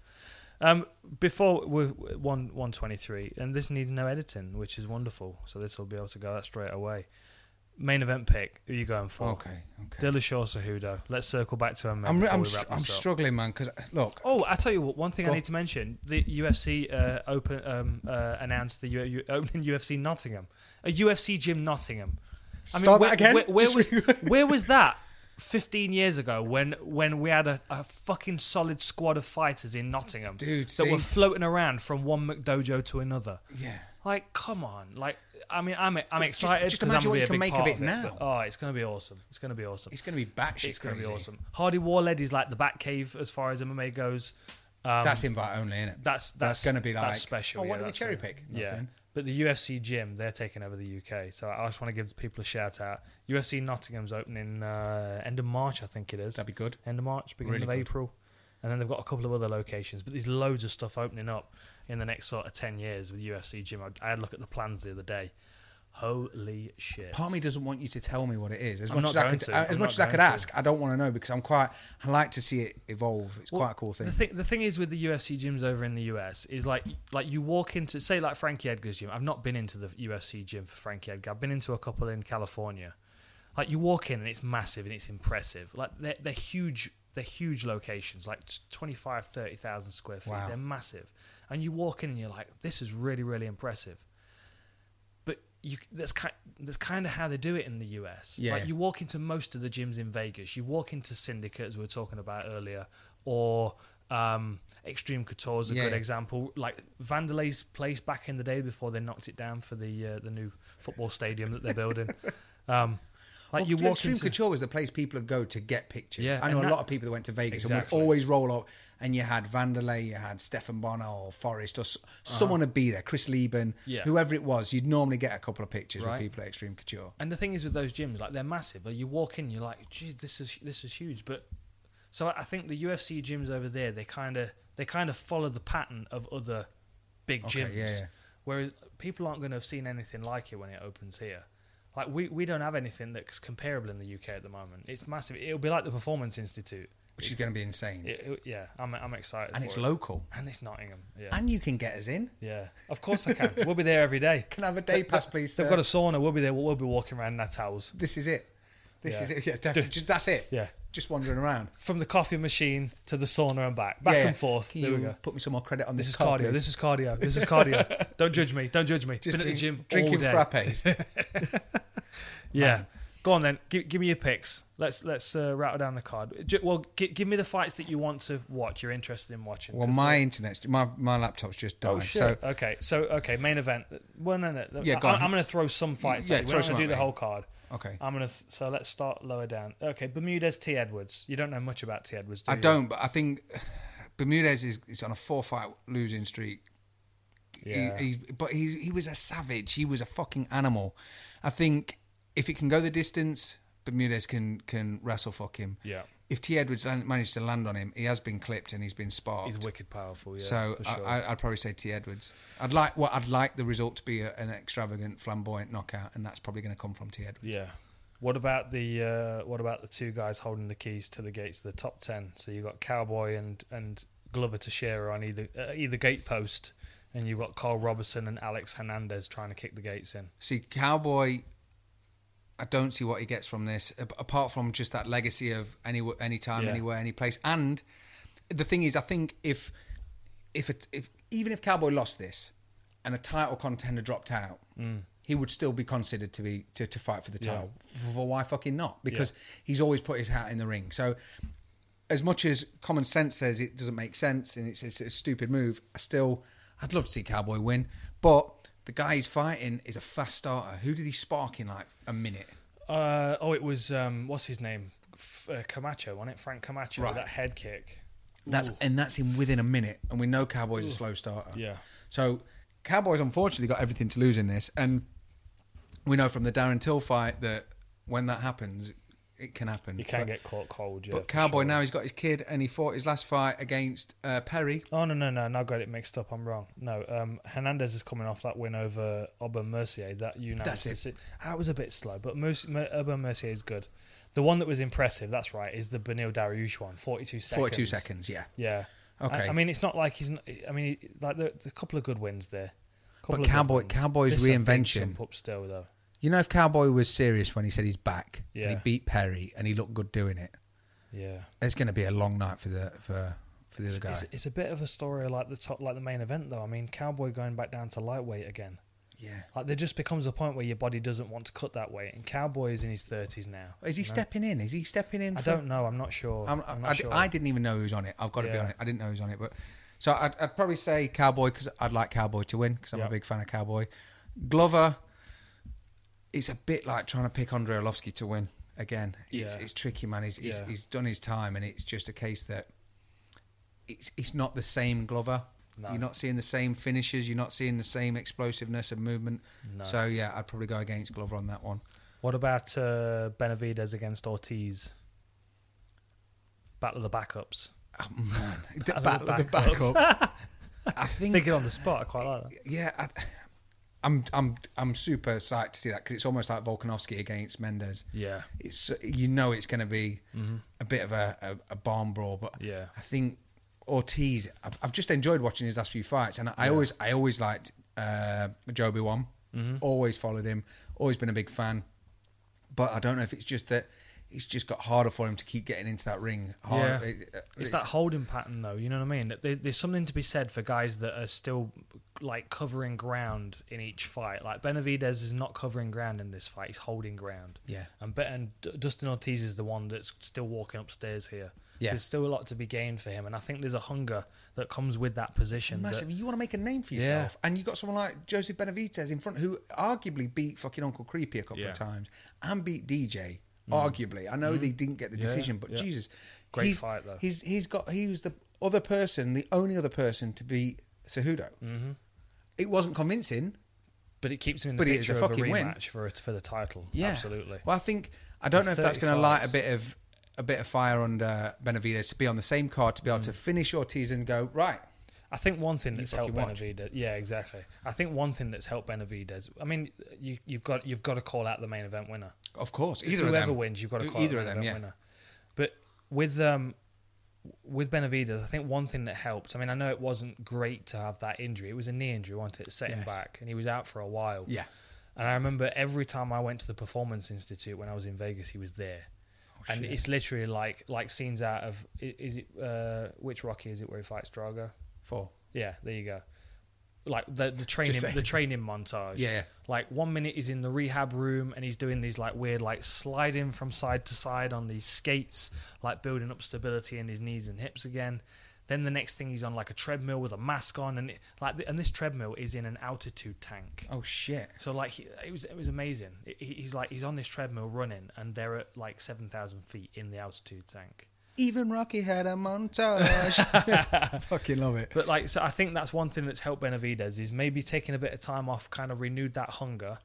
Um, before we're one one twenty three, and this needs no editing, which is wonderful. So this will be able to go out straight away. Main event pick. Who are you going for? Okay. Okay. Dillashaw Cejudo. Let's circle back to him. mate, I'm, re- before I'm, we str- wrap I'm this up. struggling, man, because look, Oh, I tell you what. One thing Go I on. need to mention: the UFC uh, open um, uh, announced the U- U- opening UFC Nottingham, a UFC gym Nottingham. I Start that again? Where, where Just was re- where was that? Fifteen years ago, when when we had a, a fucking solid squad of fighters in Nottingham Dude, that were see? floating around from one McDojo to another. yeah. Like, come on! Like, I mean, I'm I'm just- excited just because I'm gonna imagine what be you a can big make of part it of it. but- now. oh, it's gonna be awesome! It's gonna be awesome It's going to be batshit it's going to be crazy. awesome. Hardy Warled is like the Batcave as far as MMA goes. Um, that's invite only, isn't it? that's that's going to be like that's special. Oh, yeah, what do we that's cherry it. pick? Yeah, Nothing. but the UFC gym they're taking over the UK, so I just want to give people a shout out. UFC Nottingham's opening uh, end of March, I think it is. That'd be good. End of March, beginning Really of good. April, and then they've got a couple of other locations. But there's loads of stuff opening up in the next sort of ten years with UFC gym. I, I had a look at the plans the other day. Holy shit! Part of me doesn't want you to tell me what it is. As I'm much not as I going could, uh, to. as I'm much not as I could going to. ask, I don't want to know because I'm quite. I like to see it evolve. It's Well, quite a cool thing. The thing, the thing is with the UFC gyms over in the US is like like you walk into say like Frankie Edgar's gym. I've not been into the UFC gym for Frankie Edgar. I've been into a couple in California. Like you walk in and it's massive and it's impressive. Like they're, they're huge. They're huge locations, like 25, 30,000 square feet. Wow. They're massive. And you walk in and you're like, this is really, really impressive. But you that's kind that's kind of how they do it in the US. Yeah. Like you walk into most of the gyms in Vegas, you walk into Syndicate as we were talking about earlier, or um, Extreme Couture is a Yeah, good yeah. example. Like Vanderlei's place back in the day before they knocked it down for the uh, the new football stadium that they're building. Um, like Well, you the walk Extreme into Couture was the place people would go to get pictures. Yeah, I know a and that- lot of people that went to Vegas and Exactly. would always roll up. And you had Vanderlei, you had Stefan Bonner or Forrest or s- someone would be there, Chris Lieben, Uh-huh. Yeah. whoever it was. You'd normally get a couple of pictures Right. with people at Extreme Couture. And the thing is with those gyms, like they're massive. Like you walk in, you're like, geez, this is this is huge. But so I I think the UFC gyms over there, they kind of they kind of follow the pattern of other big Okay, gyms. yeah, yeah. Whereas people aren't going to have seen anything like it when it opens here. Like we, we don't have anything that's comparable in the UK at the moment. It's massive. It'll be like the Performance Institute. which is going to be insane. It- it- yeah, I'm I'm excited. and for it's it. local. And it's Nottingham. Yeah. And you can get us in. yeah. Of course I can. we'll be there every day. Can I uh, have a day pass, please? They've sir? got a sauna. We'll be there. We'll be walking around in our towels. This is it. This Yeah. is it. Yeah, definitely. Just, that's it. Yeah. Just wandering around. from the coffee machine to the sauna and back, back Yeah, yeah. and forth. Can there you we go. Put me some more credit on this. This is card, cardio. please? This is cardio. This is cardio. Don't judge me. Don't judge me. Just Been at the drink- gym drinking all day. frappes. Yeah. Go on then. Give, give me your picks. Let's let's uh, rattle down the card. Ju- well, gi- give me the fights that you want to watch. You're interested in watching. well, 'cause my the- internet's my my laptop's just died. Oh shit. So okay. So okay. Main event. Well, no, no. Yeah, I, go on. I'm going to throw some fights. Yeah, at you. We're throw not some going to do at the me. whole card. okay. I'm gonna. Th- so let's start lower down. Okay. Bermudez T Edwards. You don't know much about T Edwards. Do I you? don't, but I think Bermudez is, is on a four fight losing streak. Yeah. He, he, but he he was a savage. He was a fucking animal. I think if it can go the distance, Bermudez can can wrestle fuck him. Yeah. If T. Edwards lan- managed to land on him, he has been clipped and he's been sparked. He's wicked powerful. Yeah. so for sure. I, I, I'd probably say T. Edwards. I'd like what I'd like the result to be a, an extravagant, flamboyant knockout, and that's probably going to come from T. Edwards. Yeah. What about the uh, what about the two guys holding the keys to the gates of the top ten? So you have got Cowboy and and Glover Teixeira on either uh, either gate post, and you've got Carl Robertson and Alex Hernandez trying to kick the gates in. See, Cowboy, I don't see what he gets from this a- apart from just that legacy of any anytime, Yeah. anywhere, any place. And the thing is, I think if if it, if even if Cowboy lost this and a title contender dropped out. He would still be considered to be to, to fight for the Mm. Yeah. title. For, for why fucking not? Because he's always put his hat in the ring. So, as much as common sense says it doesn't make sense and it's, it's a stupid move, I still I'd love to see Cowboy win. But the guy he's fighting is a fast starter. Who did he spark in like a minute? Uh, oh, it was um, what's his name, F- uh, Camacho, wasn't it? Frank Camacho Right. with that head kick. That's and that's him within a minute. And we know Cowboy's a slow starter. Yeah. So Cowboy's unfortunately got everything to lose in this. And we know from the Darren Till fight that when that happens, it can happen. You can But- get caught cold. Yeah, But for Cowboy sure. now he's got his kid and he fought his last fight against uh, Perry. Oh no no no! Now got it mixed up. I'm wrong. No, um, Hernandez is coming off that win over Aubin Mercier. That unanimous. That's deci- That was a bit slow, but Merc- Mer- Aubin Mercier is good. The one that was impressive, that's right, is the Benil Dariush one. Forty-two seconds. Forty-two seconds. Yeah. Yeah. I, Okay. I mean, it's not like he's. Not, I mean, he- like there, there are a couple of good wins there. Couple of good Cowboy- wins. Cowboy's This is a big reinvention. jump Up still though. You know, if Cowboy was serious when he said he's back and he Yeah. beat Perry and he looked good doing it, Yeah. it's going to be a long night for the for for the other guy. It's, it's a bit of a story like the top, like the main event though. I mean, Cowboy going back down to lightweight again. yeah. Like there just becomes a point where your body doesn't want to cut that weight. And Cowboy is in his thirties now. Is he you know? stepping in? Is he stepping in? I for- don't know. I'm not sure. I'm, I'm, i not I- sure. I didn't even know who was on it. I've got to be Yeah. honest. I didn't know who was on it, but so I'd, I'd probably say Cowboy because I'd like Cowboy to win because I'm Yeah. a big fan of Cowboy. Glover, it's a bit like trying to pick Andre Orlovsky to win again. It's, Yeah. it's tricky, man. He's, he's, Yeah. he's done his time, and it's just a case that it's it's not the same Glover. No. You're not seeing the same finishes. You're not seeing the same explosiveness of movement. No. So yeah, I'd probably go against Glover on that one. What about uh, Benavides against Ortiz? Battle of the backups. Oh, man, the Battle of battle of the backups. backups. I think Thinking on the spot, I quite like that. yeah, I, I'm I'm I'm super psyched to see that because it's almost like Volkanovski against Mendes. Yeah. Mm-hmm. It's you know it's going to be a bit of a, a, a barn brawl, but Yeah. I think Ortiz. I've, I've just enjoyed watching his last few fights, and I, always I always liked uh, Joby One. Mm-hmm. Always followed him. Always been a big fan, but I don't know if it's just that. It's just got harder for him to keep getting into that ring. uh, Harder. Yeah. It- It's that holding pattern, though. You know what I mean? There, there's something to be said for guys that are still like covering ground in each fight. Like Benavides is not covering ground in this fight; he's holding ground. Yeah. And Be- and D- Dustin Ortiz is the one that's still walking upstairs here. Yeah. There's still a lot to be gained for him, and I think there's a hunger that comes with that position. that- Massive. You want to make a name for uh, Yeah. yourself, and you have got someone like Joseph Benavides in front, who arguably beat fucking Uncle Creepy a couple Yeah. Mm. of times and beat DJ. Arguably, I know they didn't get the decision, but yeah. Jesus, Great he's, fight, though. He's he's got he was the other person, the only other person to beat Cejudo. Mm-hmm. It wasn't convincing. but it keeps him in the But it is picture a of a fucking win. rematch for for the title. Yeah, Absolutely. Well, I think I don't know if that's 30 going to light a fights. bit of a bit of fire under Benavides to be on the same card to be Mm. able to finish Ortiz and go right. I think one thing that's helped fucking watch. Benavides, yeah, exactly. I think one thing that's helped Benavides. I mean, you, you've got you've got to call out the main event winner. Of course, either whoever of them. wins, you've got to E- call either it an of them. event Yeah, winner. But with um, with Benavides, I think one thing that helped. I mean, I know it wasn't great to have that injury. It was a knee injury, wasn't it? It Set him Yes. back, and he was out for a while. Yeah. And I remember every time I went to the Performance Institute when I was in Vegas, he was there. Oh, and it's literally like like scenes out of i- is it uh, which Rocky is it where he fights Drago? four. Yeah, there you go. Like the the training saying. the training montage. Yeah, yeah. Like one minute he's in the rehab room and he's doing these like weird like sliding from side to side on these skates, like building up stability in his knees and hips again. Then the next thing he's on like a treadmill with a mask on and it, like and this treadmill is in an altitude tank. Oh shit. So like he, it was it was amazing. He, he's like he's on this treadmill running and they're at like 7000 feet in the altitude tank. Even Rocky had a montage. Fucking love it. But like, so I think that's one thing that's helped Benavides is maybe taking a bit of time off, kind of renewed that hunger,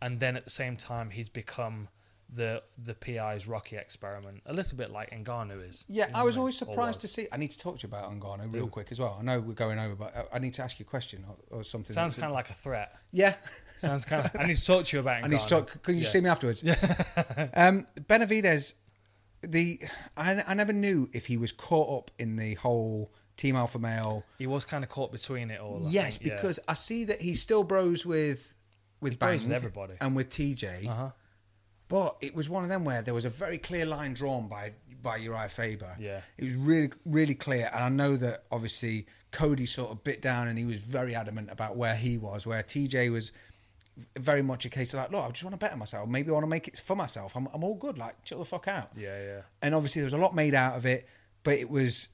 and then at the same time he's become the the PI's Rocky experiment, a little bit like Ngannou is. Yeah, You know I was what mean? always Or surprised was. to see. I need to talk to you about Ungano real quick as well. I know we're going over, but I- I need to ask you a question or, or something. Sounds kind of like a threat. yeah. Sounds kind of. I need to talk to you about. Ngannou. I need to talk. Can you Yeah. see me afterwards? um, Benavides, the I, I never knew if he was caught up in the whole team alpha male. He was kind of caught between it all. I Yes, think, yeah. because I see that he's still bros with with bros Bang with everybody. Uh-huh. and with TJ. But it was one of them where there was a very clear line drawn by by Uriah Faber. Yeah. it was really really clear, and I know that obviously Cody sort of bit down, and he was very adamant about where he was, where TJ was very much a case of like, look, I just want to better myself. Maybe I want to make it for myself. I'm I'm all good. Like chill the fuck out. Yeah, yeah. And obviously there was a lot made out of it, but it was.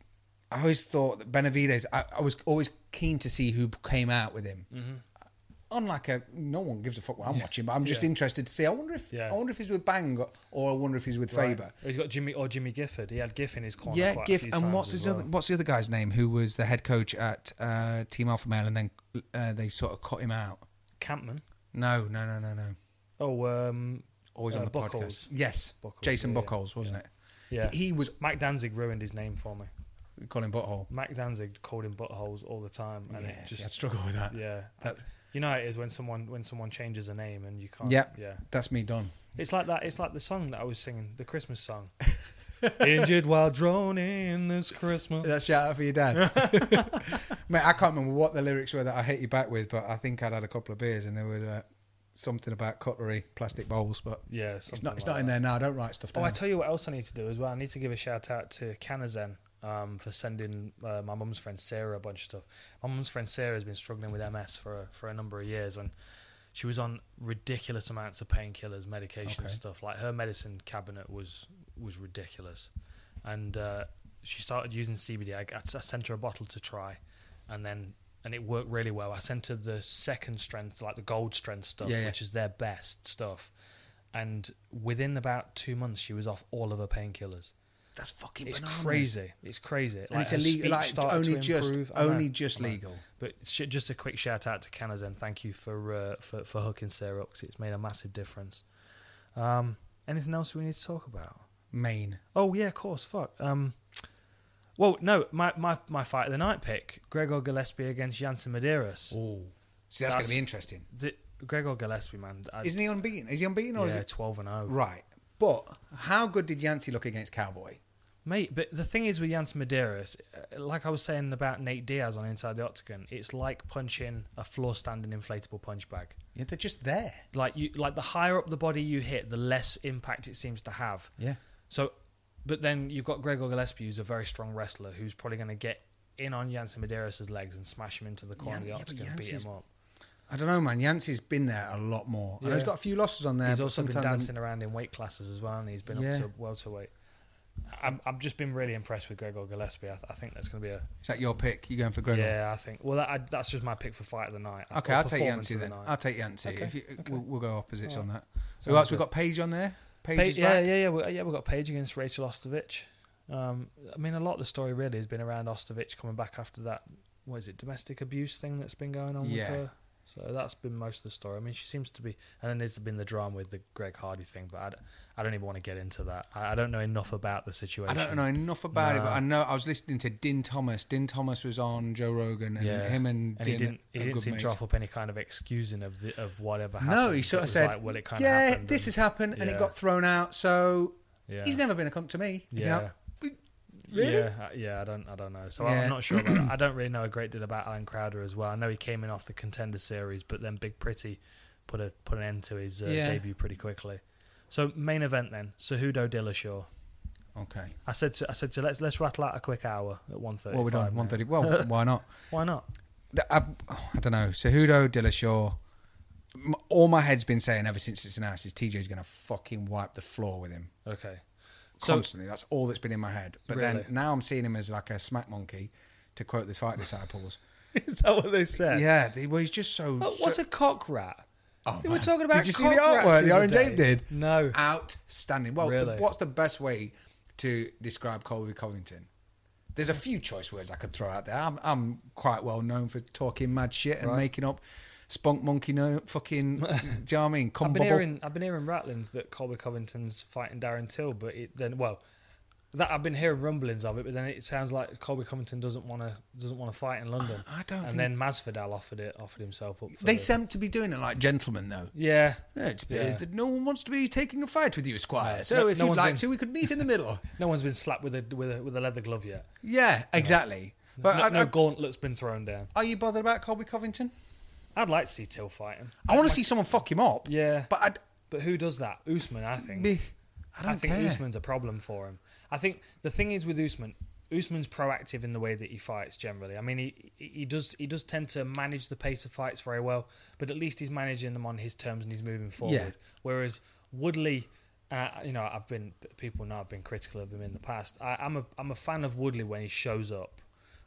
I always thought that Benavides. I, I was always keen to see who came out with him unlike a no one gives a fuck what I'm watching, but I'm just Mm-hmm. Yeah. interested to see. I wonder if Yeah. I wonder if he's with Bang or, or I wonder if he's with Right. Faber. He's got Jimmy or Jimmy Gifford. He had Giff in his corner. Yeah, quite a Giff. few And times what's as his well. other, what's the other guy's name? Who was the head coach at uh, Team Alpha Male, and then uh, they sort of cut him out. Campman? No, no, no, no, no. Oh, um, always Uh, on the Buckles. podcast. Yes, Buckles, Jason yeah, yeah, Buckles, wasn't Yeah. it? He, he was Mac Danzig ruined his name for me. calling butthole. Mac Danzig called him buttholes all the time, and Yes, it I'd just struggle with that. yeah. That- You know how it is when someone when someone changes a name and you can't. yeah, yeah. that's me done. It's like that. It's like the song that I was singing, the Christmas song. Injured while droning this Christmas. That shout out for your dad, mate. I can't remember what the lyrics were that I hit you back with, but I think I'd had a couple of beers and there were uh, something about cutlery, plastic bowls. But Yeah, it's something not it's like not in that. there now. I don't write stuff Oh, down. I tell you what else I need to do as well. I need to give a shout out to Canazen um, for sending uh, my mum's friend Sarah a bunch of stuff. My mum's friend Sarah has been struggling with MS for a, for a number of years, and she was on ridiculous amounts of painkillers, medication, Okay. stuff. Like her medicine cabinet was was ridiculous, and uh, she started using CBD. I, I s- I sent her a bottle to try, and then. And it worked really well. I sent her the second strength, like the gold strength stuff, Yeah, yeah. which is their best stuff and within about two months she was off all of her painkillers that's fucking it's bananas. crazy it's crazy And it's her illegal, speech like started only to just, improve. I know, only just I know. legal. but sh- just a quick shout out to Canazen thank you for uh, for, for hooking Sarah up 'cause it's made a massive difference um, anything else we need to talk about Maine. oh yeah of course fuck um, well no my, my, my fight of the night pick Gregor Gillespie against Jansen Medeiros Oh, see, That's- that's, going to be interesting. the, Gregor Gillespie man I, Isn't he unbeaten? Is he unbeaten or is yeah, it 12 and oh. 0 right? But how good did Yancey look against Cowboy? Mate, but the thing is with Jans Medeiros, uh, like I was saying about Nate Diaz on Inside the Octagon, it's like punching a floor standing inflatable punch bag. Yeah, they're just there. Like you, like the higher up the body you hit, the less impact it seems to have. Yeah. So, but then you've got Gregor Gillespie, who's a very strong wrestler, who's probably going to get in on Jansen Medeiros' legs and smash him into the corner Yeah, of the yeah, but octagon, beat Jansen's- him up. I don't know, man. Yancey's been there a lot more. I know Yeah. he's got a few losses on there. he's but also been uh, sometimes I'm- dancing around in weight classes as well, and he's been Yeah. up to welterweight. I'm, I've just been really impressed with Gregor Gillespie. I, th- I think that's going to be a Is that your pick? You going for Grenell? Yeah, I think. Well, that, I, that's just my pick for fight of the night. Okay, Or I'll take performance Yancey of the then. night. I'll take Yancey. If you, we'll, we'll go opposites on that. Who Sounds else? We've good. got Paige on there. Paige Page, is yeah, back. yeah, yeah, we- uh, yeah. We've got Paige against Rachel Ostovich. Um, I mean, a lot of the story really has been around Ostovich coming back after that. What is it? Domestic abuse thing that's been going on Yeah. with her. So that's been most of the story. I mean, she seems to be, and then there's been the drama with the Greg Hardy thing. But I, d- I don't even want to get into that. I, I don't know enough about the I situation. don't know enough about it, but I know I was listening to Din Thomas. Din Thomas was on Joe Rogan, and Yeah, him and, And Din he didn't. He are didn't good seem mates. to offer up any kind of excusing of the, of whatever happened. No, he It sort of was said, like, "Well, it kind "Yeah, of happened." this and- has happened, and it Yeah. got thrown out, so Yeah. he's never been a cunt to me." You Yeah. know? Really? Yeah, I- yeah. I don't, I don't know. So Yeah. I'm not sure. About that. I don't really know a great deal about Alan Crowder as well. I know he came in off the contender series, but then Big Pretty put a put an end to his uh, Yeah. debut pretty quickly. So main event then, Cejudo Dillashaw. Okay. I said, to, I said, to let's let's rattle out a quick hour at one thirty. Well, we're done. One thirty. Well, why not? Why not? The- I, I don't know. Cejudo, Dillashaw. M- All my head's been saying ever since it's announced is TJ's going to fucking wipe the floor with him Okay. So constantly. that's all that's been in my head. But then Really? now I'm seeing him as like a smack monkey, to quote the Fight Disciples. is that what they said? yeah, they, well, he's just so. What- what's so- a cock rat? Oh, They man. were talking about. Did you see cock the rats artwork the other Orange day. Ape did? No. Outstanding. Well, the- Really? what's the best way to describe Colby Covington? There's a few choice words I could throw out there. I'm, I'm quite well known for talking mad shit and making up spunk monkey no fucking. do you know what I mean? Cum I've been bubble. hearing I've been hearing rattlings that Colby Covington's fighting Darren Till, but it, then well, that I've been hearing rumblings of it, but then it sounds like Colby Covington doesn't want to doesn't want to fight in London. I don't And think- then Masvidal offered it offered himself up. For They the- seem to be doing it like gentlemen, though. yeah. Yeah, It's because that no one wants to be taking a fight with you, Squire. So No- if no you'd one's like been- to, we could meet in the middle. No one's been slapped with a with a, with a leather glove yet. yeah, exactly. But no, I- no I- gauntlet's been thrown down. are you bothered about Colby Covington? I'd like to see Till fighting, I want to see someone fuck him up. Yeah. But I'd but who does that? Usman, I think. be. I don't I think care. Usman's a problem for him. I think the thing is with Usman, Usman's proactive in the way that he fights generally. I mean, he he he does he does tend to manage the pace of fights very well, but at least he's managing them on his terms and he's moving forward. Yeah. Whereas Woodley, uh, you know, I've been people know I've been critical of him in the past. I, I'm a I'm a fan of Woodley when he shows up.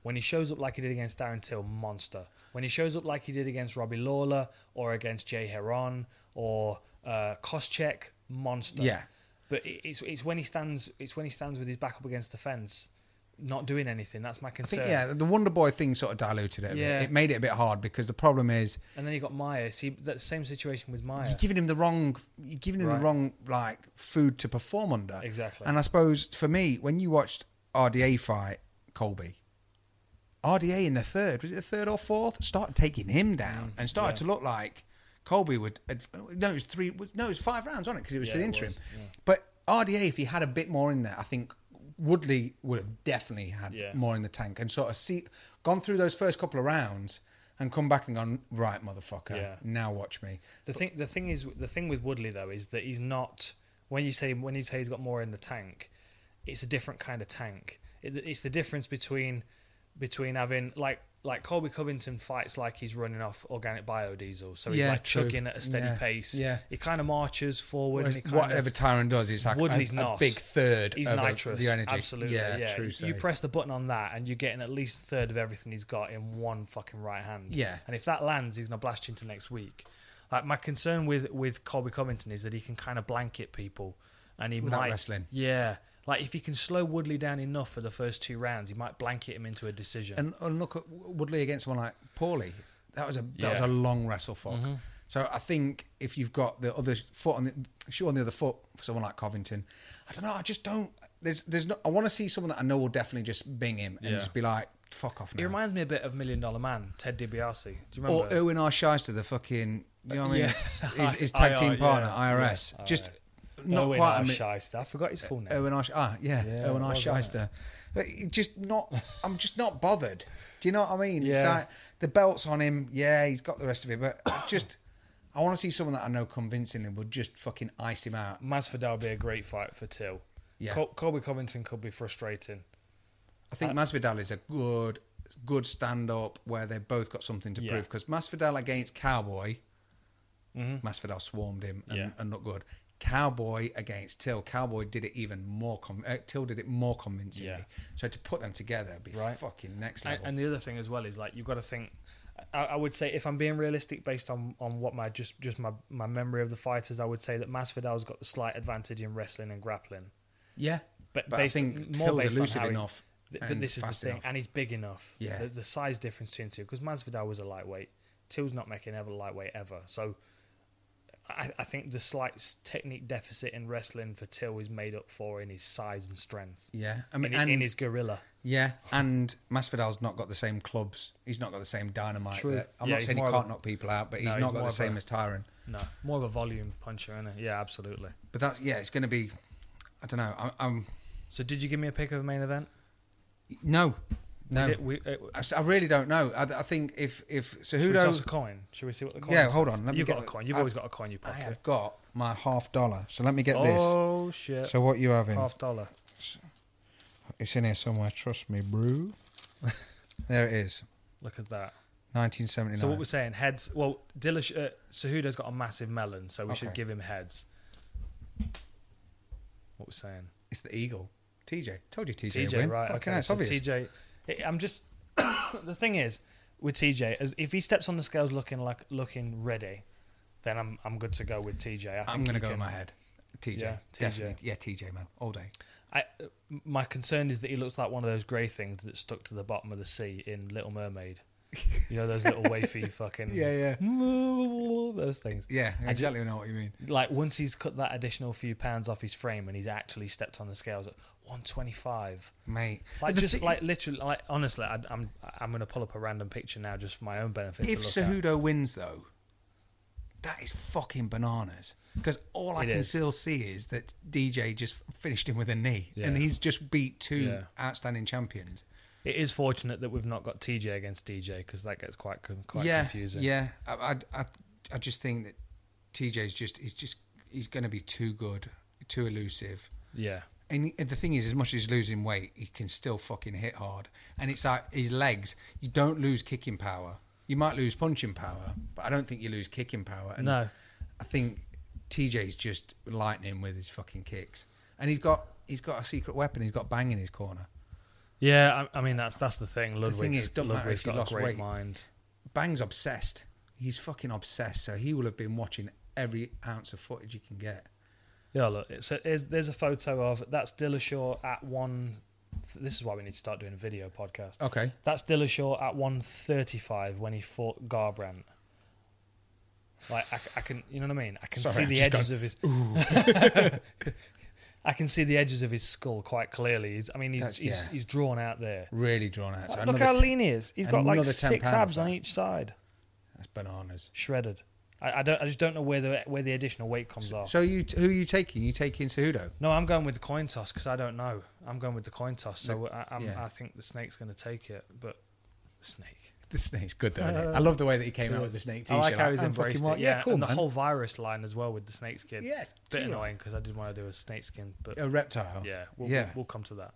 When he shows up like he did against Darren Till, monster. When he shows up like he did against Robbie Lawler or against Jay Heron or uh, Koscheck, monster. Yeah. But it- it's it's when he stands it's when he stands with his back up against the fence not doing anything. That's my I think, concern. yeah, the Wonder Boy thing sort of diluted it. A Yeah. bit. It made it a bit hard because the problem is And then you got Maya. See, that same situation with Maya. you're giving him the wrong, you're giving him Right. the wrong like food to perform under. Exactly. And I suppose for me, when you watched RDA fight Colby, RDA in the third, was it the third or fourth? Started taking him down Mm, and started to look like Colby would. ad- No, it was three. was- No, it was five rounds on it because it was for Yeah, the it interim. was, But RDA, if he had a bit more in there, I think Woodley would have definitely had Yeah. more in the tank and sort of see gone through those first couple of rounds and come back and gone right, motherfucker. Yeah. Now watch me. The thing, the thing is, the thing with Woodley though is that he's not. When you say when you say he's got more in the tank, it's a different kind of tank. It, it's the difference between between having like like Colby Covington fights like he's running off organic biodiesel, so he's Yeah, like true. chugging at a steady Yeah, pace. yeah. he kind of marches forward. and he kind Whatever of, Tyron does, it's like a, Woodley's a not. big third He's of a- nitrous. the energy. Absolutely. Yeah, yeah, true. You so. press the button on that, and you're getting at least a third of everything he's got in one fucking right hand. Yeah. And if that lands, he's gonna blast you into next week. Like my concern with with Colby Covington is that he can kind of blanket people, and he Without might wrestling. Yeah. Like if he can slow Woodley down enough for the first two rounds, he might blanket him into a decision. and, and look at Woodley against someone like Paulie. That was a that was Yeah. a long wrestle fuck. Mm-hmm. So I think if you've got the other foot on the shoe on the other foot for someone like Covington, I don't know. I just don't. There's there's no. I want to see someone that I know will definitely just bing him and Yeah. just be like, fuck off he now. reminds me a bit of Million Dollar Man, Ted DiBiase. Do you remember? Or uh, Erwin R. Shyster, the fucking you know what I mean, his, his I- tag I- team yeah, partner, IRS. Just not Erwin quite R. a mi- Shyster. I forgot his full name. Owen Arsh, ah, yeah, Yeah, Owen it R. was, wasn't Shyster. But it just not, I'm just not bothered. Do you know what I mean? It's Yeah. like the belt's on him. Yeah, he's got the rest of it, but I just, I want to see someone that I know convincingly would just fucking ice him out. Masvidal would be a great fight for Till. Yeah. Col- Colby Covington could be frustrating. I Uh, think Masvidal is a good, good stand up where they've both got something to Yeah. prove. Because Masvidal against Cowboy, Masvidal swarmed him and, Mm-hmm. Yeah. and looked good. Cowboy against Till, Cowboy did it even more. Con- uh, Till did it more convincingly. Yeah. So to put them together would be Right. fucking next And, level. and the other thing as well is like you've got to think. I, I would say if I'm being realistic based on, on what my just just my, my memory of the fighters, I would say that Masvidal's got the slight advantage in wrestling and grappling. Yeah, But, I based, think more Till's based on elusive how he- enough. th- but and this is the fast thing, enough. and he's big enough. Yeah. the, the size difference between two because Masvidal was a lightweight, Till's not making ever lightweight ever. So, I, I think the slight s- technique deficit in wrestling for Till is made up for in his size and strength. yeah, I I mean, mean, in, and, his gorilla. yeah, and Masvidal's not got the same clubs. He's not got the same dynamite. True. That, I'm Yeah, not he's saying he more of can't a- knock people out, but No, he's he's not got more the of same a- as Tyron. No, more of a volume puncher, isn't it? Yeah, absolutely. But that's yeah, it's going to be. I don't know. I'm, I'm So, did you give me a pick of a main event? no, no. Did we, uh, I, s- I really don't know. I, I think if if should we toss a Cejudo, coin? Should we see what the coin? Yeah, says? hold on, let me You've get got a the- coin. You've I've- always got a coin. You I pocket. have got my half dollar. So let me get this. Oh shit! So what you having? half dollar. It's in here somewhere. Trust me, brew. there it is. Look at that. 1979. So what we're saying, heads. Well, Dillish, uh, Cejudo's got a massive melon, so we should Okay. give him heads. What we're saying, It's the eagle. TJ. Told you TJ, TJ, win. right? Fucking okay, hell, it's so obvious. TJ, I- I'm just. the thing is, with TJ, as- if he steps on the scales looking like looking ready, then I'm I'm good to go with TJ. I think I'm going to he go with can- my head. TJ. Yeah, TJ. Definitely. Yeah, TJ, man. All day. I, my concern is that he looks like one of those grey things that's stuck to the bottom of the sea in Little Mermaid. You know those little wavy fucking yeah. those things. Yeah, I exactly know what you mean. Like once he's cut that additional few pounds off his frame and he's actually stepped on the scales at 125. Mate. Like The just thi- like literally, like honestly, I, I'm I'm gonna pull up a random picture now just for my own benefit. if to look at. Cejudo wins, though, that is fucking bananas. Because all I It can is. still see is that DJ just finished him with a knee. And Yeah. he's just beat two Yeah. outstanding champions. it is fortunate that we've not got TJ against DJ because that gets quite con- quite yeah, confusing. Yeah, I, I, I, I just think that TJ's just, he's just, he's going to be too good, too elusive. yeah. And the thing is, as much as he's losing weight, he can still fucking hit hard. And it's like his legs, you don't lose kicking power. You might lose punching power, but I don't think you lose kicking power. And No. I think TJ's just lightning with his fucking kicks. And he's got he's got a secret weapon. He's got Bang in his corner. Yeah, I, I mean that's that's the thing. Ludwig's, is, it doesn't matter Ludwig's if you got a lost great weight. mind. Bang's obsessed. He's fucking obsessed. So he will have been watching every ounce of footage he can get. Yeah, look, it's a, it's, there's a photo of that's Dillashaw at one This is why we need to start doing a video podcast. Okay. That's Dillashaw at 135 when he fought Garbrandt. Like I, c- I can, you know what I mean. I can Sorry, see I've the just edges of his. I can see the edges of his skull quite clearly. He's, I mean, he's That's- he's, yeah. he's drawn out there. Really drawn out. So Look another how t- lean he is. He's got like another 10 six pound off abs on that. each side, That's bananas. shredded. I, I don't. I just don't know where the where the additional weight comes off. So you, who are you taking? You taking Cejudo? No, I'm going with the coin toss because I don't know. I'm going with the coin toss, so I, I'm, yeah. I think the snake's going to take it. But snake. The snake's good though. Isn't it? I love the way that he came out with the snake Uh, I t-shirt. like how he's I'm embraced fucking it. right. Yeah, Yeah, cool and the man. whole virus line as well with the snake skin. Yeah, bit too right. annoying because I did want to do a snake skin, but a reptile. yeah, we'll, Oh, yeah. We'll, we'll come to that.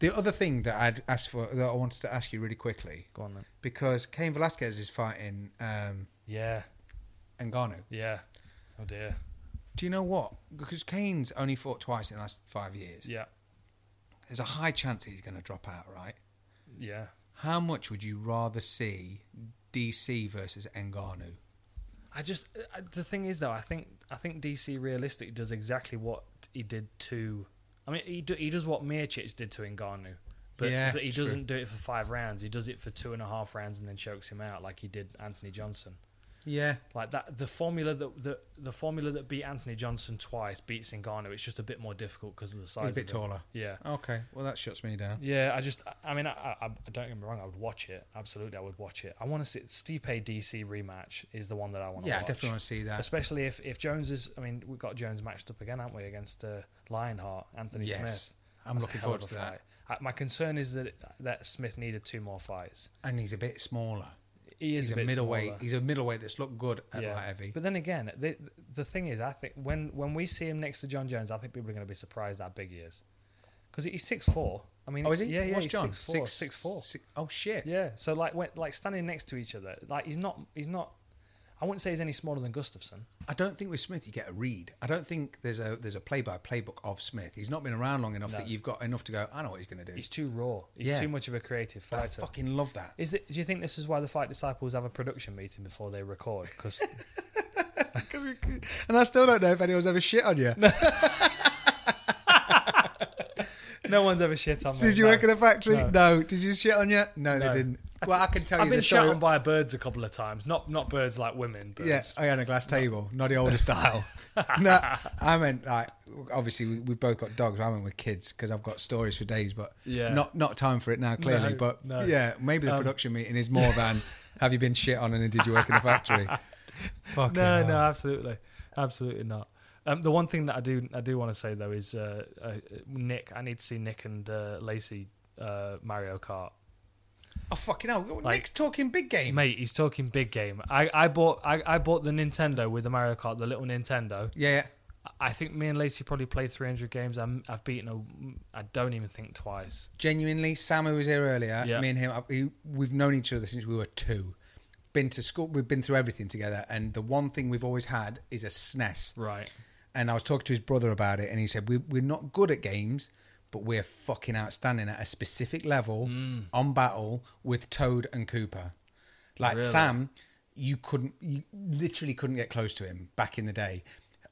the other thing that I'd asked for, that I wanted to ask you really quickly, Go on then. because Cain Velasquez is fighting um, Yeah, Ngannou. yeah. Oh dear. Do you know what? Because Kane's only fought twice in the last five years. Yeah, There's a high chance he's going to drop out, right? yeah. How much would you rather see DC versus Ngannou? I just I, the thing is though, I think I think DC realistically does exactly what he did to. I mean, he do, he does what Miocic did to Ngannou, but, Yeah, but he true. doesn't do it for five rounds. He does it for two and a half rounds and then chokes him out like he did Anthony Johnson. Yeah, Like that, the formula that the, the formula that beat Anthony Johnson twice beats Ngannou. It's just a bit more difficult because of the size. he's a bit of it. taller. Oh. Yeah. Okay, well that shuts me down. Yeah, I just, I mean, I, I, I don't get me wrong. I would watch it. Absolutely, I would watch it. I want to see Stipe DC rematch is the one that I want to Yeah, I watch. definitely want to see that. Especially if, if Jones is, I mean, we've got Jones matched up again, haven't we, against uh, Lionheart, Anthony Yes. Smith. I'm a looking hell forward of a to that. fight. I, my concern is that that Smith needed two more fights. And he's a bit smaller. He is He's a, a, bit middleweight. smaller. He's a middleweight that's looked good at light heavy. But then again, the the thing is, I think when when we see him next to John Jones, I think people are going to be surprised how big he is because he's six four. I mean, oh, is he? Yeah, yeah, What's he's John? six four, six four. six- oh shit! Yeah, so like when, like standing next to each other, like he's not he's not. I wouldn't say he's any smaller than Gustafsson. I don't think with Smith you get a read. I don't think there's a there's a play by playbook of Smith. He's not been around long enough that you've got enough to go. I know what he's going to do. He's too raw. He's Yeah. too much of a creative I fighter. fucking love that. Is it, do you think this is why the Fight Disciples have a production meeting before they record? Because Cause we, and I still don't know if anyone's ever shit on you. no one's ever shit on me. Did you no. work in a factory? No. No. Did you shit on you? No, they didn't. Well, I can tell I've you been the shot story. on by birds a couple of times. Not not birds like women. Birds. yeah, I on a glass table, not the older style. no, I meant like obviously we, we've both got dogs. I went with kids because I've got stories for days, but Yeah. not not time for it now clearly. No, but no. Um, yeah, maybe the production meeting is more than have you been shit on and then did you work in a factory? Fucking no, hell. no, absolutely, absolutely not. Um, the one thing that I do, I do want to say though is uh, uh, Nick. I need to see Nick and uh, Lacey uh, Mario Kart. Oh fucking hell! Nick's talking big game. Mate, he's talking big game. I, I bought, I, I bought the Nintendo with the Mario Kart, the little Nintendo. Yeah, yeah. I think me and Lacey probably played 300 games. I'm, I've beaten a, I don't even think twice. genuinely, Sam, who was here earlier, Yeah. me and him, we, we've known each other since we were two. Been to school, we've been through everything together, and the one thing we've always had is a E SNES. Right. And I was talking to his brother about it, and he said, we, We're not good at games, but we're fucking outstanding at a specific level on battle with Toad and Cooper. Like, Sam, you couldn't, you literally couldn't get close to him back in the day.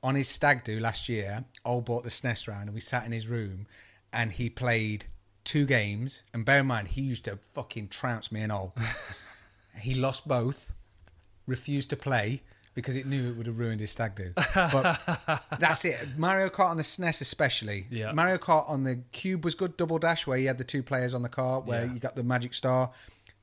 On his stag do last year, Ol bought the SNES round, and we sat in his room, and he played two games. And bear in mind, he used to fucking trounce me and all. he lost both, refused to play because it knew it would have ruined his stag do. But that's it. Mario Kart on the SNES, especially. Yeah. Mario Kart on the Cube was good. Double Dash, where you had the two players on the cart, where you got the Magic Star.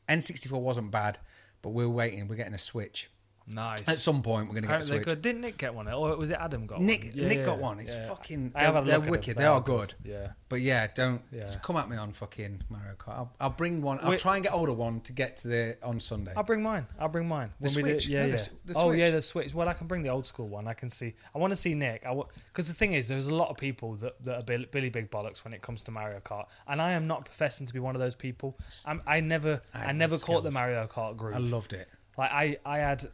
N64 wasn't bad, but we're waiting. We're getting a Switch. Nice. At some point, we're going to get a Apparently Switch. good. Didn't Nick get one, or was it Adam got Nick, one? Yeah, Nick yeah, got one. It's yeah. fucking. I have They're, had a they're look at wicked. them. They, are good. Yeah. But yeah, don't Yeah. come at me on fucking Mario Kart. I'll, I'll bring one. I'll Wait. try and get older one to get to the on Sunday. I'll bring mine. I'll bring mine. The we do- Switch? yeah, No, the yeah. s- the oh, yeah, Switch. the Switch. Well, I can bring the old school one. I can see. I want to see Nick. I because the thing is, there's a lot of people that, that are Billy, Billy Big Bollocks when it comes to Mario Kart, and I am not professing to be one of those people. I'm, I never, I, had never the caught the skills. Mario Kart groove. I loved it. like I, I had,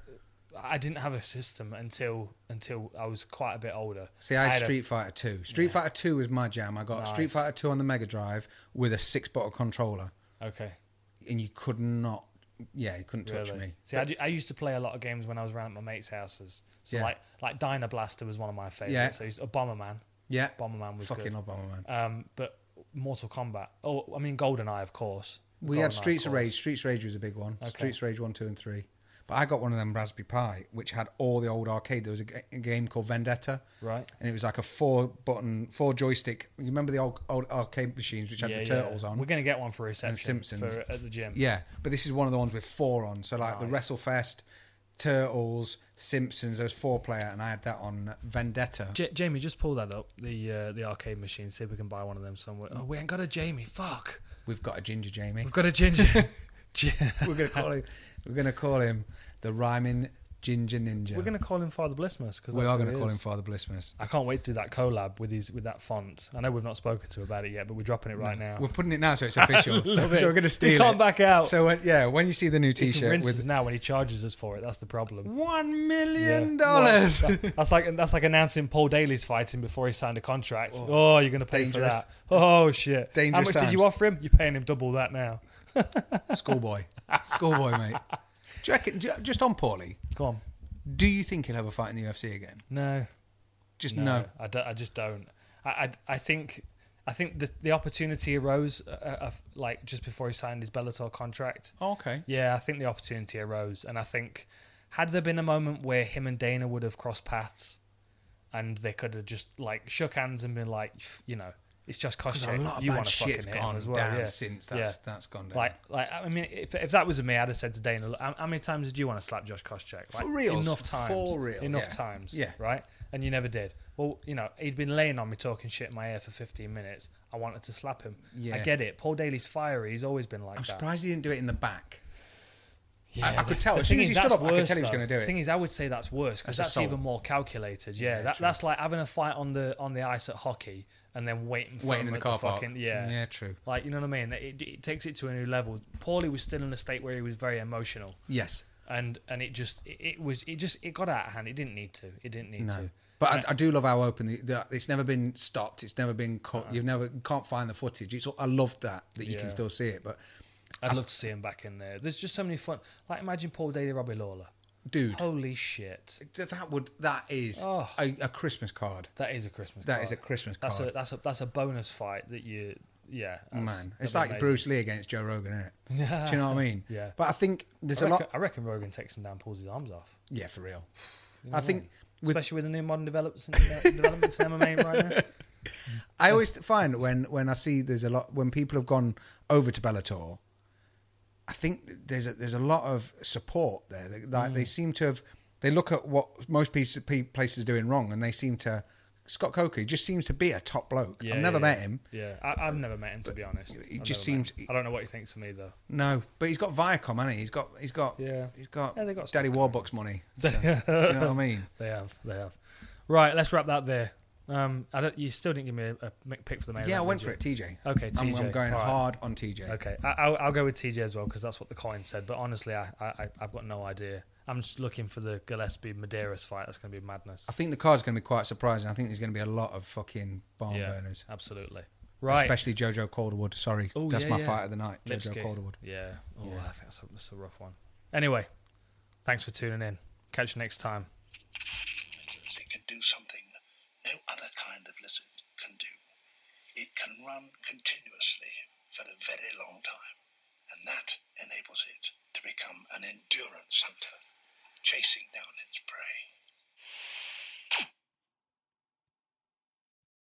I didn't have a system until until I was quite a bit older. See, I had a- Street Fighter Two. Street Fighter Two was my jam. I got Street Nice. Fighter Two on the Mega Drive with a six bottle controller, okay. and you could not. Yeah, you couldn't touch Really? me. See, I, ju- I used to play a lot of games when I was around at my mates' houses. So Yeah. like like Dino Blaster was one of my favorites. Yeah. So he's a Bomberman. Yeah, Bomberman was fucking good. love Bomberman. Um, but Mortal Kombat? Oh, I mean GoldenEye, of course. We GoldenEye, had of Streets of course. Rage. Streets of Rage was a big one. Streets of Rage 1, 2, and 3. But I got one of them Raspberry Pi, which had all the old arcade. There was a, g- a game called Vendetta. Right. And it was like a four button, four joystick. You remember the old, old arcade machines which had the turtles on? We're going to get one for reception. Simpsons. for, uh, at the gym. Yeah, but this is one of the ones with four on. So like the WrestleFest, Turtles, Simpsons. There was four player, and I had that on Vendetta. J- Jamie, just pull that up the uh, the arcade machine. See if we can buy one of them somewhere. Oh, we ain't got a Jamie. Fuck, We've got a ginger Jamie. we've got a ginger. Gi- we're gonna call him. We're gonna call him the rhyming ginger ninja. We're going to call him Father Blissmas because We are gonna call him Father Blissmas. I can't wait to do that collab with his with that font. I know we've not spoken to about it yet, but we're dropping it right now. We're putting it now, so it's official. so, love it. so we're gonna You steal can't it. back out. So when, yeah, when you see the new He can T-shirt rinse with us now when he charges us for it. That's the problem. one million Yeah. dollars, That's like that's like announcing Paul Daly's fighting before he signed a contract. Oh, you're going to pay dangerous. for that. Oh shit! How Dangerous much times. did you offer him? You're paying him double that now. schoolboy, schoolboy, mate. Do you reckon, do you- just on Paulie, Come on. do you think he'll ever fight in the UFC again? No, Just no, no. I, don't- I just don't. I, I, I think I think the, the opportunity arose uh, uh, like just before he signed his Bellator contract. Oh, okay. Yeah, I think the opportunity arose, and I think had there been a moment where him and Dana would have crossed paths, and they could have just like shook hands and been like, "F- you know, it's just cost Because a lot of you bad want to fucking shit's hit him gone as well. down yeah. since that's- that's gone down. Like, like I mean, if, if that was me, I'd have said to Dana, "Look, how, how many times did you want to slap Josh Koscheck? Like, For reals. enough times, For real, enough yeah. times, Yeah. right? And you never did. Well, you know, he'd been laying on me talking shit in my ear for 15 minutes. I wanted to slap him. I Yeah. get it. Paul Daly's fiery. He's always been like I'm that. surprised he didn't do it in the back. Yeah, I- I could the- tell. the As soon thing as is he stood that's up, I could worse, tell he was though. gonna do The it. thing is, I would say that's worse because That's that's, assault. even more calculated. Yeah, that, that's like having a fight on the on the ice at hockey and then waiting for Waiting him in the at car park. Fucking, yeah, Yeah, true. Like you know what I mean? It, it takes it to a new level. Paulie was still in a state where he was very emotional, Yes. and and it just it, it was it just it got out of hand. It didn't need to. It didn't need to. But I, I do love how open the, the, it's never been stopped. It's never been cut. You've never you can't find the footage. It's I love that that you Yeah. can still see it. But I'd love to see him back in there. There's just so many fun. Like imagine Paul Daly, Robbie Lawler. dude, Holy shit! th- that would that is Oh. a, a Christmas card. That is a Christmas. That card. is a Christmas That's a card. that's a that's a bonus fight that you yeah that's- Man, it's that'd like be amazing. Bruce Lee against Joe Rogan, isn't it? Do you know what I mean? Yeah. But I think there's I a reckon, lot. I reckon Rogan takes him down, pulls his arms off, Yeah, for real. I think with especially with the new modern developments in, developments in MMA right now. I always find when when I see there's a lot when people have gone over to Bellator, I think there's a, there's a lot of support there. They, like Mm. they seem to have they look at what most pieces, pe- places are doing wrong, and they seem to Scott Coker he just seems to be a top bloke. Yeah, I've never yeah, met yeah. him. Yeah, I, I've never met him to be honest. it I've just never met seems- him. I don't know what he thinks of me though. No, but he's got Viacom, hasn't he? He's got he's got Yeah. he's got, Yeah, they got Daddy Warbucks money. So, do you know what I mean? They have, they have. Right, let's wrap that there. Um, I don't, you still didn't give me a, a m- pick for the main. Yeah, I event, went did for you? it, TJ. Okay, I'm, TJ. I'm going All right. hard on TJ. Okay, I, I'll, I'll go with TJ as well because that's what the coin said. But honestly, I, I I- I've got no idea. I'm just looking for the Gillespie Medeiros fight. That's going to be madness. I think the card's going to be quite surprising. I think there's going to be a lot of fucking barn yeah, burners. absolutely. Right. especially Jojo Calderwood. Sorry, Oh, that's yeah, my yeah. fight of the night, Jojo Lipski. Calderwood. Yeah. Oh, I think that's a, that's a rough one. Anyway, thanks for tuning in. Catch you next time. It can do something no other kind of lizard can do. It can run continuously for a very long time, and that enables it to become an endurance hunter, chasing down its prey.